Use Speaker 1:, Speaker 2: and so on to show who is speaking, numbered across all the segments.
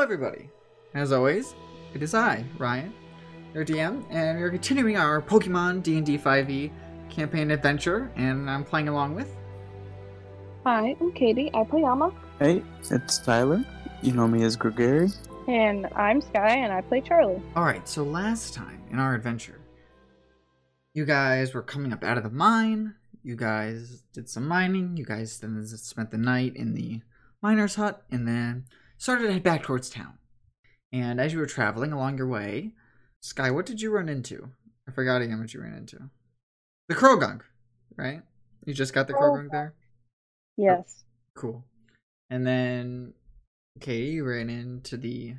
Speaker 1: everybody. As always, it is I, Ryan, your DM, and we're continuing our Pokemon D&D 5e E campaign adventure, and I'm playing along with.
Speaker 2: Hi, I'm Katie. I play Alma.
Speaker 3: Hey, it's Tyler. You know me as Gregary.
Speaker 2: And I'm Sky, and I play Charlie.
Speaker 1: All right, so last time in our adventure, you guys were coming up out of the mine. You guys did some mining. You guys then spent the night in the miner's hut, and then started to head back towards town. And as you were traveling along your way, Sky, what did you run into? I forgot again what you ran into. The Krogunk, right? You just got the Krogunk there?
Speaker 2: Yes.
Speaker 1: Cool. And then Katie, you ran into the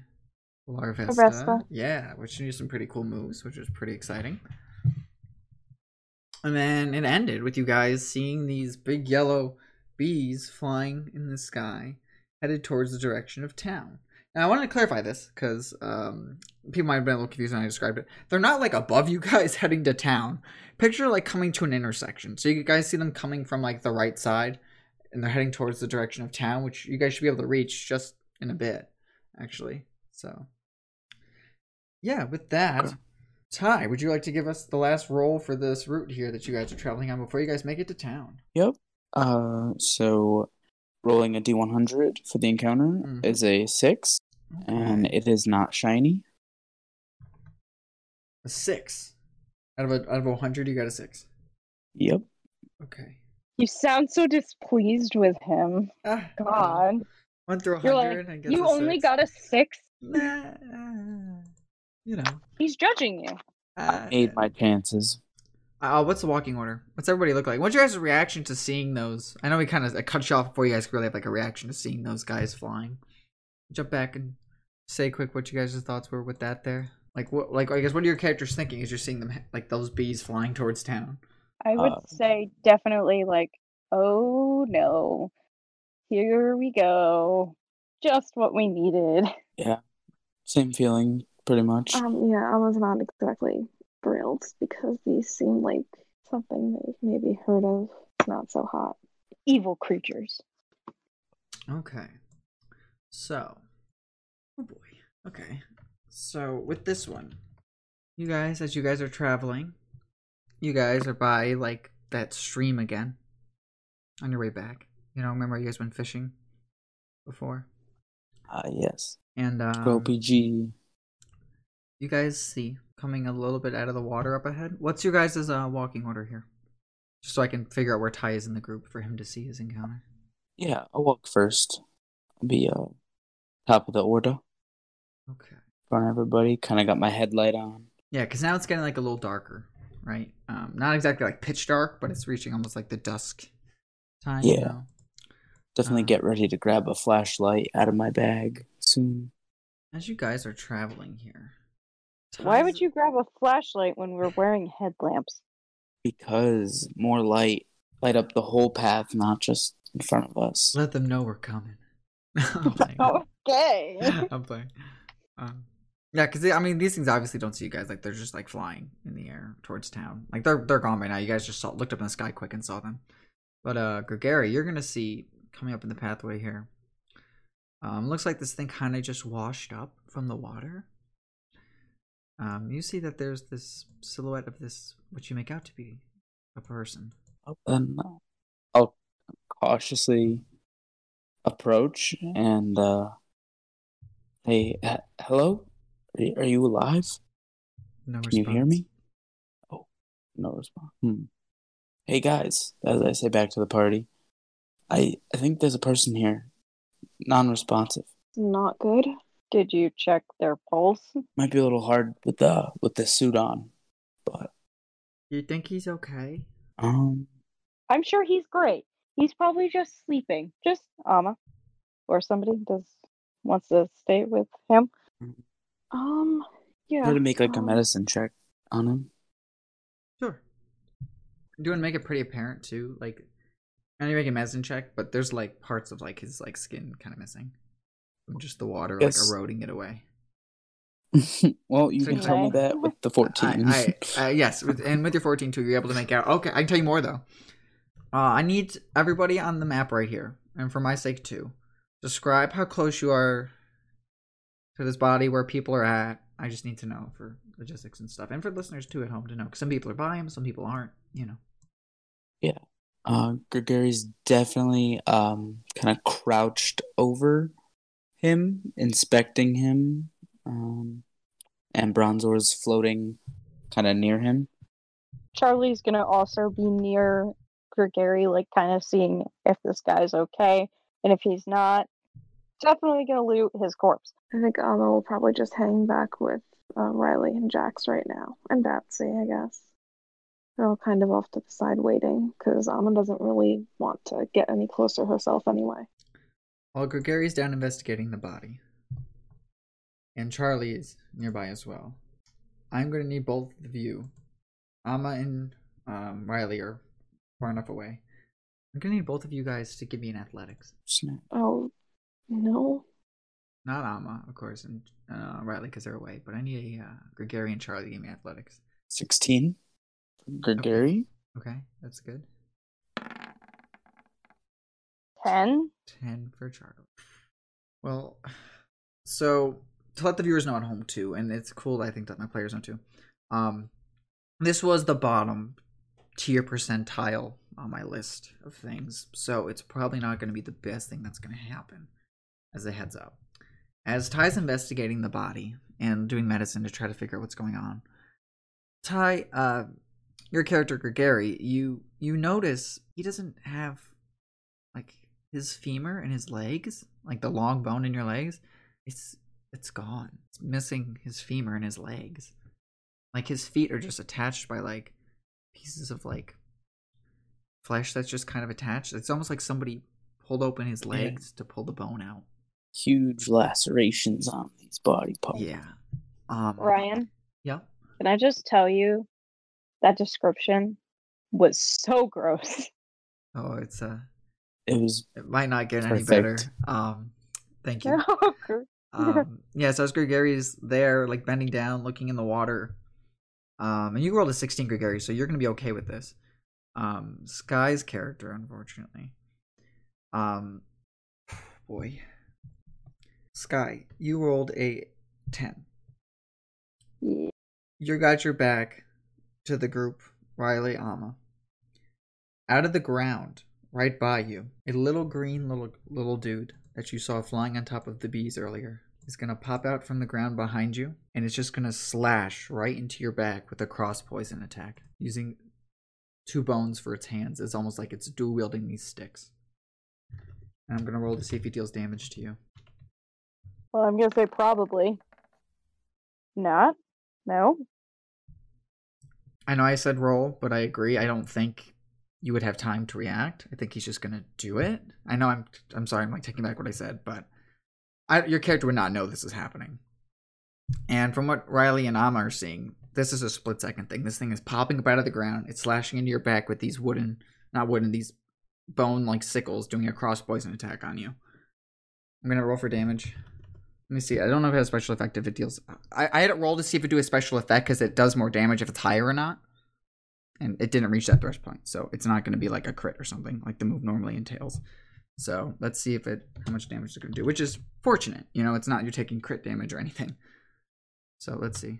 Speaker 1: Larvesta.
Speaker 2: Larvesta.
Speaker 1: Yeah, which knew some pretty cool moves, which was pretty exciting. And then it ended with you guys seeing these big yellow bees flying in the sky, headed towards the direction of town. Now I wanted to clarify this because um, people might have been a little confused when I described it. They're not like above you guys heading to town. Picture like coming to an intersection, so you guys see them coming from like the right side, and they're heading towards the direction of town, which you guys should be able to reach just in a bit, actually. So, yeah, with that,
Speaker 3: Okay.
Speaker 1: Ty, would you like to give us the last roll for this route here that you guys are traveling on before you guys make it to town?
Speaker 3: Uh, so rolling a d100 for the encounter
Speaker 1: Mhm.
Speaker 3: is a six, and it is not shiny.
Speaker 1: a six out of a out of a hundred, you got a six.
Speaker 3: Yep.
Speaker 1: Okay.
Speaker 2: You sound so displeased with him.
Speaker 1: Ah,
Speaker 2: God.
Speaker 1: Went through a
Speaker 2: You're
Speaker 1: hundred
Speaker 2: like,
Speaker 1: and I guess
Speaker 2: you
Speaker 1: a
Speaker 2: only
Speaker 1: six.
Speaker 2: got a six?
Speaker 1: Nah, uh, you know.
Speaker 2: He's judging you.
Speaker 1: Uh,
Speaker 3: Made my chances.
Speaker 1: Uh, what's the walking order? What's everybody look like? What's your guys' reaction to seeing those? I know we kind of I cut you off before you guys could really have like a reaction to seeing those guys flying. Jump back and say quick what you guys' thoughts were with that there. Like what? Like I guess what are your characters thinking as you're seeing them like those bees flying towards town?
Speaker 2: I would
Speaker 3: Uh,
Speaker 2: say definitely like, oh no. Here we go. Just what we needed.
Speaker 3: Same feeling, pretty much.
Speaker 4: Um, yeah, I was not exactly thrilled because these seem like something they've maybe heard of. It's not so hot.
Speaker 2: Evil creatures.
Speaker 1: Okay. So. Oh boy. Okay. So with this one, you guys, as you guys are traveling, you guys are by like that stream again. On your way back, you know, remember you guys went fishing before,
Speaker 3: Uh, yes.
Speaker 1: and um,
Speaker 3: RPG.
Speaker 1: you guys see coming a little bit out of the water up ahead. What's your guys' uh, walking order here? Just so I can figure out where Ty is in the group for him to see his encounter.
Speaker 3: Yeah, I'll walk first. I'll be uh, top of the order
Speaker 1: Okay.
Speaker 3: for everybody. Kind of got my headlight on.
Speaker 1: Yeah, because now it's getting like a little darker, right? Um, not exactly like pitch dark, but it's reaching almost like the dusk time. you
Speaker 3: Yeah.
Speaker 1: know?
Speaker 3: Definitely
Speaker 1: Uh.
Speaker 3: get ready to grab a flashlight out of my bag soon.
Speaker 1: As you guys are traveling here,
Speaker 2: Why
Speaker 1: Ty's-
Speaker 2: would you grab a flashlight when we're wearing headlamps?
Speaker 3: because more light light up the whole path, not just in front of us.
Speaker 1: let them know we're coming? Oh I'm playing.
Speaker 2: Okay.
Speaker 1: I'm playing. Um, yeah, because I mean these things obviously don't see you guys. Like they're just like flying in the air towards town. Like they're they're gone by now. You guys just saw, looked up in the sky quick and saw them. But uh, Gregary, you're gonna see coming up in the pathway here. Um, looks like this thing kind of just washed up from the water. Um, you see that there's this silhouette of this, what you make out to be a person.
Speaker 3: Then uh, I'll cautiously approach and uh, hey, h- hello, are you, are you alive?
Speaker 1: No response.
Speaker 3: Can you hear me? Oh, no response. Hmm. Hey guys, as I say back to the party, I I think there's a person here, non-responsive.
Speaker 4: Not good.
Speaker 2: Did you check their pulse?
Speaker 3: Might be a little hard with the with the suit on, but
Speaker 1: You think he's okay?
Speaker 3: um,
Speaker 2: I'm sure he's great. He's probably just sleeping. Just Ama, or somebody does wants to stay with him.
Speaker 4: Um, yeah.
Speaker 3: try to make like a
Speaker 4: um,
Speaker 3: medicine check on him.
Speaker 1: Sure. Do you want to make it pretty apparent too? Like, I need to make a medicine check, but there's like parts of like his like skin kind of missing, from just the water
Speaker 3: Yes.
Speaker 1: like eroding it away.
Speaker 3: well, you
Speaker 1: So
Speaker 3: can
Speaker 1: you
Speaker 3: tell me
Speaker 2: like-
Speaker 3: that with the 14.
Speaker 1: I, I, I, yes, with, and with your 14 too, you're able to make out. Okay, I can tell you more though. Uh, I need everybody on the map right here, and for my sake too, describe how close you are to this body where people are at. I just need to know for logistics and stuff, and for listeners too at home to know. 'cause some people are by him, some people aren't. You know.
Speaker 3: Uh, Gregory's definitely um, kind of crouched over him, inspecting him, um, and Bronzor's floating kind of near him.
Speaker 2: Charlie's gonna also be near Gregory, like kind of seeing if this guy's okay, and if he's not, definitely gonna loot his corpse.
Speaker 4: I think Alma will probably just hang back with uh, Riley and Jax right now, and Batsy, I guess. They're all kind of off to the side waiting because Alma doesn't really want to get any closer herself anyway.
Speaker 1: While Gregory's down investigating the body, and Charlie is nearby as well, I'm going to need both of you. Amma and um, Riley are far enough away. I'm going to need both of you guys to give me an athletics.
Speaker 3: Snap.
Speaker 4: Oh no,
Speaker 1: Not Amma, of course, and uh, Riley because they're away, but I need a uh, Gregory and Charlie to give me athletics.
Speaker 3: 16. Gregory?
Speaker 1: Okay, that's good.
Speaker 2: Ten.
Speaker 1: 10 for Charlie. Well, so to let the viewers know at home too, and it's cool I think that my players know too. Um, this was the bottom tier percentile on my list of things, so it's probably not going to be the best thing that's going to happen. As a heads up, as Ty's investigating the body and doing medicine to try to figure out what's going on, Ty, uh, your character Gregory, you you notice he doesn't have like his femur and his legs, like the long bone in your legs, it's it's gone. It's missing his femur and his legs. Like his feet are just attached by like pieces of like flesh that's just kind of attached. It's almost like somebody pulled open his legs to pull the bone out.
Speaker 3: Huge lacerations on these body parts.
Speaker 1: Yeah. Um
Speaker 2: Ryan,
Speaker 1: Yeah.
Speaker 2: can I just tell you that description was so gross.
Speaker 1: Oh, it's uh
Speaker 3: It was
Speaker 1: it might not get any
Speaker 3: Perfect.
Speaker 1: better. Um thank you. um, yeah, so as Gregary's there, like bending down, looking in the water, um, and you rolled a 16 Gregary, so you're going to be okay with this. Um, Sky's character, unfortunately. Um, boy. Sky, you rolled a 10.
Speaker 4: yeah.
Speaker 1: You got your back to the group, Riley, Ama. Out of the ground, right by you, a little green little little dude that you saw flying on top of the bees earlier is gonna pop out from the ground behind you, and it's just gonna slash right into your back with a cross poison attack, using two bones for its hands. It's almost like it's dual wielding these sticks. And I'm gonna roll to see if he deals damage to you.
Speaker 2: well, I'm gonna say probably not. No,
Speaker 1: I know I said roll, but I agree. I don't think you would have time to react. I think he's just gonna do it. I know I'm I'm sorry, I'm like taking back what I said, but I, your character would not know this is happening. And from what Riley and Amma are seeing, this is a split second thing. This thing is popping up out of the ground. It's slashing into your back with these wooden, not wooden, these bone like sickles, doing a cross poison attack on you. I'm gonna roll for damage. Let me see. I don't know if it has special effect. If it deals, I, I had it roll to see if it do a special effect because it does more damage if it's higher or not. And it didn't reach that thresh point, so it's not going to be like a crit or something like the move normally entails. So let's see if it how much damage it's going to do, which is fortunate. You know, it's not you're taking crit damage or anything. So let's see.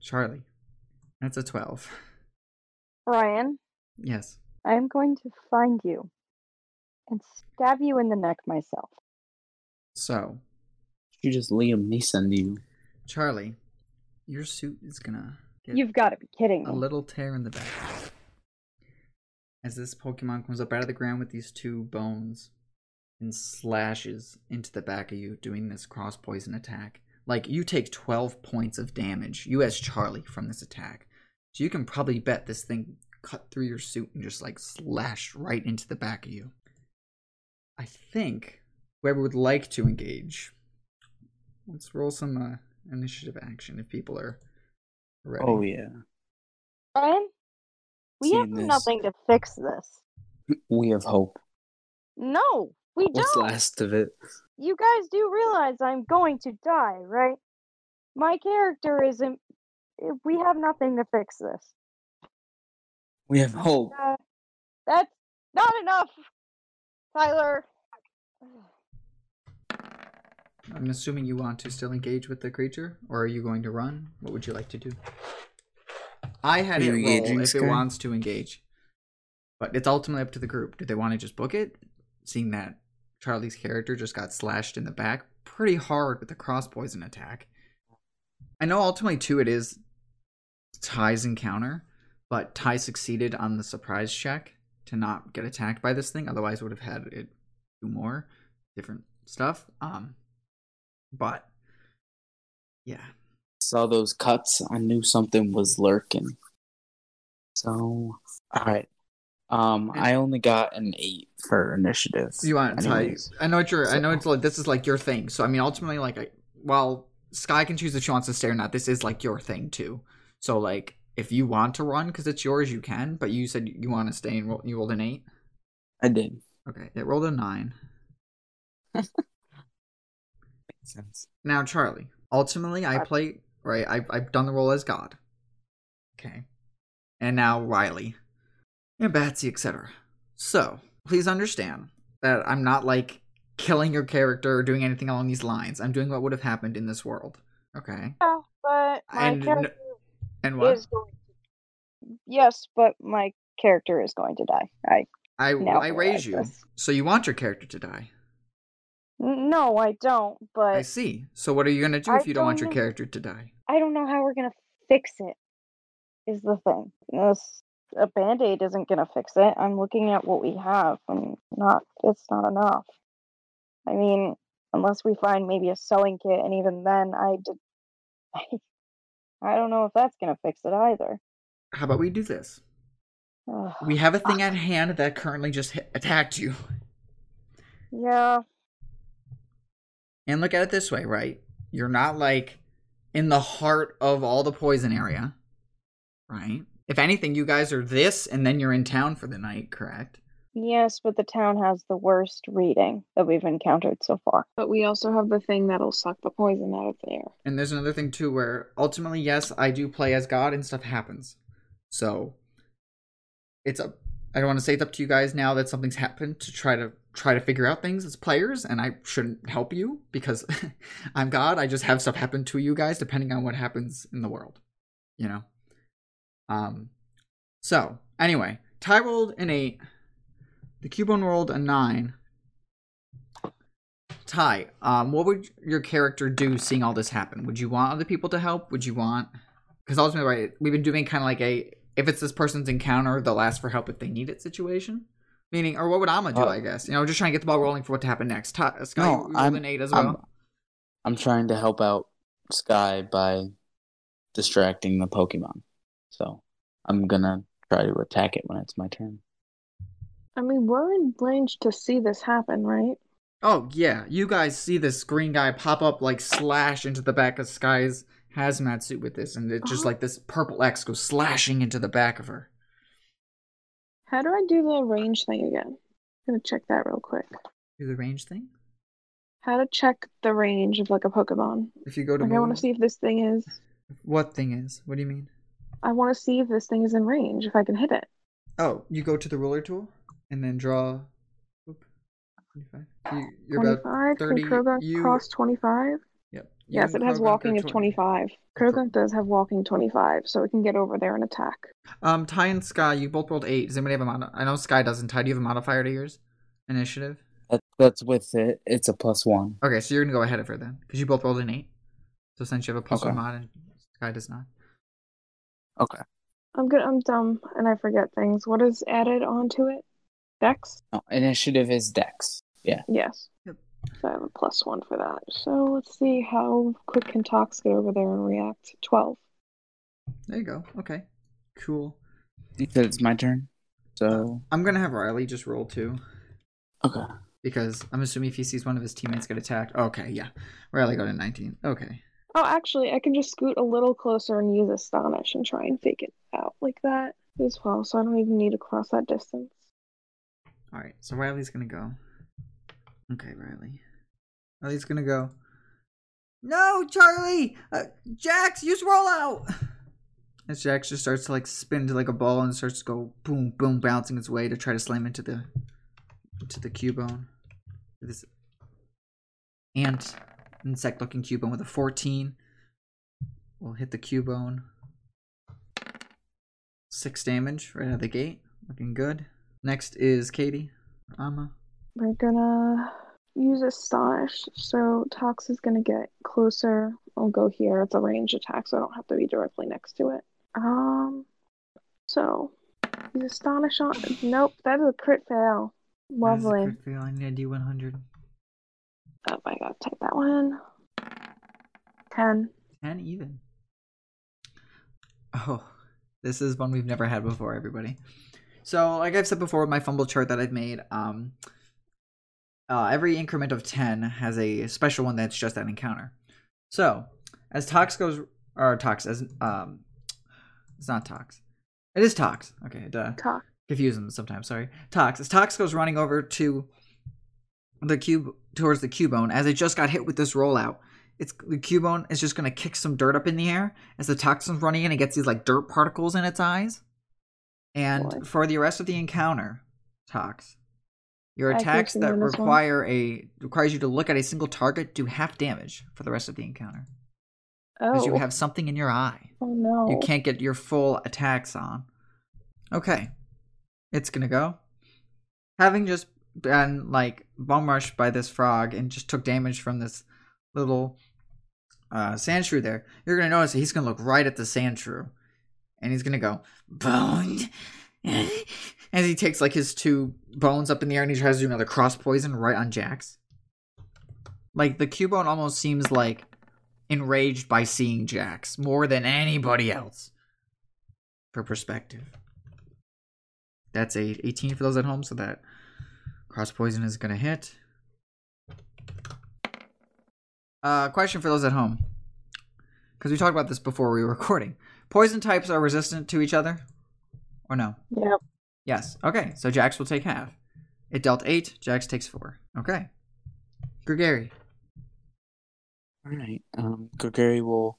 Speaker 1: Charlie, that's a twelve.
Speaker 2: Ryan,
Speaker 1: Yes.
Speaker 2: I am going to find you and stab you in the neck myself.
Speaker 1: So
Speaker 3: you just Liam Neeson you.
Speaker 1: Charlie, your suit is gonna get
Speaker 2: You've got to be kidding me.
Speaker 1: a little tear in the back. As this Pokemon comes up out of the ground with these two bones and slashes into the back of you, doing this cross poison attack. Like, you take 12 points of damage, you as Charlie, from this attack. So you can probably bet this thing cut through your suit and just, like, slashed right into the back of you. I think whoever would like to engage, let's roll some uh, initiative action if people are ready.
Speaker 3: Oh, yeah.
Speaker 2: Ryan, we have
Speaker 3: Seen this.
Speaker 2: nothing to fix this.
Speaker 3: We have hope.
Speaker 2: No, we
Speaker 3: What's
Speaker 2: don't.
Speaker 3: last of it?
Speaker 2: You guys do realize I'm going to die, right? My character isn't. We have nothing to fix this.
Speaker 3: We have hope.
Speaker 2: Uh, that's not enough. Tyler.
Speaker 1: I'm assuming you want to still engage with the creature, or are you going to run? What would you like to do? I had
Speaker 3: Are
Speaker 1: it
Speaker 3: you
Speaker 1: roll
Speaker 3: engaging,
Speaker 1: if it
Speaker 3: Sky?
Speaker 1: wants to engage, but it's ultimately up to the group. Do they want to just book it? Seeing that Charlie's character just got slashed in the back pretty hard with the cross poison attack. I know ultimately too it is Ty's encounter, but Ty succeeded on the surprise check to not get attacked by this thing. Otherwise, would have had it do more different stuff. Um, but yeah,
Speaker 3: Saw those cuts. I knew something was lurking. So, all right. Um, I only got an eight for initiative.
Speaker 1: So you want to tie?
Speaker 3: Anyways.
Speaker 1: I know what you're. I
Speaker 3: So-
Speaker 1: know it's like this is like your thing. So I mean, ultimately, like, I, while Sky can choose if she wants to stay or not, this is like your thing too. So like, if you want to run because it's yours, you can. But you said you want to stay and roll, you rolled an eight.
Speaker 3: I did.
Speaker 1: Okay, it rolled a nine.
Speaker 3: Makes sense.
Speaker 1: Now, Charlie. Ultimately, I
Speaker 2: I-
Speaker 1: play right. I, I've done the role as God. Okay, and now Riley, and Batsy, etc. So please understand that I'm not like killing your character or doing anything along these lines. I'm doing what would have happened in this world. Okay,
Speaker 2: Yeah, but my
Speaker 1: And no-
Speaker 2: character
Speaker 1: and
Speaker 2: is
Speaker 1: what
Speaker 2: going to. Yes, but my character is going to die. I
Speaker 1: I
Speaker 2: now
Speaker 1: I raise
Speaker 2: realize
Speaker 1: you,
Speaker 2: this.
Speaker 1: so you want your character to die.
Speaker 2: N- no, I don't. But
Speaker 1: I see. So what are you gonna do
Speaker 2: I
Speaker 1: if you don't want
Speaker 2: don't
Speaker 1: your
Speaker 2: know.
Speaker 1: character to die?
Speaker 2: I don't know how we're gonna fix it. Is the thing. This a band aid isn't gonna fix it. I'm looking at what we have, and not it's not enough. I mean, unless we find maybe a sewing kit, and even then, I did. I don't know if that's gonna fix it either.
Speaker 1: How about we do this?
Speaker 2: Ugh,
Speaker 1: We have a thing at hand that currently just hit, attacked you.
Speaker 2: yeah,
Speaker 1: And look at it this way, right? You're not like in the heart of all the poison area, right? If anything, you guys are this and then you're in town for the night, correct?
Speaker 2: yes, but the town has the worst reading that we've encountered so far.
Speaker 4: But we also have the thing that'll suck the poison out of the air.
Speaker 1: And there's another thing too where ultimately, yes, I do play as God and stuff happens. So it's up I don't want to say it's up to you guys now that something's happened to try to try to figure out things as players, and I shouldn't help you because I'm God. I just have stuff happen to you guys depending on what happens in the world. You know? Um so anyway, Ty rolled an eight. The Cubone rolled a nine. Ty, um, what would your character do seeing all this happen? Would you want other people to help? Would you want? Because ultimately, right, we've been doing kind of like a if it's this person's encounter, they'll ask for help if they need it situation. Meaning, or what would Amma do?
Speaker 3: Uh,
Speaker 1: I guess you know, just trying to get the ball rolling for what to happen next. Ty, uh, Sky,
Speaker 3: No,
Speaker 1: you rolled
Speaker 3: I'm-
Speaker 1: an eight as
Speaker 3: I'm-
Speaker 1: well.
Speaker 3: I'm trying to help out Sky by distracting the Pokemon. So I'm gonna try to attack it when it's my turn.
Speaker 4: I mean, we're in range to see this happen, right?
Speaker 1: Oh yeah, you guys see this green guy pop up like slash into the back of Sky's hazmat suit with this, and it just
Speaker 4: Oh.
Speaker 1: like this purple X goes slashing into the back of her.
Speaker 4: How do I do the range thing again? I'm gonna check that real quick.
Speaker 1: Do the range thing.
Speaker 4: How to check the range of like a Pokemon.
Speaker 1: If you go to
Speaker 4: Like I wanna
Speaker 1: move-
Speaker 4: see if this thing is
Speaker 1: what thing is. What do you mean?
Speaker 4: I wanna see if this thing is in range, if I can hit it.
Speaker 1: Oh, you go to the ruler tool and then draw. Oop, 25. You, you're about.
Speaker 4: 25? Can
Speaker 1: 30
Speaker 4: Krogon
Speaker 1: you-
Speaker 4: cross 25?
Speaker 1: Yep. You
Speaker 4: Yes, it
Speaker 1: and
Speaker 4: has
Speaker 1: Krogan
Speaker 4: walking
Speaker 1: go
Speaker 4: of
Speaker 1: toward-
Speaker 4: 25. Krogon does have walking 25, so it can get over there and attack.
Speaker 1: Um, Ty and Sky, you both rolled eight. Does anybody have a mod? I know Sky doesn't. Ty, do you have a modifier to yours? Initiative.
Speaker 3: That, that's with it. It's a plus one.
Speaker 1: Okay, so you're gonna go ahead of her then, because you both rolled an eight. So since you have a plus one
Speaker 3: Okay.
Speaker 1: mod and Sky does not.
Speaker 3: Okay.
Speaker 4: I'm good. I'm dumb and I forget things. What is added onto it? Dex?
Speaker 3: No, Oh, initiative is Dex. Yeah.
Speaker 4: Yes.
Speaker 1: Yep.
Speaker 4: So I have a plus one for that. So let's see how quick can Tox get over there and react. 12.
Speaker 1: There you go. Okay. Cool.
Speaker 3: You said it's my turn. So
Speaker 1: I'm gonna have Riley just roll two.
Speaker 3: okay.
Speaker 1: Because I'm assuming if he sees one of his teammates get attacked. Okay, yeah. Riley got a 19. Okay.
Speaker 4: Oh, actually, I can just scoot a little closer and use Astonish and try and fake it out like that as well. So I don't even need to cross that distance.
Speaker 1: All right, so Riley's gonna go. Okay, Riley. Riley's gonna go. No, Charlie, uh, Jax, use roll out. As Jax just starts to like spin to like a ball and starts to go boom, boom, bouncing its way to try to slam into the to the cubone. This ant insect looking cubone with a 14 will hit the cubone. Six damage right out of the gate. Looking good. Next is Katie. Amma.
Speaker 4: We're gonna use Astonish. So Tox is gonna get closer. I'll go here. It's a range attack, so I don't have to be directly next to it. Um, so he's Astonish on. Nope, that is a crit fail.
Speaker 1: That is a
Speaker 4: Lovely.
Speaker 1: crit fail. I need a D100.
Speaker 4: Oh, I gotta type that one. Ten.
Speaker 1: 10 even. Oh, this is one we've never had before, everybody. So, like I've said before, my fumble chart that I've made, um, uh, every increment of 10 has a special one that's just an encounter. So, as Tox goes, or Tox, as, um, it's not Tox. It is Tox. Okay, duh
Speaker 4: Tox.
Speaker 1: confuse them sometimes. Sorry, Tox. As Tox goes running over to the cube towards the cubone, as it just got hit with this rollout, it's the cubone is just gonna kick some dirt up in the air as the toxin's running in. It gets these like dirt particles in its eyes, and
Speaker 4: What?
Speaker 1: for the rest of the encounter, Tox, your
Speaker 4: I think
Speaker 1: attacks
Speaker 4: you
Speaker 1: that
Speaker 4: mean this one.
Speaker 1: require a requires you to look at a single target do half damage for the rest of the encounter because
Speaker 4: Oh.
Speaker 1: you have something in your eye.
Speaker 4: oh no.
Speaker 1: You can't get your full attacks on. Okay. It's gonna go. Having just been like bum rushed by this frog and just took damage from this little uh, sand shrew there, you're gonna notice that he's gonna look right at the sand shrew. And he's gonna go, boned. As he takes like his two bones up in the air and he tries to do another cross poison right on Jax. Like the Cubone almost seems like enraged by seeing Jax more than anybody else. For perspective. That's a 18 for those at home, so that cross poison is gonna hit. Uh, question for those at home. Because we talked about this before we were recording. Poison types are resistant to each other? Or no?
Speaker 2: Yep.
Speaker 1: Yes. Okay, so Jax will take half. It dealt eight, Jax takes four. Okay. Gregary.
Speaker 3: All right. Um, Gregory will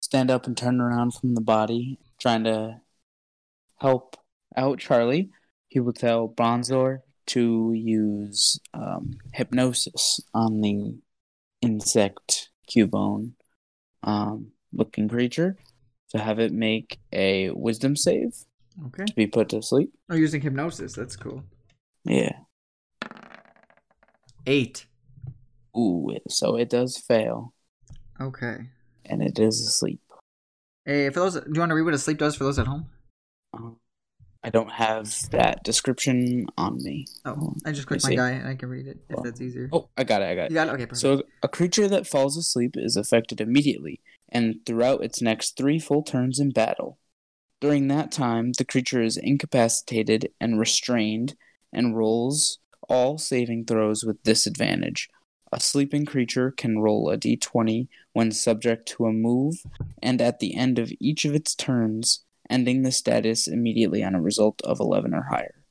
Speaker 3: stand up and turn around from the body, trying to help out Charlie. He will tell Bronzor to use um, hypnosis on the insect cubone um, looking creature to have it make a wisdom save
Speaker 1: Okay.
Speaker 3: to be put to sleep.
Speaker 1: Oh, using hypnosis. That's cool.
Speaker 3: Yeah.
Speaker 1: Eight.
Speaker 3: Ooh, so it does fail
Speaker 1: Okay.
Speaker 3: and it is asleep.
Speaker 1: Hey, for those, do you want to read what a sleep does for those at home?
Speaker 3: Um, I don't have that description on me.
Speaker 1: Oh, I just clicked
Speaker 3: I
Speaker 1: my
Speaker 3: see.
Speaker 1: guy and I can read it if that's easier.
Speaker 3: Oh, I got it. I got
Speaker 1: You
Speaker 3: it.
Speaker 1: got it? Okay, perfect.
Speaker 3: So a creature that falls asleep is affected immediately and throughout its next three full turns in battle. During that time, the creature is incapacitated and restrained and rolls all saving throws with disadvantage. A sleeping creature can roll a d20 when subject to a move and at the end of each of its turns, ending the status immediately on a result of 11 or higher.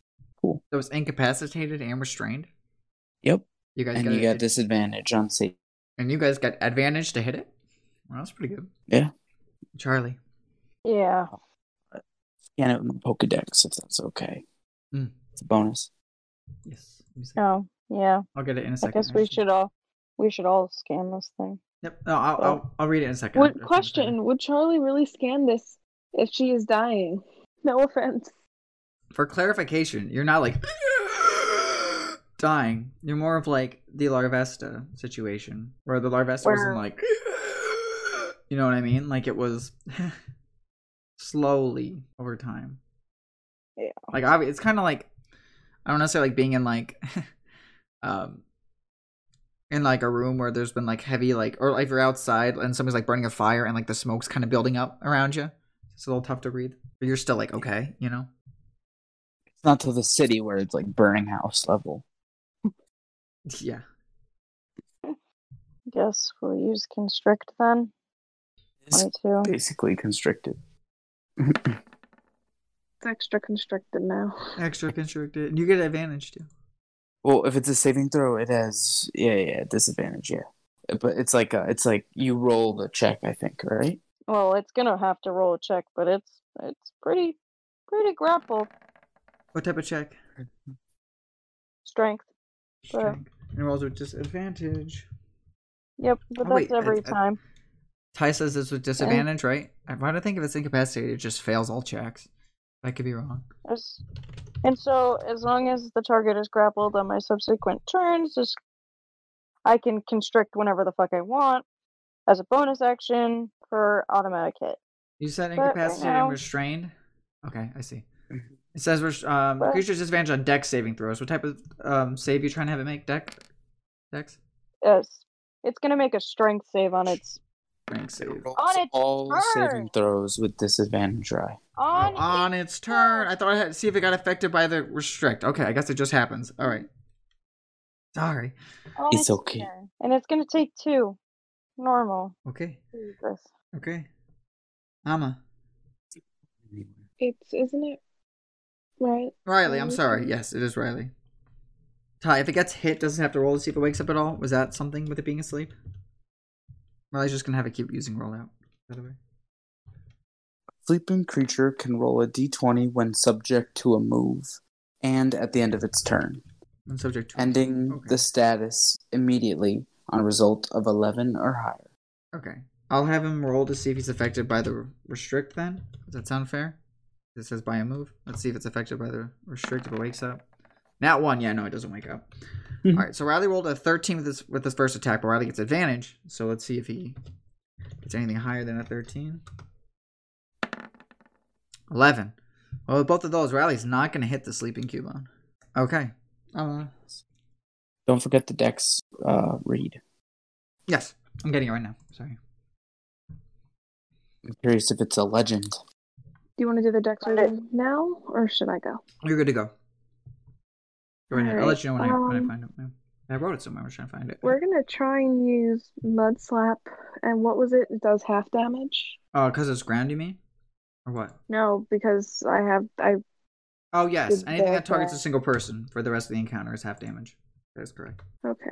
Speaker 3: Cool.
Speaker 1: So it's incapacitated and restrained.
Speaker 3: Yep.
Speaker 1: You guys
Speaker 3: And
Speaker 1: got,
Speaker 3: you
Speaker 1: it-
Speaker 3: got disadvantage on save.
Speaker 1: And you guys got advantage to hit it. Well, that's pretty good.
Speaker 3: Yeah.
Speaker 1: Charlie.
Speaker 2: Yeah.
Speaker 3: scan it with my Pokedex if that's okay.
Speaker 1: Mm.
Speaker 3: It's a bonus.
Speaker 1: Yes. Let me see.
Speaker 2: Oh, yeah.
Speaker 1: I'll get it in a
Speaker 2: I
Speaker 1: Um, second.
Speaker 2: guess we
Speaker 1: actually.
Speaker 2: should all we should all scan this thing.
Speaker 1: Yep. No, I'll, I'll, I'll read it in a second.
Speaker 4: What
Speaker 1: That's
Speaker 4: question? Would Charlie really scan this if she is dying? No offense.
Speaker 1: For clarification, you're not like dying. You're more of like the Larvesta situation, where the Larvesta wasn't
Speaker 4: Where-
Speaker 1: like, you know what I mean? Like it was slowly over time.
Speaker 2: Yeah.
Speaker 1: Like obvi- it's kind of like I don't necessarily like being in like, um, in like a room where there's been like heavy like, or like if you're outside and somebody's like burning a fire and like the smoke's kind of building up around you. It's a little tough to breathe, but you're still like okay, you know.
Speaker 3: It's not to the city where it's like burning house level.
Speaker 1: Yeah.
Speaker 2: Guess we'll use constrict then.
Speaker 3: It's
Speaker 2: Twenty-two.
Speaker 3: basically constricted.
Speaker 4: It's extra constricted now.
Speaker 1: Extra constricted. And You get advantage too.
Speaker 3: Well, if it's a saving throw, it has yeah, yeah, disadvantage, yeah. But it's like uh it's like you roll the check, I think, right?
Speaker 2: Well, it's gonna have to roll a check, but it's it's pretty pretty grappled.
Speaker 1: What type of check?
Speaker 2: Strength. So-
Speaker 1: Strength. And rolls with disadvantage.
Speaker 2: Yep, but
Speaker 1: Oh,
Speaker 2: that's
Speaker 1: wait, I-
Speaker 2: every
Speaker 1: I-
Speaker 2: time.
Speaker 1: Ty says this with disadvantage, right? I- Why do I think if it's incapacitated, it just fails all checks? I could be wrong.
Speaker 2: As- And so, as long as the target is grappled on my subsequent turns, just I can constrict whenever the fuck I want as a bonus action for automatic hit.
Speaker 1: You said
Speaker 2: right
Speaker 1: incapacitated
Speaker 2: now-
Speaker 1: and restrained. Okay, I see.
Speaker 3: Mhm.
Speaker 1: It says rest- um,
Speaker 2: But-
Speaker 1: creatures disadvantage on deck saving throws. What type of um, save you trying to have it make? Deck, dex,
Speaker 2: Yes, it's gonna make a strength save on its
Speaker 1: rank save.
Speaker 3: Rolls
Speaker 2: On its
Speaker 3: all
Speaker 2: turn.
Speaker 3: saving throws with disadvantage. Right?
Speaker 2: on.
Speaker 1: Oh, on its turn. I thought I had see if it got affected by the restrict. Okay, I guess it just happens. All right. Sorry.
Speaker 2: on
Speaker 3: It's okay.
Speaker 2: turn. oh And it's gonna take two. Normal.
Speaker 1: Okay.
Speaker 2: Jesus.
Speaker 1: Okay. Ama.
Speaker 4: It's isn't it right?
Speaker 1: Riley, I'm
Speaker 4: Um,
Speaker 3: Mm-hmm.
Speaker 1: sorry. Yes, it is Riley. Ty, if it gets hit, doesn't have to roll to see if it wakes up at all. Was that something with it being asleep? Riley's just gonna have it keep using rollout. By the way.
Speaker 3: Sleeping creature can roll a d20 when subject to a move and at the end of its turn,
Speaker 1: And subject to
Speaker 3: ending
Speaker 1: Okay.
Speaker 3: the status immediately on result of 11 or higher.
Speaker 1: Okay. I'll have him roll to see if he's affected by the restrict then. Does that sound fair? It says by a move. Let's see if it's affected by the restrict if it wakes up. Not one. Yeah, no, it doesn't wake up. All
Speaker 3: Mhm.
Speaker 1: right. So Riley rolled a 13 with this with his first attack, but Riley gets advantage. So let's see if he gets anything higher than a 13. 11. Well, with both of those, Riley's not going to hit the sleeping cube on. Okay. Uh,
Speaker 3: Don't forget the dex uh, read.
Speaker 1: yes, I'm getting it right now. Sorry.
Speaker 3: I'm curious if it's a legend.
Speaker 4: Do you want to do the dex
Speaker 2: Got it.
Speaker 4: reading now, or should I go?
Speaker 1: You're good to go. Go right
Speaker 4: All
Speaker 1: ahead. I'll
Speaker 4: right,
Speaker 1: let you know when, I, when I
Speaker 4: um,
Speaker 1: find it. man. I wrote it somewhere. I was trying to find it.
Speaker 4: We're gonna try and use mud slap, and what was it? It does half damage.
Speaker 1: Oh, because it's ground, you mean? Or what?
Speaker 4: No, because I have I
Speaker 1: Oh, yes.
Speaker 4: It's
Speaker 1: Anything that
Speaker 4: bad
Speaker 1: targets a
Speaker 4: guy.
Speaker 1: single person for the rest of the encounter is half damage. That is correct.
Speaker 4: okay.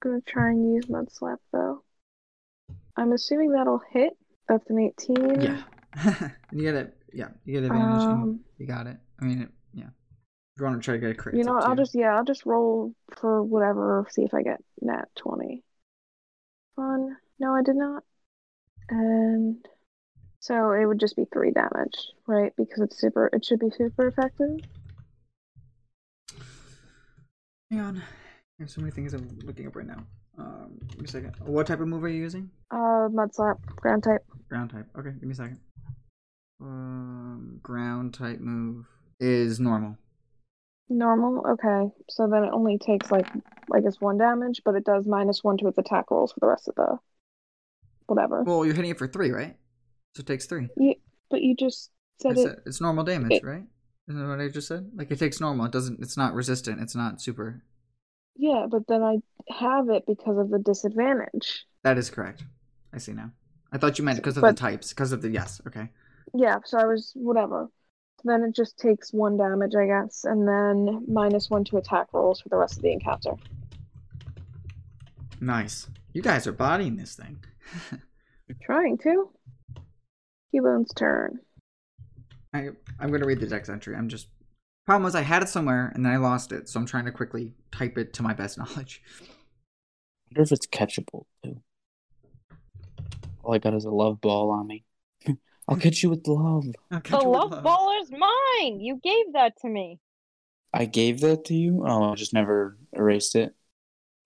Speaker 4: gonna try and use mud slap though. I'm assuming that'll hit. That's an eighteen.
Speaker 1: Yeah. you get it. Yeah. You get advantage. and
Speaker 4: Um,
Speaker 1: you got it. I mean, it, yeah. If you want to try to get a crit,
Speaker 4: you
Speaker 1: it's
Speaker 4: know,
Speaker 1: up to
Speaker 4: I'll
Speaker 1: you.
Speaker 4: just yeah, I'll just roll for whatever. See if I get nat twenty. Fun. No, I did not. And so it would just be three damage, right? Because it's super. It should be super effective.
Speaker 1: Hang on. I have so many things I'm looking up right now. Um, give me a second. What type of move are you using?
Speaker 4: Uh, mud slap, ground type.
Speaker 1: Ground type. Okay, give me a second. Um, ground type move is normal.
Speaker 4: Normal, okay. So then it only takes like I guess one damage, but it does minus one to its attack rolls for the rest of the whatever.
Speaker 1: Well, you're hitting it for three, right? So it takes three.
Speaker 4: but you just said
Speaker 1: It's,
Speaker 4: it.
Speaker 1: it's normal damage,
Speaker 4: it-
Speaker 1: right? Isn't that what I just said? Like it takes normal. It doesn't. It's not resistant. It's not super.
Speaker 4: Yeah, but then I have it because of the disadvantage.
Speaker 1: That is correct. I see now. I thought you meant because of
Speaker 4: But-
Speaker 1: the types. Because of the yes. Okay.
Speaker 4: Yeah, so I was whatever. So then it just takes one damage, I guess, and then minus one to attack rolls for the rest of the encounter.
Speaker 1: Nice. You guys are bodying this thing.
Speaker 4: Trying to. Cubone's turn.
Speaker 1: I I'm gonna read the dex entry. I'm just. Problem was I had it somewhere and then I lost it, so I'm trying to quickly type it to my best knowledge.
Speaker 3: I wonder if it's catchable too. All I got is a love ball on me. I'll catch you with love.
Speaker 1: Okay,
Speaker 2: The
Speaker 1: with
Speaker 2: love ball is mine. You gave that to me.
Speaker 3: I gave that to you. Oh, I just never erased it.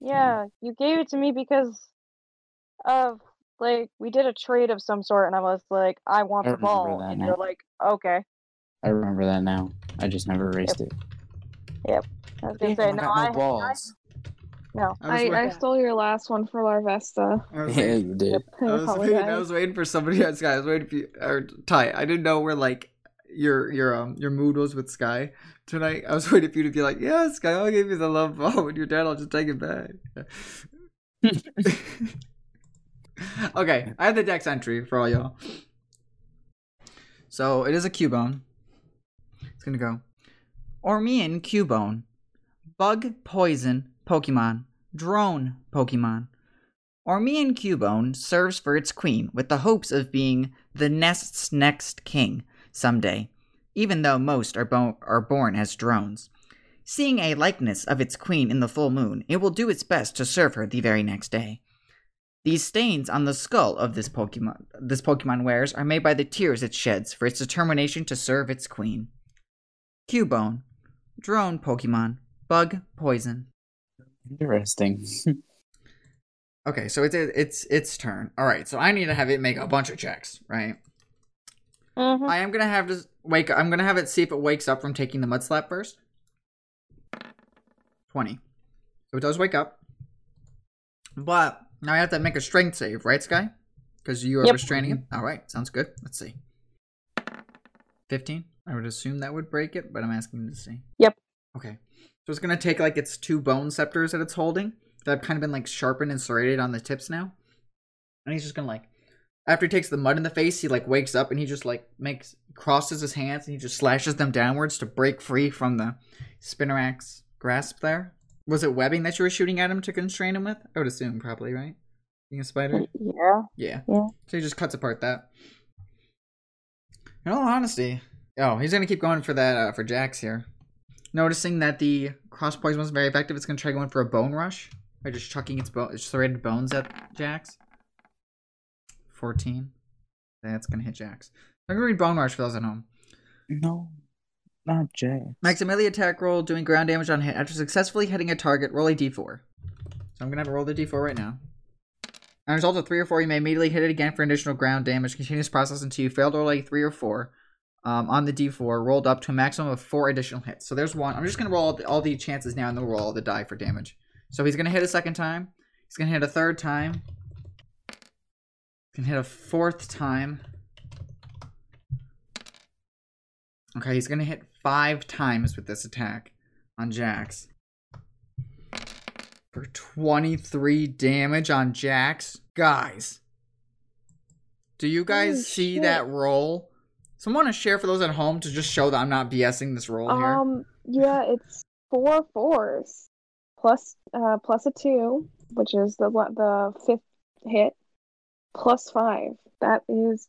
Speaker 2: Yeah,
Speaker 1: Hmm.
Speaker 2: you gave it to me because of like we did a trade of some sort, and I was like, I want
Speaker 3: I
Speaker 2: the
Speaker 3: remember
Speaker 2: ball,
Speaker 3: that
Speaker 2: and
Speaker 3: now.
Speaker 2: you're like, okay.
Speaker 3: I remember that now. I just never erased it.
Speaker 2: I was gonna
Speaker 3: Damn,
Speaker 2: say
Speaker 3: I
Speaker 2: no.
Speaker 3: got no
Speaker 2: I,
Speaker 3: balls.
Speaker 1: was
Speaker 4: I, I
Speaker 1: waiting-
Speaker 4: stole your last one for Larvesta.
Speaker 1: I was
Speaker 3: yeah,
Speaker 1: waiting-
Speaker 3: you did.
Speaker 4: I
Speaker 1: I was, waiting, I
Speaker 4: apologize.
Speaker 1: was waiting for somebody else, guy. I was waiting for you, or Ty. I didn't know where like your your um your mood was with Sky tonight. I was waiting for you to be like, "Yeah, Sky, I'll give you the love ball. When you're dead, I'll just take it back." okay, I have the dex entry for all y'all. So it is a Cubone. It's gonna go. Ormian Cubone, bug poison Pokemon, drone Pokemon. Ormian Cubone serves for its queen with the hopes of being the nest's next king someday, even though most are, bo- are born as drones.
Speaker 5: Seeing a likeness of its queen in the full moon, it will do its best to serve her the very next day. These stains on the skull of this Pokemon this Pokemon wears are made by the tears it sheds for its determination to serve its queen. Cubone. Drone Pokemon. Bug poison.
Speaker 3: Interesting.
Speaker 1: Okay, so it's it's its turn. All right, so I need to have it make a bunch of checks, right?
Speaker 2: Mm-hmm. Mhm.
Speaker 1: I am gonna have to wake. I'm gonna have it see if it wakes up from taking the mud slap first. Twenty. So it does wake up, but now I have to make a strength save, right, Sky? Because you are
Speaker 2: Yep.
Speaker 1: restraining it. All right, sounds good. Let's see. Fifteen. I would assume that would break it, but I'm asking to see.
Speaker 2: Yep.
Speaker 1: Okay. So it's gonna take like its two bone scepters that it's holding that have kind of been like sharpened and serrated on the tips now, and he's just gonna like after he takes the mud in the face, he like wakes up and he just like makes crosses his hands and he just slashes them downwards to break free from the spinnerack's grasp there. Was it webbing that you were shooting at him to constrain him with? I would assume probably, right? Being a spider?
Speaker 2: Yeah.
Speaker 1: Yeah.
Speaker 2: Yeah.
Speaker 1: So he just cuts apart that. In all honesty, oh, he's gonna keep going for that uh, for Jax here. Noticing that the cross poison was very effective, it's gonna try going for a bone rush by just chucking its, bo- its serrated bones at Jax. Fourteen. That's gonna hit Jax. I'm gonna read bone rush for those at home.
Speaker 3: no, not Jay.
Speaker 1: Makes a melee attack roll, doing ground damage on hit. After successfully hitting a target, roll a d4. So I'm gonna have to roll the d4 right now. On a result of three or four, you may immediately hit it again for additional ground damage. Continuous process until you fail to roll a three or four um, on the d4, rolled up to a maximum of four additional hits. So there's one. I'm just gonna roll all the, all the chances now, and then we'll roll all the die for damage. So he's gonna hit a second time. He's gonna hit a third time. He's gonna hit a fourth time. Okay, he's gonna hit five times with this attack on Jax. For 23 damage on Jax. Guys. Do you guys
Speaker 4: Holy
Speaker 1: see
Speaker 4: shit.
Speaker 1: that roll? Someone want to share for those at home to just show that I'm not BSing this roll here.
Speaker 4: Um, yeah, it's four fours plus uh plus a two, which is the la- the fifth hit, plus five. That is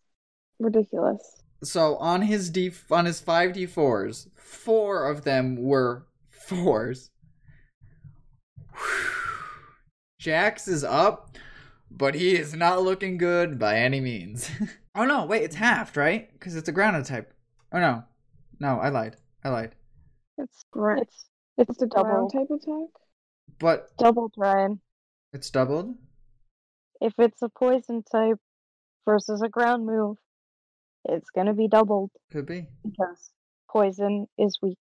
Speaker 4: ridiculous.
Speaker 1: so on his d on his five d fours, four of them were fours. Jax is up, but he is not looking good by any means. oh no, wait, it's halved, right? Because it's a grounded type. Oh no, no, I lied, I lied.
Speaker 2: It's
Speaker 4: Right.
Speaker 2: it's it's
Speaker 4: It's a
Speaker 2: double
Speaker 4: ground type attack.
Speaker 1: But
Speaker 2: double Brian.
Speaker 1: it's doubled.
Speaker 2: If it's a poison type versus a ground move, it's gonna be doubled
Speaker 1: Could be.
Speaker 2: because poison is weak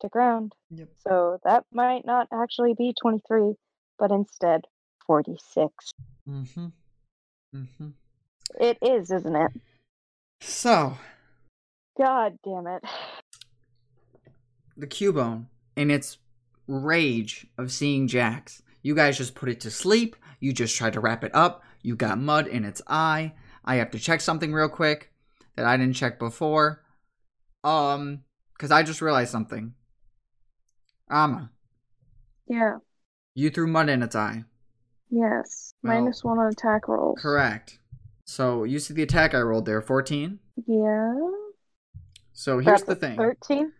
Speaker 2: to ground.
Speaker 1: Yep.
Speaker 2: So that might not actually be twenty three, but instead forty six.
Speaker 1: Mm-hmm. Mm-hmm.
Speaker 2: It is, isn't it?
Speaker 1: So
Speaker 2: God damn it.
Speaker 1: the Cubone in its rage of seeing Jax. You guys just put it to sleep. You just tried to wrap it up. You got mud in its eye. I have to check something real quick that I didn't check before. Um, because I just realized something. Ama,
Speaker 4: Yeah.
Speaker 1: you threw mud in its eye.
Speaker 4: Yes.
Speaker 1: Well,
Speaker 4: Minus one on attack rolls.
Speaker 1: Correct. So you see the attack I rolled there, 14.
Speaker 4: Yeah.
Speaker 1: So here's
Speaker 2: That's
Speaker 1: the
Speaker 2: a
Speaker 1: thing.
Speaker 2: Thirteen.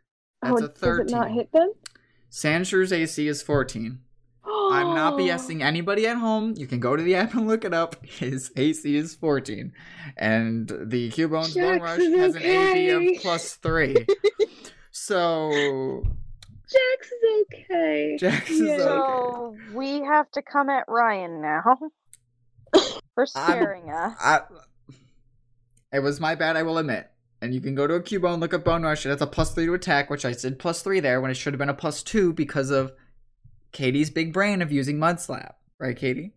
Speaker 1: That's
Speaker 4: oh,
Speaker 1: a
Speaker 4: Does it not
Speaker 1: 13.
Speaker 4: hit then?
Speaker 1: Sandshu's AC is 14. I'm
Speaker 4: Oh.
Speaker 1: not BSing anybody at home. You can go to the app and look it up. His AC is 14. And the Cubone's Bone
Speaker 4: Jax
Speaker 1: Rush
Speaker 4: is
Speaker 1: has an AD
Speaker 4: okay.
Speaker 1: of plus 3. so,
Speaker 4: Jax is okay.
Speaker 1: Jax is
Speaker 4: Yeah.
Speaker 1: okay.
Speaker 2: So we have to come at Ryan now for scaring us.
Speaker 1: I, it was my bad, I will admit. And you can go to a Cubone, look up Bone Rush. It has a plus 3 to attack, which I said plus 3 there when it should have been a plus 2 because of Katie's big brain of using Mud Slap. Right, Katie?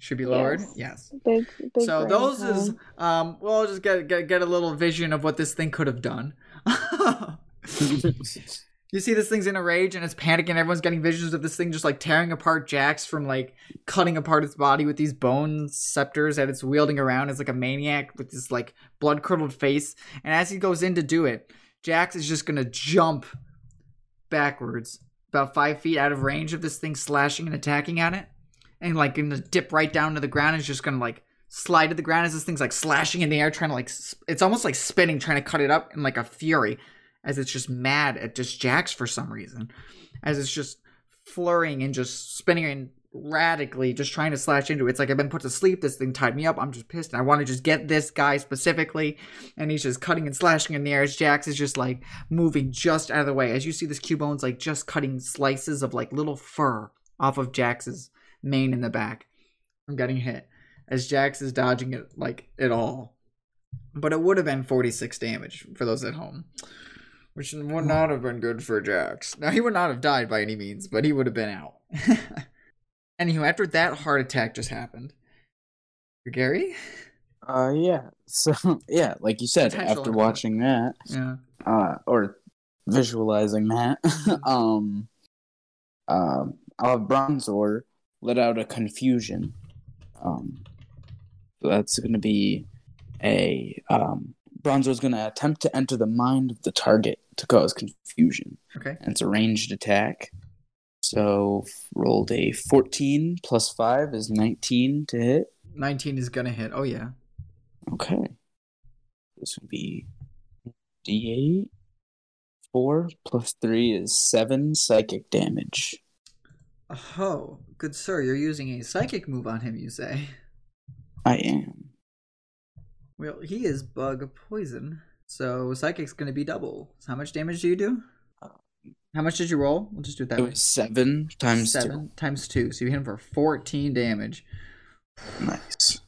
Speaker 1: Should be lowered?
Speaker 4: Yes.
Speaker 1: yes.
Speaker 4: Big, big
Speaker 1: so
Speaker 4: brain
Speaker 1: those is
Speaker 4: time.
Speaker 1: um we'll just get, get get a little vision of what this thing could have done you see this thing's in a rage and it's panicking everyone's getting visions of this thing just like tearing apart jax from like cutting apart its body with these bone scepters that it's wielding around as like a maniac with this like blood curdled face and as he goes in to do it jax is just gonna jump backwards about five feet out of range of this thing slashing and attacking at it and like gonna dip right down to the ground and it's just gonna like slide to the ground as this thing's like slashing in the air, trying to like sp- it's almost like spinning, trying to cut it up in like a fury. as it's just mad at just Jax for some reason, as it's just flurrying and just spinning and radically just trying to slash into it. It's like I've been put to sleep. This thing tied me up. I'm just pissed, and I want to just get this guy specifically. And he's just cutting and slashing in the air. As Jax is just like moving just out of the way. As you see this Cubone's like just cutting slices of like little fur off of Jax's mane in the back. I'm getting hit as Jax is dodging it like at all. But it would have been 46 damage for those at home, which would not have been good for Jax. Now he would not have died by any means, but he would have been out. Anywho, after that heart attack just happened, Gary,
Speaker 3: Uh, yeah. So yeah, like you said,
Speaker 1: Potential
Speaker 3: after
Speaker 1: impact.
Speaker 3: watching that,
Speaker 1: yeah,
Speaker 3: uh, or visualizing that, um, um, uh, Bronzor let out a confusion. Um, that's going to be a um, Bronzor's going to attempt to enter the mind of the target to cause confusion.
Speaker 1: okay,
Speaker 3: And it's a ranged attack. So rolled a 14 plus 5 is 19 to hit.
Speaker 1: 19 is gonna hit. Oh yeah,
Speaker 3: Okay. This would be D8. 4 plus 3 is 7 psychic damage.
Speaker 1: oh, good sir, you're using a psychic move on him. You say,
Speaker 3: I am.
Speaker 1: well, he is bug poison, so psychic's gonna be double. So how much damage do you do? How much did you roll? We'll just do it that
Speaker 3: It
Speaker 1: way.
Speaker 3: was 7 times
Speaker 1: Seven times two, so you hit him for 14 damage.
Speaker 3: 2. Nice.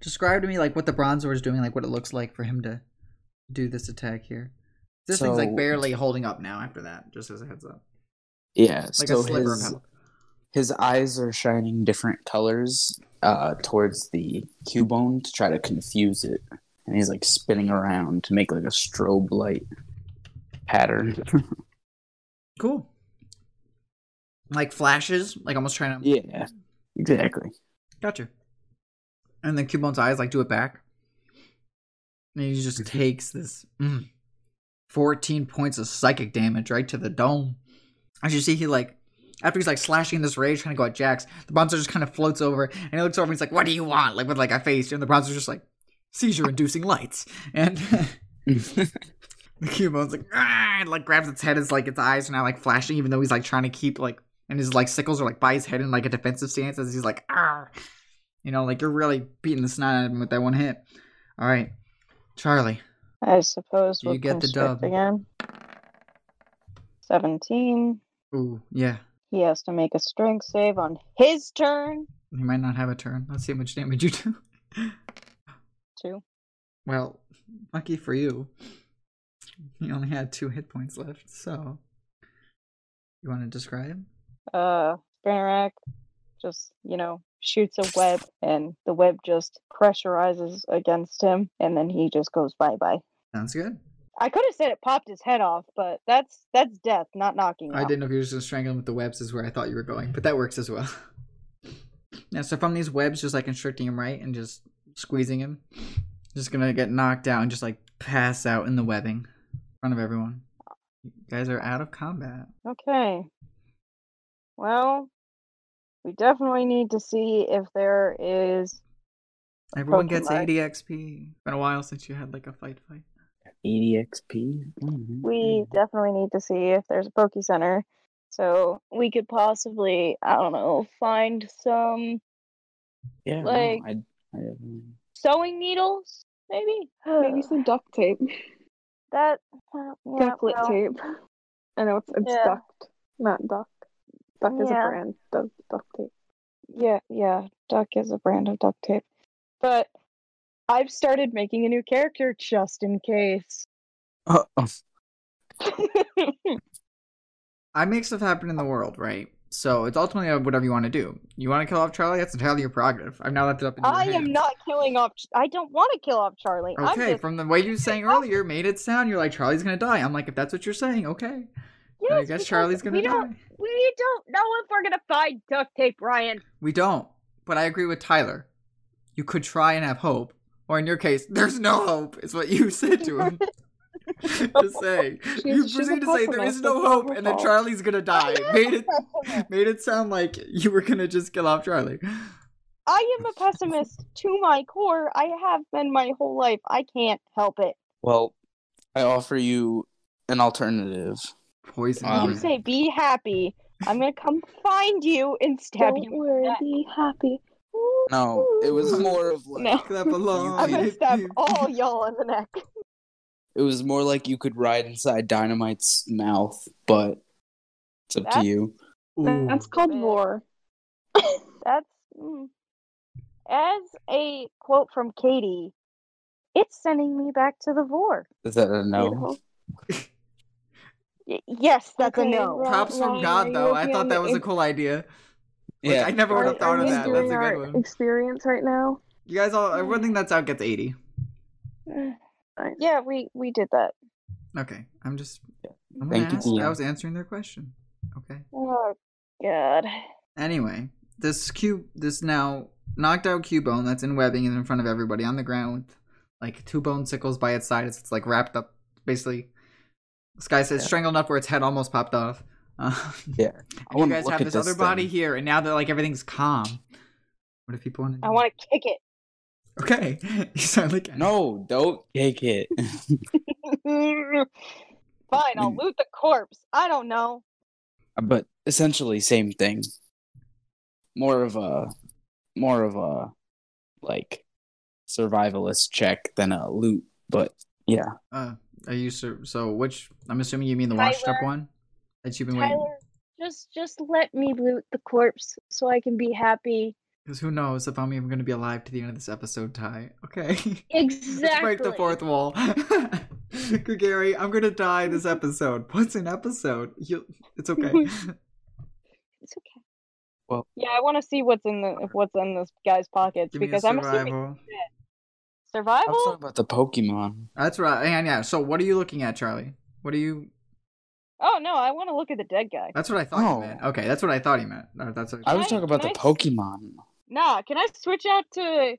Speaker 1: Describe to me like what the Bronzor is doing, like what it looks like for him to do this attack here. This thing's like
Speaker 3: So-
Speaker 1: barely holding up now after that, just as a heads up.
Speaker 3: Yeah,
Speaker 1: Like
Speaker 3: so
Speaker 1: a sliver of
Speaker 3: his,
Speaker 1: health.
Speaker 3: his eyes are shining different colors uh, towards the Cubone to try to confuse it. And he's like spinning around to make like a strobe light pattern.
Speaker 1: Cool. Like flashes, like almost trying to
Speaker 3: yeah, exactly.
Speaker 1: gotcha. And then Cubone's eyes like do it back. And he just takes this mm, fourteen points of psychic damage right to the dome. As you see, he like after he's like slashing this rage, trying to go at Jax, the bronzer just kind of floats over and he looks over and he's like, "What do you want?" Like with like a face, and the bronzer's just like seizure-inducing lights, and The Cubone's like, ah, and like grabs its head as like its eyes are now like flashing, even though he's like trying to keep like, and his like sickles are like by his head in like a defensive stance as he's like, ah, you know, like you're really beating the snot out of him with that one hit. All right, Charlie,
Speaker 5: I suppose
Speaker 1: You
Speaker 5: we'll
Speaker 1: get the
Speaker 5: constrict
Speaker 1: dub.
Speaker 5: again. Seventeen.
Speaker 1: ooh, yeah,
Speaker 5: He has to make a strength save on his turn.
Speaker 1: he might not have a turn. Let's see how much damage you do.
Speaker 5: Two.
Speaker 1: Well, lucky for you, he only had two hit points left. So, you want to describe?
Speaker 5: Uh, Spinarak just you know shoots a web, and the web just pressurizes against him, and then he just goes bye bye.
Speaker 1: Sounds good.
Speaker 5: I could have said it popped his head off, but that's that's death, not knocking.
Speaker 1: I
Speaker 5: out.
Speaker 1: didn't know if you were just gonna strangle him with the webs is where I thought you were going, but that works as well. Now, so from these webs, just like constricting him right and just squeezing him, just gonna get knocked out and just like pass out in the webbing in front of everyone. You guys are out of combat.
Speaker 5: Okay. Well, we definitely need to see if there is
Speaker 1: Everyone gets
Speaker 5: Pokemon.
Speaker 1: 80 XP. Been a while since you had like a fight fight.
Speaker 3: 80 XP. Mhm.
Speaker 5: we definitely need to see if there's a Poke Center. So we could possibly, I don't know, find some
Speaker 3: Yeah, no,
Speaker 5: Like-
Speaker 3: I, I definitely-
Speaker 5: sewing needles, maybe.
Speaker 4: Maybe some duct tape,
Speaker 5: that. uh, yeah,
Speaker 4: ducklet
Speaker 5: well,
Speaker 4: tape. I know it's, it's
Speaker 5: Yeah.
Speaker 4: duct, not duck. Duck is a
Speaker 5: Yeah.
Speaker 4: brand. Duck, duct tape.
Speaker 5: Yeah, yeah. Duck is a brand of duct tape, but I've started making a new character just in case.
Speaker 3: Oh, oh,
Speaker 1: I make stuff happen in the world, right? So it's ultimately whatever you want to do. You want to kill off Charlie? That's entirely your prerogative. I've now left it up in your
Speaker 5: I am
Speaker 1: hands.
Speaker 5: not killing off. Ch- I don't want to kill off Charlie. I'm
Speaker 1: Okay,
Speaker 5: just, Oh.
Speaker 1: from the way you were saying earlier, made it sound you're like Charlie's gonna die. I'm like, if that's what you're saying, okay.
Speaker 5: yes,
Speaker 1: Then I guess
Speaker 5: because
Speaker 1: Charlie's gonna
Speaker 5: we
Speaker 1: die.
Speaker 5: Don't, we don't know if we're gonna find duct tape, Ryan.
Speaker 1: We don't. But I agree with Tyler. You could try and have hope, or in your case, there's no hope. Is what you said to him. Just saying, you
Speaker 4: she's a
Speaker 1: proceed to say there is
Speaker 4: pessimist.
Speaker 1: no
Speaker 4: It's not
Speaker 1: hope,
Speaker 4: her
Speaker 1: and then
Speaker 4: fault.
Speaker 1: Charlie's gonna die. Made it made it sound like you were gonna just kill off Charlie.
Speaker 5: I am a pessimist to my core. I have been my whole life. I can't help it.
Speaker 3: well, I offer you an alternative.
Speaker 1: Poison.
Speaker 3: Um,
Speaker 5: you say be happy. I'm gonna come find you and stab
Speaker 4: Don't
Speaker 5: you.
Speaker 4: worry, be happy.
Speaker 3: No, it was more of like
Speaker 4: No.
Speaker 1: clap along.
Speaker 5: I'm gonna
Speaker 1: You-
Speaker 5: stab
Speaker 1: you-
Speaker 5: all y'all in the neck.
Speaker 3: it was more like you could ride inside Dynamite's mouth, but it's up to
Speaker 5: That's-
Speaker 3: you.
Speaker 1: Ooh.
Speaker 4: That's called
Speaker 5: Man.
Speaker 4: lore.
Speaker 5: That's mm. as a quote from Katie. It's sending me back to the vor.
Speaker 3: Is that a no?
Speaker 4: Beautiful.
Speaker 5: Y- yes, that's a
Speaker 4: Okay,
Speaker 5: no.
Speaker 4: right.
Speaker 1: Props from
Speaker 4: Ryan, are
Speaker 1: God,
Speaker 4: you
Speaker 1: though. I
Speaker 4: working on
Speaker 1: thought that
Speaker 4: the
Speaker 1: was a
Speaker 4: ink-
Speaker 1: cool idea. Like,
Speaker 3: Yeah.
Speaker 1: I never would
Speaker 4: Are-
Speaker 1: have thought
Speaker 4: are
Speaker 1: of
Speaker 4: we
Speaker 1: that. That's
Speaker 4: doing
Speaker 1: a
Speaker 4: our
Speaker 1: good one.
Speaker 4: Experience right now.
Speaker 1: You guys all, everything that's out gets 80.
Speaker 4: Nice.
Speaker 5: Yeah, we we did that.
Speaker 1: Okay. I'm just, I'm gonna
Speaker 3: Thank you,
Speaker 1: ask.
Speaker 3: Ian.
Speaker 1: I was answering their question. Okay.
Speaker 5: Oh god.
Speaker 1: Anyway, this cube, this now knocked out Cubone that's in webbing and in front of everybody on the ground with like two bone sickles by its side. It's, it's, like wrapped up, basically. This guy says
Speaker 3: Yeah.
Speaker 1: strangled enough where its head almost popped off. Um,
Speaker 3: Yeah. I
Speaker 1: you
Speaker 3: wanna
Speaker 1: guys
Speaker 3: look
Speaker 1: have
Speaker 3: at
Speaker 1: this, other
Speaker 3: thing.
Speaker 1: body here, and now that like everything's calm. What if people want to?
Speaker 5: I want to kick
Speaker 1: Okay. you sound like
Speaker 3: No, don't take it.
Speaker 5: it. Fine, I'll loot the corpse. I don't know.
Speaker 3: but essentially same thing. More of a more of a like survivalist check than a loot, but yeah.
Speaker 1: Uh, are you sur- so? Which I'm assuming you mean the washed up
Speaker 5: Tyler.
Speaker 1: one that you've been waiting.
Speaker 5: Tyler, just just let me loot the corpse so I can be happy.
Speaker 1: Because who knows if I'm even going to be alive to the end of this episode, Ty? Okay. Let's
Speaker 5: Exactly.
Speaker 1: break the fourth wall. Gary, I'm going to die this episode. What's an episode? You, it's okay.
Speaker 5: It's okay.
Speaker 3: Well-
Speaker 5: yeah, I want to see what's in the what's in this guy's pockets
Speaker 1: Give me a
Speaker 5: because I'm assuming
Speaker 1: survival.
Speaker 3: I
Speaker 5: survival.
Speaker 3: was talking about the Pokemon.
Speaker 1: That's right. And yeah, so what are you looking at, Charlie? What are you.
Speaker 5: Oh no, I want to look at the dead guy.
Speaker 1: That's what I thought
Speaker 3: Oh.
Speaker 1: you meant. Okay, that's what I thought he meant. No, that's what
Speaker 3: I was
Speaker 5: Nice,
Speaker 3: talking about the
Speaker 5: nice.
Speaker 3: Pokemon.
Speaker 5: Nah, can I switch out to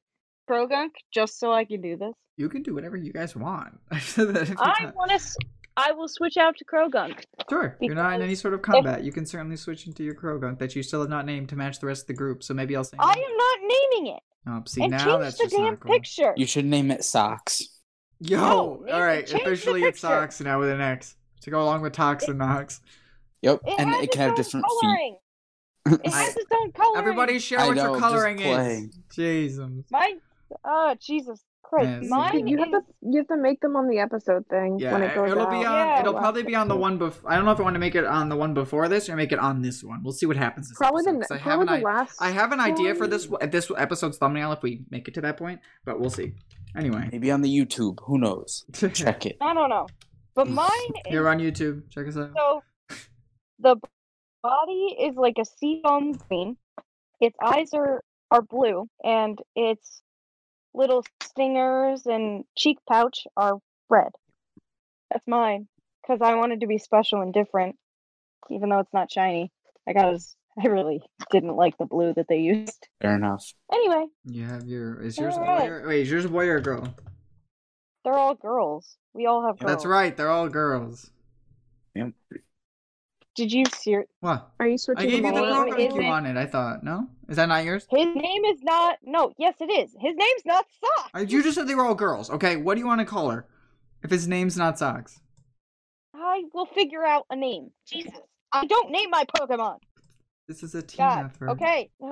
Speaker 5: Progunk just so I can do this?
Speaker 1: You can do whatever you guys want. I've said that a few
Speaker 5: I
Speaker 1: times.
Speaker 5: want to. I will switch out to Krogunk.
Speaker 1: Sure. You're not in any sort of combat. You can certainly switch into your Krogunk that you still have not named to match the rest of the group. So maybe I'll say.
Speaker 5: I am not naming it.
Speaker 1: Oh, see,
Speaker 5: and
Speaker 1: now
Speaker 5: change
Speaker 1: that's
Speaker 5: the
Speaker 1: just
Speaker 5: damn
Speaker 1: not cool.
Speaker 5: picture.
Speaker 3: You should name it Socks.
Speaker 1: Yo,
Speaker 5: No, it-
Speaker 1: all right.
Speaker 5: change the
Speaker 1: Officially, it's
Speaker 5: picture.
Speaker 1: socks now with an X to go along with Toxinox.
Speaker 3: Yep.
Speaker 5: It
Speaker 3: and
Speaker 5: has
Speaker 3: it can
Speaker 5: its
Speaker 3: have
Speaker 5: own
Speaker 3: different feet.
Speaker 5: coloring. It
Speaker 1: I-
Speaker 5: has its own coloring.
Speaker 1: Everybody, share
Speaker 3: I
Speaker 1: what
Speaker 3: know,
Speaker 1: your
Speaker 3: just
Speaker 1: coloring is.
Speaker 3: playing.
Speaker 1: Jesus.
Speaker 5: Mine. Oh Jesus
Speaker 1: Yeah,
Speaker 5: Christ!
Speaker 1: see.
Speaker 5: Mine
Speaker 4: You have to
Speaker 5: is.
Speaker 4: you have to make them on the episode thing
Speaker 1: Yeah,
Speaker 4: when it goes
Speaker 1: it'll
Speaker 4: out.
Speaker 1: be on.
Speaker 5: Yeah.
Speaker 1: it'll probably be on the one before. I don't know if I want to make it on the one before this or make it on this one. We'll see what happens. This
Speaker 4: probably the
Speaker 1: episode,
Speaker 4: ne-
Speaker 1: 'cause I have
Speaker 4: probably
Speaker 1: an
Speaker 4: the
Speaker 1: idea.
Speaker 4: last.
Speaker 1: I have an idea for this
Speaker 4: one.
Speaker 1: this episode's thumbnail if we make it to that point, but we'll see. Anyway,
Speaker 3: Maybe on the YouTube. Who knows? Check it.
Speaker 5: I don't know, but mine is.
Speaker 1: you're on YouTube. Check us out.
Speaker 5: So the b- body is like a sea foam green. Its eyes are are blue, and its little stingers and cheek pouch are red. That's mine because I wanted to be special and different, even though it's not shiny. Like I was, I really didn't like the blue that they used.
Speaker 3: Fair enough.
Speaker 5: Anyway,
Speaker 1: You have your. Is yours a boy
Speaker 5: Alright.
Speaker 1: or wait? Is yours a boy or a girl?
Speaker 5: they're all girls. We all have girls.
Speaker 1: That's right. They're all girls.
Speaker 3: Yep.
Speaker 5: Did you see?
Speaker 1: What?
Speaker 4: Are you
Speaker 1: I
Speaker 4: switching?
Speaker 1: gave you the
Speaker 5: Name
Speaker 4: ball around?
Speaker 1: program
Speaker 5: is
Speaker 1: you
Speaker 5: it-
Speaker 1: wanted. I thought no. Is that not yours?
Speaker 5: His name is not. No, yes, it is. His name's not Sock.
Speaker 1: I- You just said they were all girls. Okay, what do you want to call her? If his name's not socks,
Speaker 5: I will figure out a name. Jesus. I don't name my Pokemon.
Speaker 1: this is a team
Speaker 5: God.
Speaker 1: effort.
Speaker 5: Okay. Uh,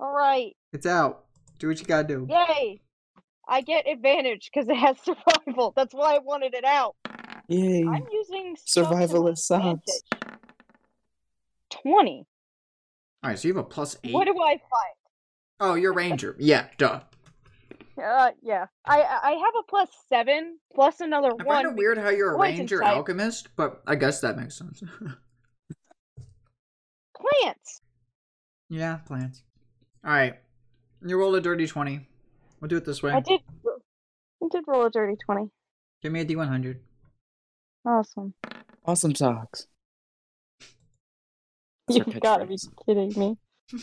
Speaker 5: all right.
Speaker 1: it's out. Do what you gotta do.
Speaker 5: Yay. I get advantage because it has survival. That's why I wanted it out.
Speaker 3: Yay.
Speaker 5: I'm using stealth to my
Speaker 3: Survivalist socks.
Speaker 5: advantage. 20.
Speaker 1: All right, so you have a plus eight.
Speaker 5: What do I find?
Speaker 1: oh, you're ranger. Yeah, duh.
Speaker 5: Uh, yeah. I I I have a plus 7 plus another
Speaker 1: I
Speaker 5: 1.
Speaker 1: find it weird how you're a
Speaker 5: poison
Speaker 1: ranger
Speaker 5: type.
Speaker 1: alchemist, but I guess that makes sense.
Speaker 5: Plants.
Speaker 1: yeah, plants. All right, you rolled a dirty twenty. We'll do it this way.
Speaker 5: I did I did roll a dirty 20.
Speaker 1: Give me a D one hundred.
Speaker 5: Awesome.
Speaker 3: Awesome socks. That's our
Speaker 5: You've got to be
Speaker 3: catchphrase.
Speaker 5: kidding me.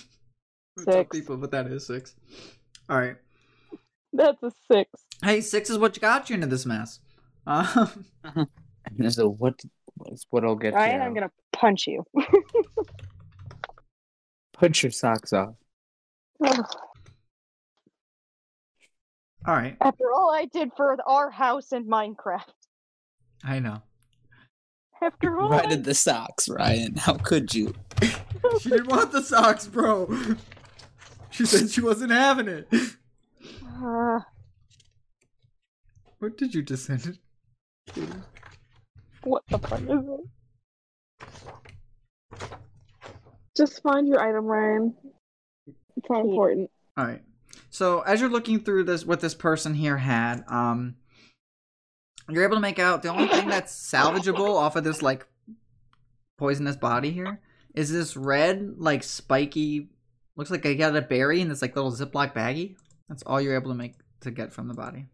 Speaker 1: Tell
Speaker 5: Six.
Speaker 1: people, but that is six. All right.
Speaker 5: That's a 6.
Speaker 1: Hey, six is what got you into this mess. Um,
Speaker 3: And so what? What's what I'll get
Speaker 5: Ryan,
Speaker 3: you.
Speaker 5: I'm going to punch you.
Speaker 3: Put your socks off.
Speaker 6: All right.
Speaker 5: After all I did for our house in Minecraft.
Speaker 6: I know.
Speaker 5: After all,
Speaker 3: Right at the socks, Ryan. How could you?
Speaker 6: She didn't want the socks, bro. She said she wasn't having it.
Speaker 5: uh,
Speaker 6: What did you just send?
Speaker 5: what the fuck is it?
Speaker 4: Just find your item, Ryan. It's not
Speaker 5: Yeah.
Speaker 4: important.
Speaker 1: All right. So as you're looking through this, what this person here had, um, you're able to make out the only thing that's salvageable off of this like poisonous body here is this red like spiky. Looks like I got a berry in this like little Ziploc baggie. That's all you're able to make to get from the body.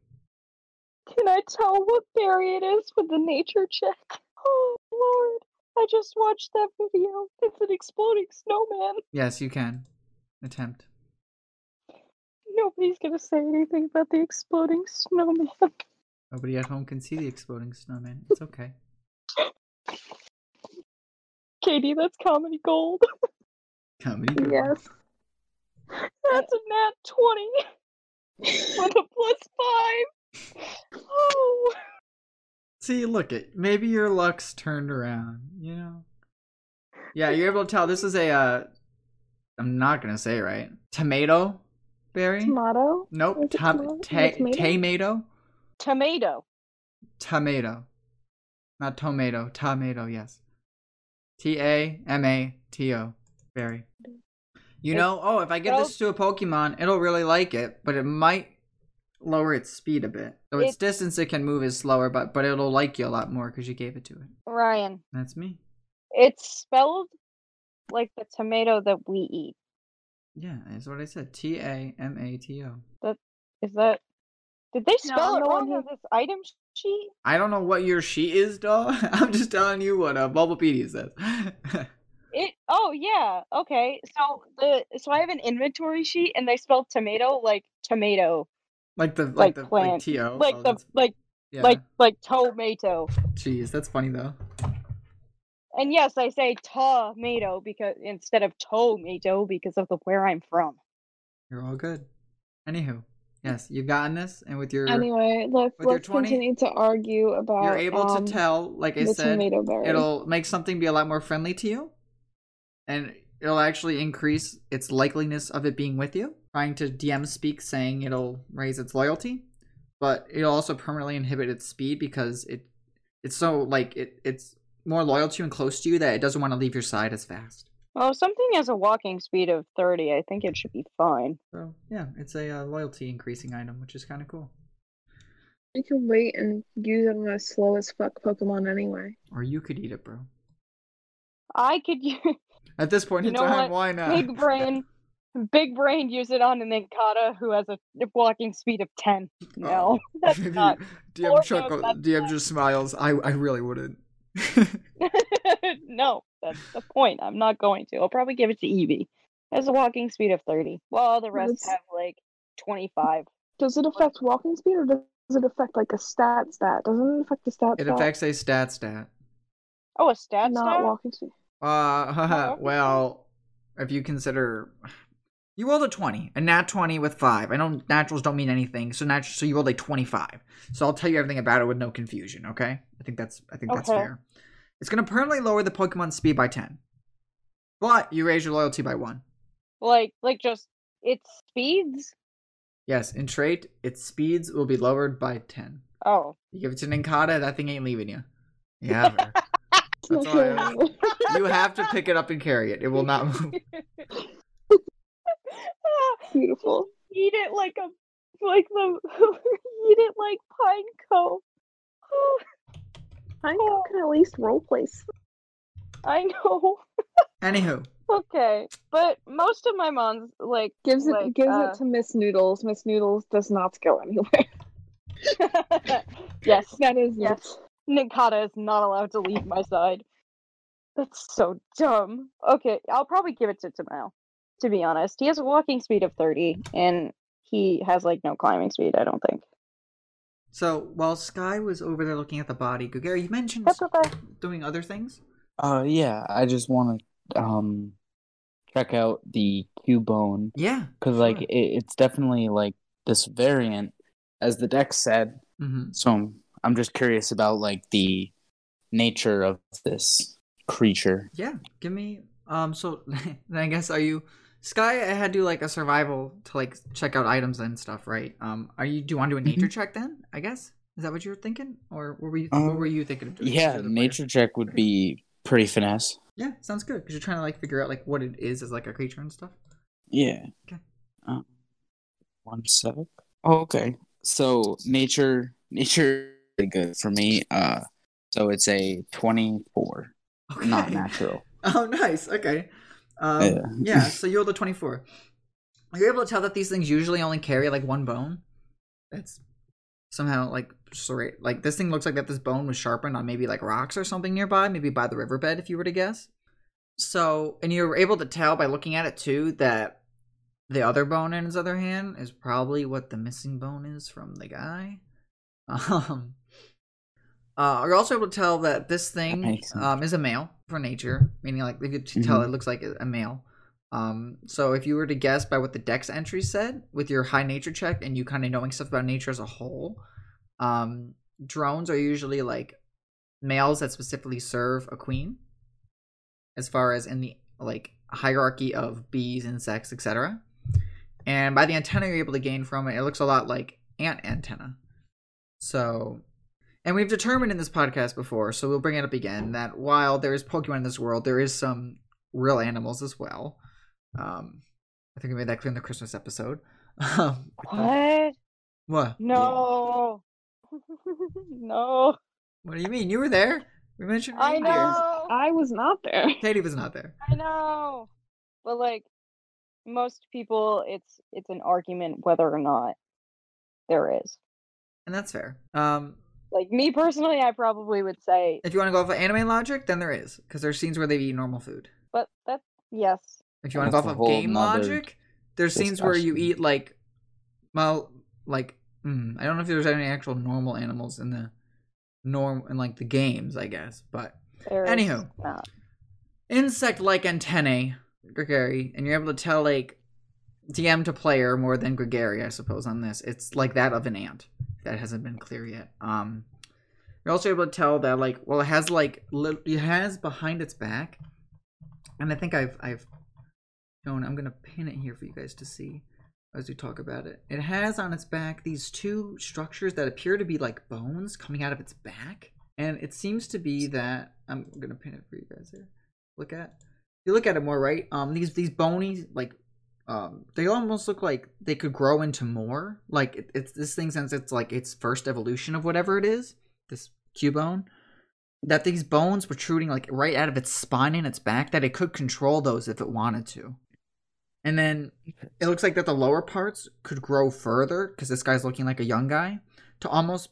Speaker 5: Can I tell what berry it is with the nature check? Oh lord, I just watched that video. It's an exploding snowman.
Speaker 1: Yes, you can attempt.
Speaker 5: Nobody's gonna say anything about the exploding snowman.
Speaker 1: Nobody at home can see the exploding snowman. It's okay.
Speaker 5: Katie, that's comedy gold.
Speaker 1: Comedy.
Speaker 4: Yes.
Speaker 5: That's a nat 20 with a plus 5. Oh,
Speaker 1: See, look it. Maybe your luck's turned around. You know. Yeah, you're able to tell this is a. Uh, I'm not gonna say it right. Tomato berry.
Speaker 4: Tomato.
Speaker 1: nope.
Speaker 4: Is it
Speaker 1: Tom-
Speaker 4: tomato?
Speaker 1: ta-
Speaker 4: Is it tomato?
Speaker 1: tomato.
Speaker 5: tomato.
Speaker 1: Tomato. Not tomato. Tomato. Yes. T a m a t o berry. You know. Oh, if I give this to a Pokemon, it'll really like it, but it might lower its speed a bit. So its
Speaker 5: It-
Speaker 1: distance it can move is slower, but but it'll like you a lot more because you gave it to it.
Speaker 5: Ryan,
Speaker 1: That's me.
Speaker 5: it's spelled like the tomato Oh, that we eat.
Speaker 1: Yeah, that's what I said. T A M A T O.
Speaker 5: Is that. Did they
Speaker 4: No,
Speaker 5: spell
Speaker 4: I'm
Speaker 5: it
Speaker 4: the one
Speaker 5: wrong on
Speaker 4: who-
Speaker 5: this item sheet?
Speaker 1: I don't know what your she is, dog. I'm just telling you what uh, Bulbapedia says.
Speaker 5: It oh yeah okay so the so I have an inventory sheet and they spelled tomato like tomato
Speaker 1: like the like,
Speaker 5: Like
Speaker 1: the like
Speaker 5: plant.
Speaker 1: T O.
Speaker 5: like
Speaker 1: oh,
Speaker 5: the
Speaker 1: that's-
Speaker 5: like
Speaker 1: yeah.
Speaker 5: like like tomato
Speaker 1: jeez, that's funny though.
Speaker 5: and yes I say tomato because instead of tomato because of the where I'm from
Speaker 1: You're all good. Anywho, yes, you've gotten this, and with your
Speaker 4: Mm. Anyway, let's
Speaker 1: with your
Speaker 4: let's
Speaker 1: 20
Speaker 4: continue to argue about.
Speaker 1: you're able
Speaker 4: um,
Speaker 1: to tell. Like I
Speaker 4: the
Speaker 1: said,
Speaker 4: tomato berry.
Speaker 1: it'll make something be a lot more friendly to you and it'll actually increase its likeliness of it being with you trying to dm speak saying it'll raise its loyalty but it'll also permanently inhibit its speed because it it's so like it it's more loyal to you and close to you that it doesn't want to leave your side as fast
Speaker 5: well if something has a walking speed of thirty I think it should be fine
Speaker 1: so yeah it's a uh, loyalty increasing item which is kind of cool
Speaker 4: You can wait and use it on a slow as fuck Pokemon anyway.
Speaker 1: or you could eat it bro
Speaker 5: I could u-
Speaker 1: at this point
Speaker 5: You
Speaker 1: in
Speaker 5: know
Speaker 1: time
Speaker 5: what?
Speaker 1: why not
Speaker 5: big brain big brain use it on an Encata who has a walking speed of ten no that's
Speaker 6: Maybe
Speaker 5: not Or no,
Speaker 6: DM chuckle.
Speaker 5: that's
Speaker 6: DM just smiles. I I really wouldn't.
Speaker 5: no, that's the point. I'm not going to. I'll probably give it to Evie. It has a walking speed of 30, while the rest
Speaker 4: Let's-
Speaker 5: have like 25.
Speaker 4: Does it affect walking speed or does it affect like a stat stat? Doesn't it affect the stat
Speaker 1: it
Speaker 4: stat?
Speaker 1: affects a stat stat
Speaker 5: Oh, a stat
Speaker 4: not
Speaker 5: stat?
Speaker 4: walking speed.
Speaker 1: Uh,
Speaker 5: okay.
Speaker 1: well, if you consider, you rolled a twenty, a nat twenty with five. I know naturals don't mean anything, so nat- so you rolled a twenty-five. So I'll tell you everything about it with no confusion. Okay, I think that's I think that's
Speaker 5: Okay.
Speaker 1: fair. It's gonna permanently lower the Pokemon's speed by ten, but you raise your loyalty by one.
Speaker 5: Like, like just its speeds?
Speaker 1: Yes, in trait, its speeds will be lowered by ten.
Speaker 5: Oh,
Speaker 1: You give it to Ninkata, that thing ain't leaving you. Yeah, bro.
Speaker 4: It's
Speaker 1: That's
Speaker 4: not
Speaker 1: all I
Speaker 4: gonna-
Speaker 1: you have to pick it up and carry it. It will not move.
Speaker 5: Ah,
Speaker 4: Beautiful.
Speaker 5: eat it like a like the eat it like pineco. Oh,
Speaker 4: I know, can at least roleplay.
Speaker 5: I know.
Speaker 1: Anywho,
Speaker 5: Okay, but most of my mons like
Speaker 4: Gives it
Speaker 5: like,
Speaker 4: gives
Speaker 5: uh,
Speaker 4: it to Miss Noodles. Miss Noodles does not go anywhere.
Speaker 5: yes,
Speaker 4: That is
Speaker 5: Yes. Nikata is not allowed to leave my side. That's so dumb. Okay, I'll probably give it to Tamao, to be honest. He has a walking speed of 30, and he has, like, no climbing speed, I don't think.
Speaker 1: so while Sky was over there looking at the body, Gugari, you mentioned
Speaker 5: That's okay.
Speaker 1: doing other things?
Speaker 3: Uh, yeah, I just want to um check out the Cubone
Speaker 1: Yeah.
Speaker 3: because like it, it's definitely like this variant as the deck said.
Speaker 5: Mm-hmm.
Speaker 3: So I'm, I'm just curious about like the nature of this creature.
Speaker 1: Yeah, give me. Um, so then I guess are you Sky? I had to do like a survival to like check out items and stuff, right? Um, are you? Do you want to do a nature check then? I guess is that what you were thinking, or what were you? what
Speaker 3: Um,
Speaker 1: were you thinking of doing?
Speaker 3: Yeah,
Speaker 1: You're the player.
Speaker 3: nature check would be pretty finesse.
Speaker 1: Yeah, sounds good because you're trying to like figure out like what it is as like a creature and stuff.
Speaker 3: Yeah.
Speaker 1: Okay.
Speaker 3: Um, one sec. Oh, okay. So nature, nature, really good for me. Uh, so it's a twenty-four,
Speaker 1: Okay.
Speaker 3: not natural.
Speaker 1: Oh, nice. Okay. Um, yeah.
Speaker 3: Yeah.
Speaker 1: So you rolled a twenty-four. You're able to tell that these things usually only carry like one bone. That's somehow like sorry. Like this thing looks like that. This bone was sharpened on maybe like rocks or something nearby, maybe by the riverbed, if you were to guess. So, and you're able to tell by looking at it too that the other bone in his other hand is probably what the missing bone is from the guy. Um, uh, you're also able to tell that this thing
Speaker 3: makes sense.
Speaker 1: um, is a male for nature, meaning like you could tell it looks like a male. Um, so if you were to guess by what the dex entry said with your high nature check and you kind of knowing stuff about nature as a whole, um, drones are usually like males that specifically serve a queen as far as in the like hierarchy of bees, insects, etc. And by the antenna you're able to gain from it, it looks a lot like ant antenna. So, and we've determined in this podcast before, so we'll bring it up again that while there is Pokemon in this world, there is some real animals as well. Um, I think we made that clear in the Christmas episode. Um,
Speaker 2: What?
Speaker 1: what?
Speaker 2: No. no.
Speaker 1: What do you mean? You were there. We mentioned
Speaker 2: I
Speaker 1: reindeers.
Speaker 2: know.
Speaker 4: I was not there.
Speaker 1: Katie was not there.
Speaker 2: I know. But like most people it's it's an argument whether or not there is.
Speaker 1: and that's fair. Um,
Speaker 2: Like me personally, I probably would say
Speaker 1: if you want to go off of anime logic, then there is because there's scenes where they eat normal food.
Speaker 2: but that yes.
Speaker 1: If you want to go
Speaker 3: That's
Speaker 1: off
Speaker 3: a
Speaker 1: of
Speaker 3: whole
Speaker 1: game
Speaker 3: nother
Speaker 1: logic, there's scenes where you
Speaker 3: discussion.
Speaker 1: eat like, well, like mm, I don't know if there's any actual normal animals in the norm in like the games, I guess. But
Speaker 2: There is
Speaker 1: Anywho.
Speaker 2: not.
Speaker 1: insect-like antennae, gregary, and you're able to tell like DM to player more than gregary, I suppose. On this, it's like that of an ant. If that hasn't been clear yet. Um, you're also able to tell that like, well, it has like li- it has behind its back, and I think I've I've shown. I'm gonna pin it here for you guys to see as we talk about it. It has on its back these two structures that appear to be like bones coming out of its back, and it seems to be that I'm gonna pin it for you guys here look at. You look at it more, right? Um, these these bony like, um, they almost look like they could grow into more. Like it, it's this thing since it's like its first evolution of whatever it is, this cubone. That these bones protruding like right out of its spine and its back, that it could control those if it wanted to. And then it looks like that the lower parts could grow further because this guy's looking like a young guy to almost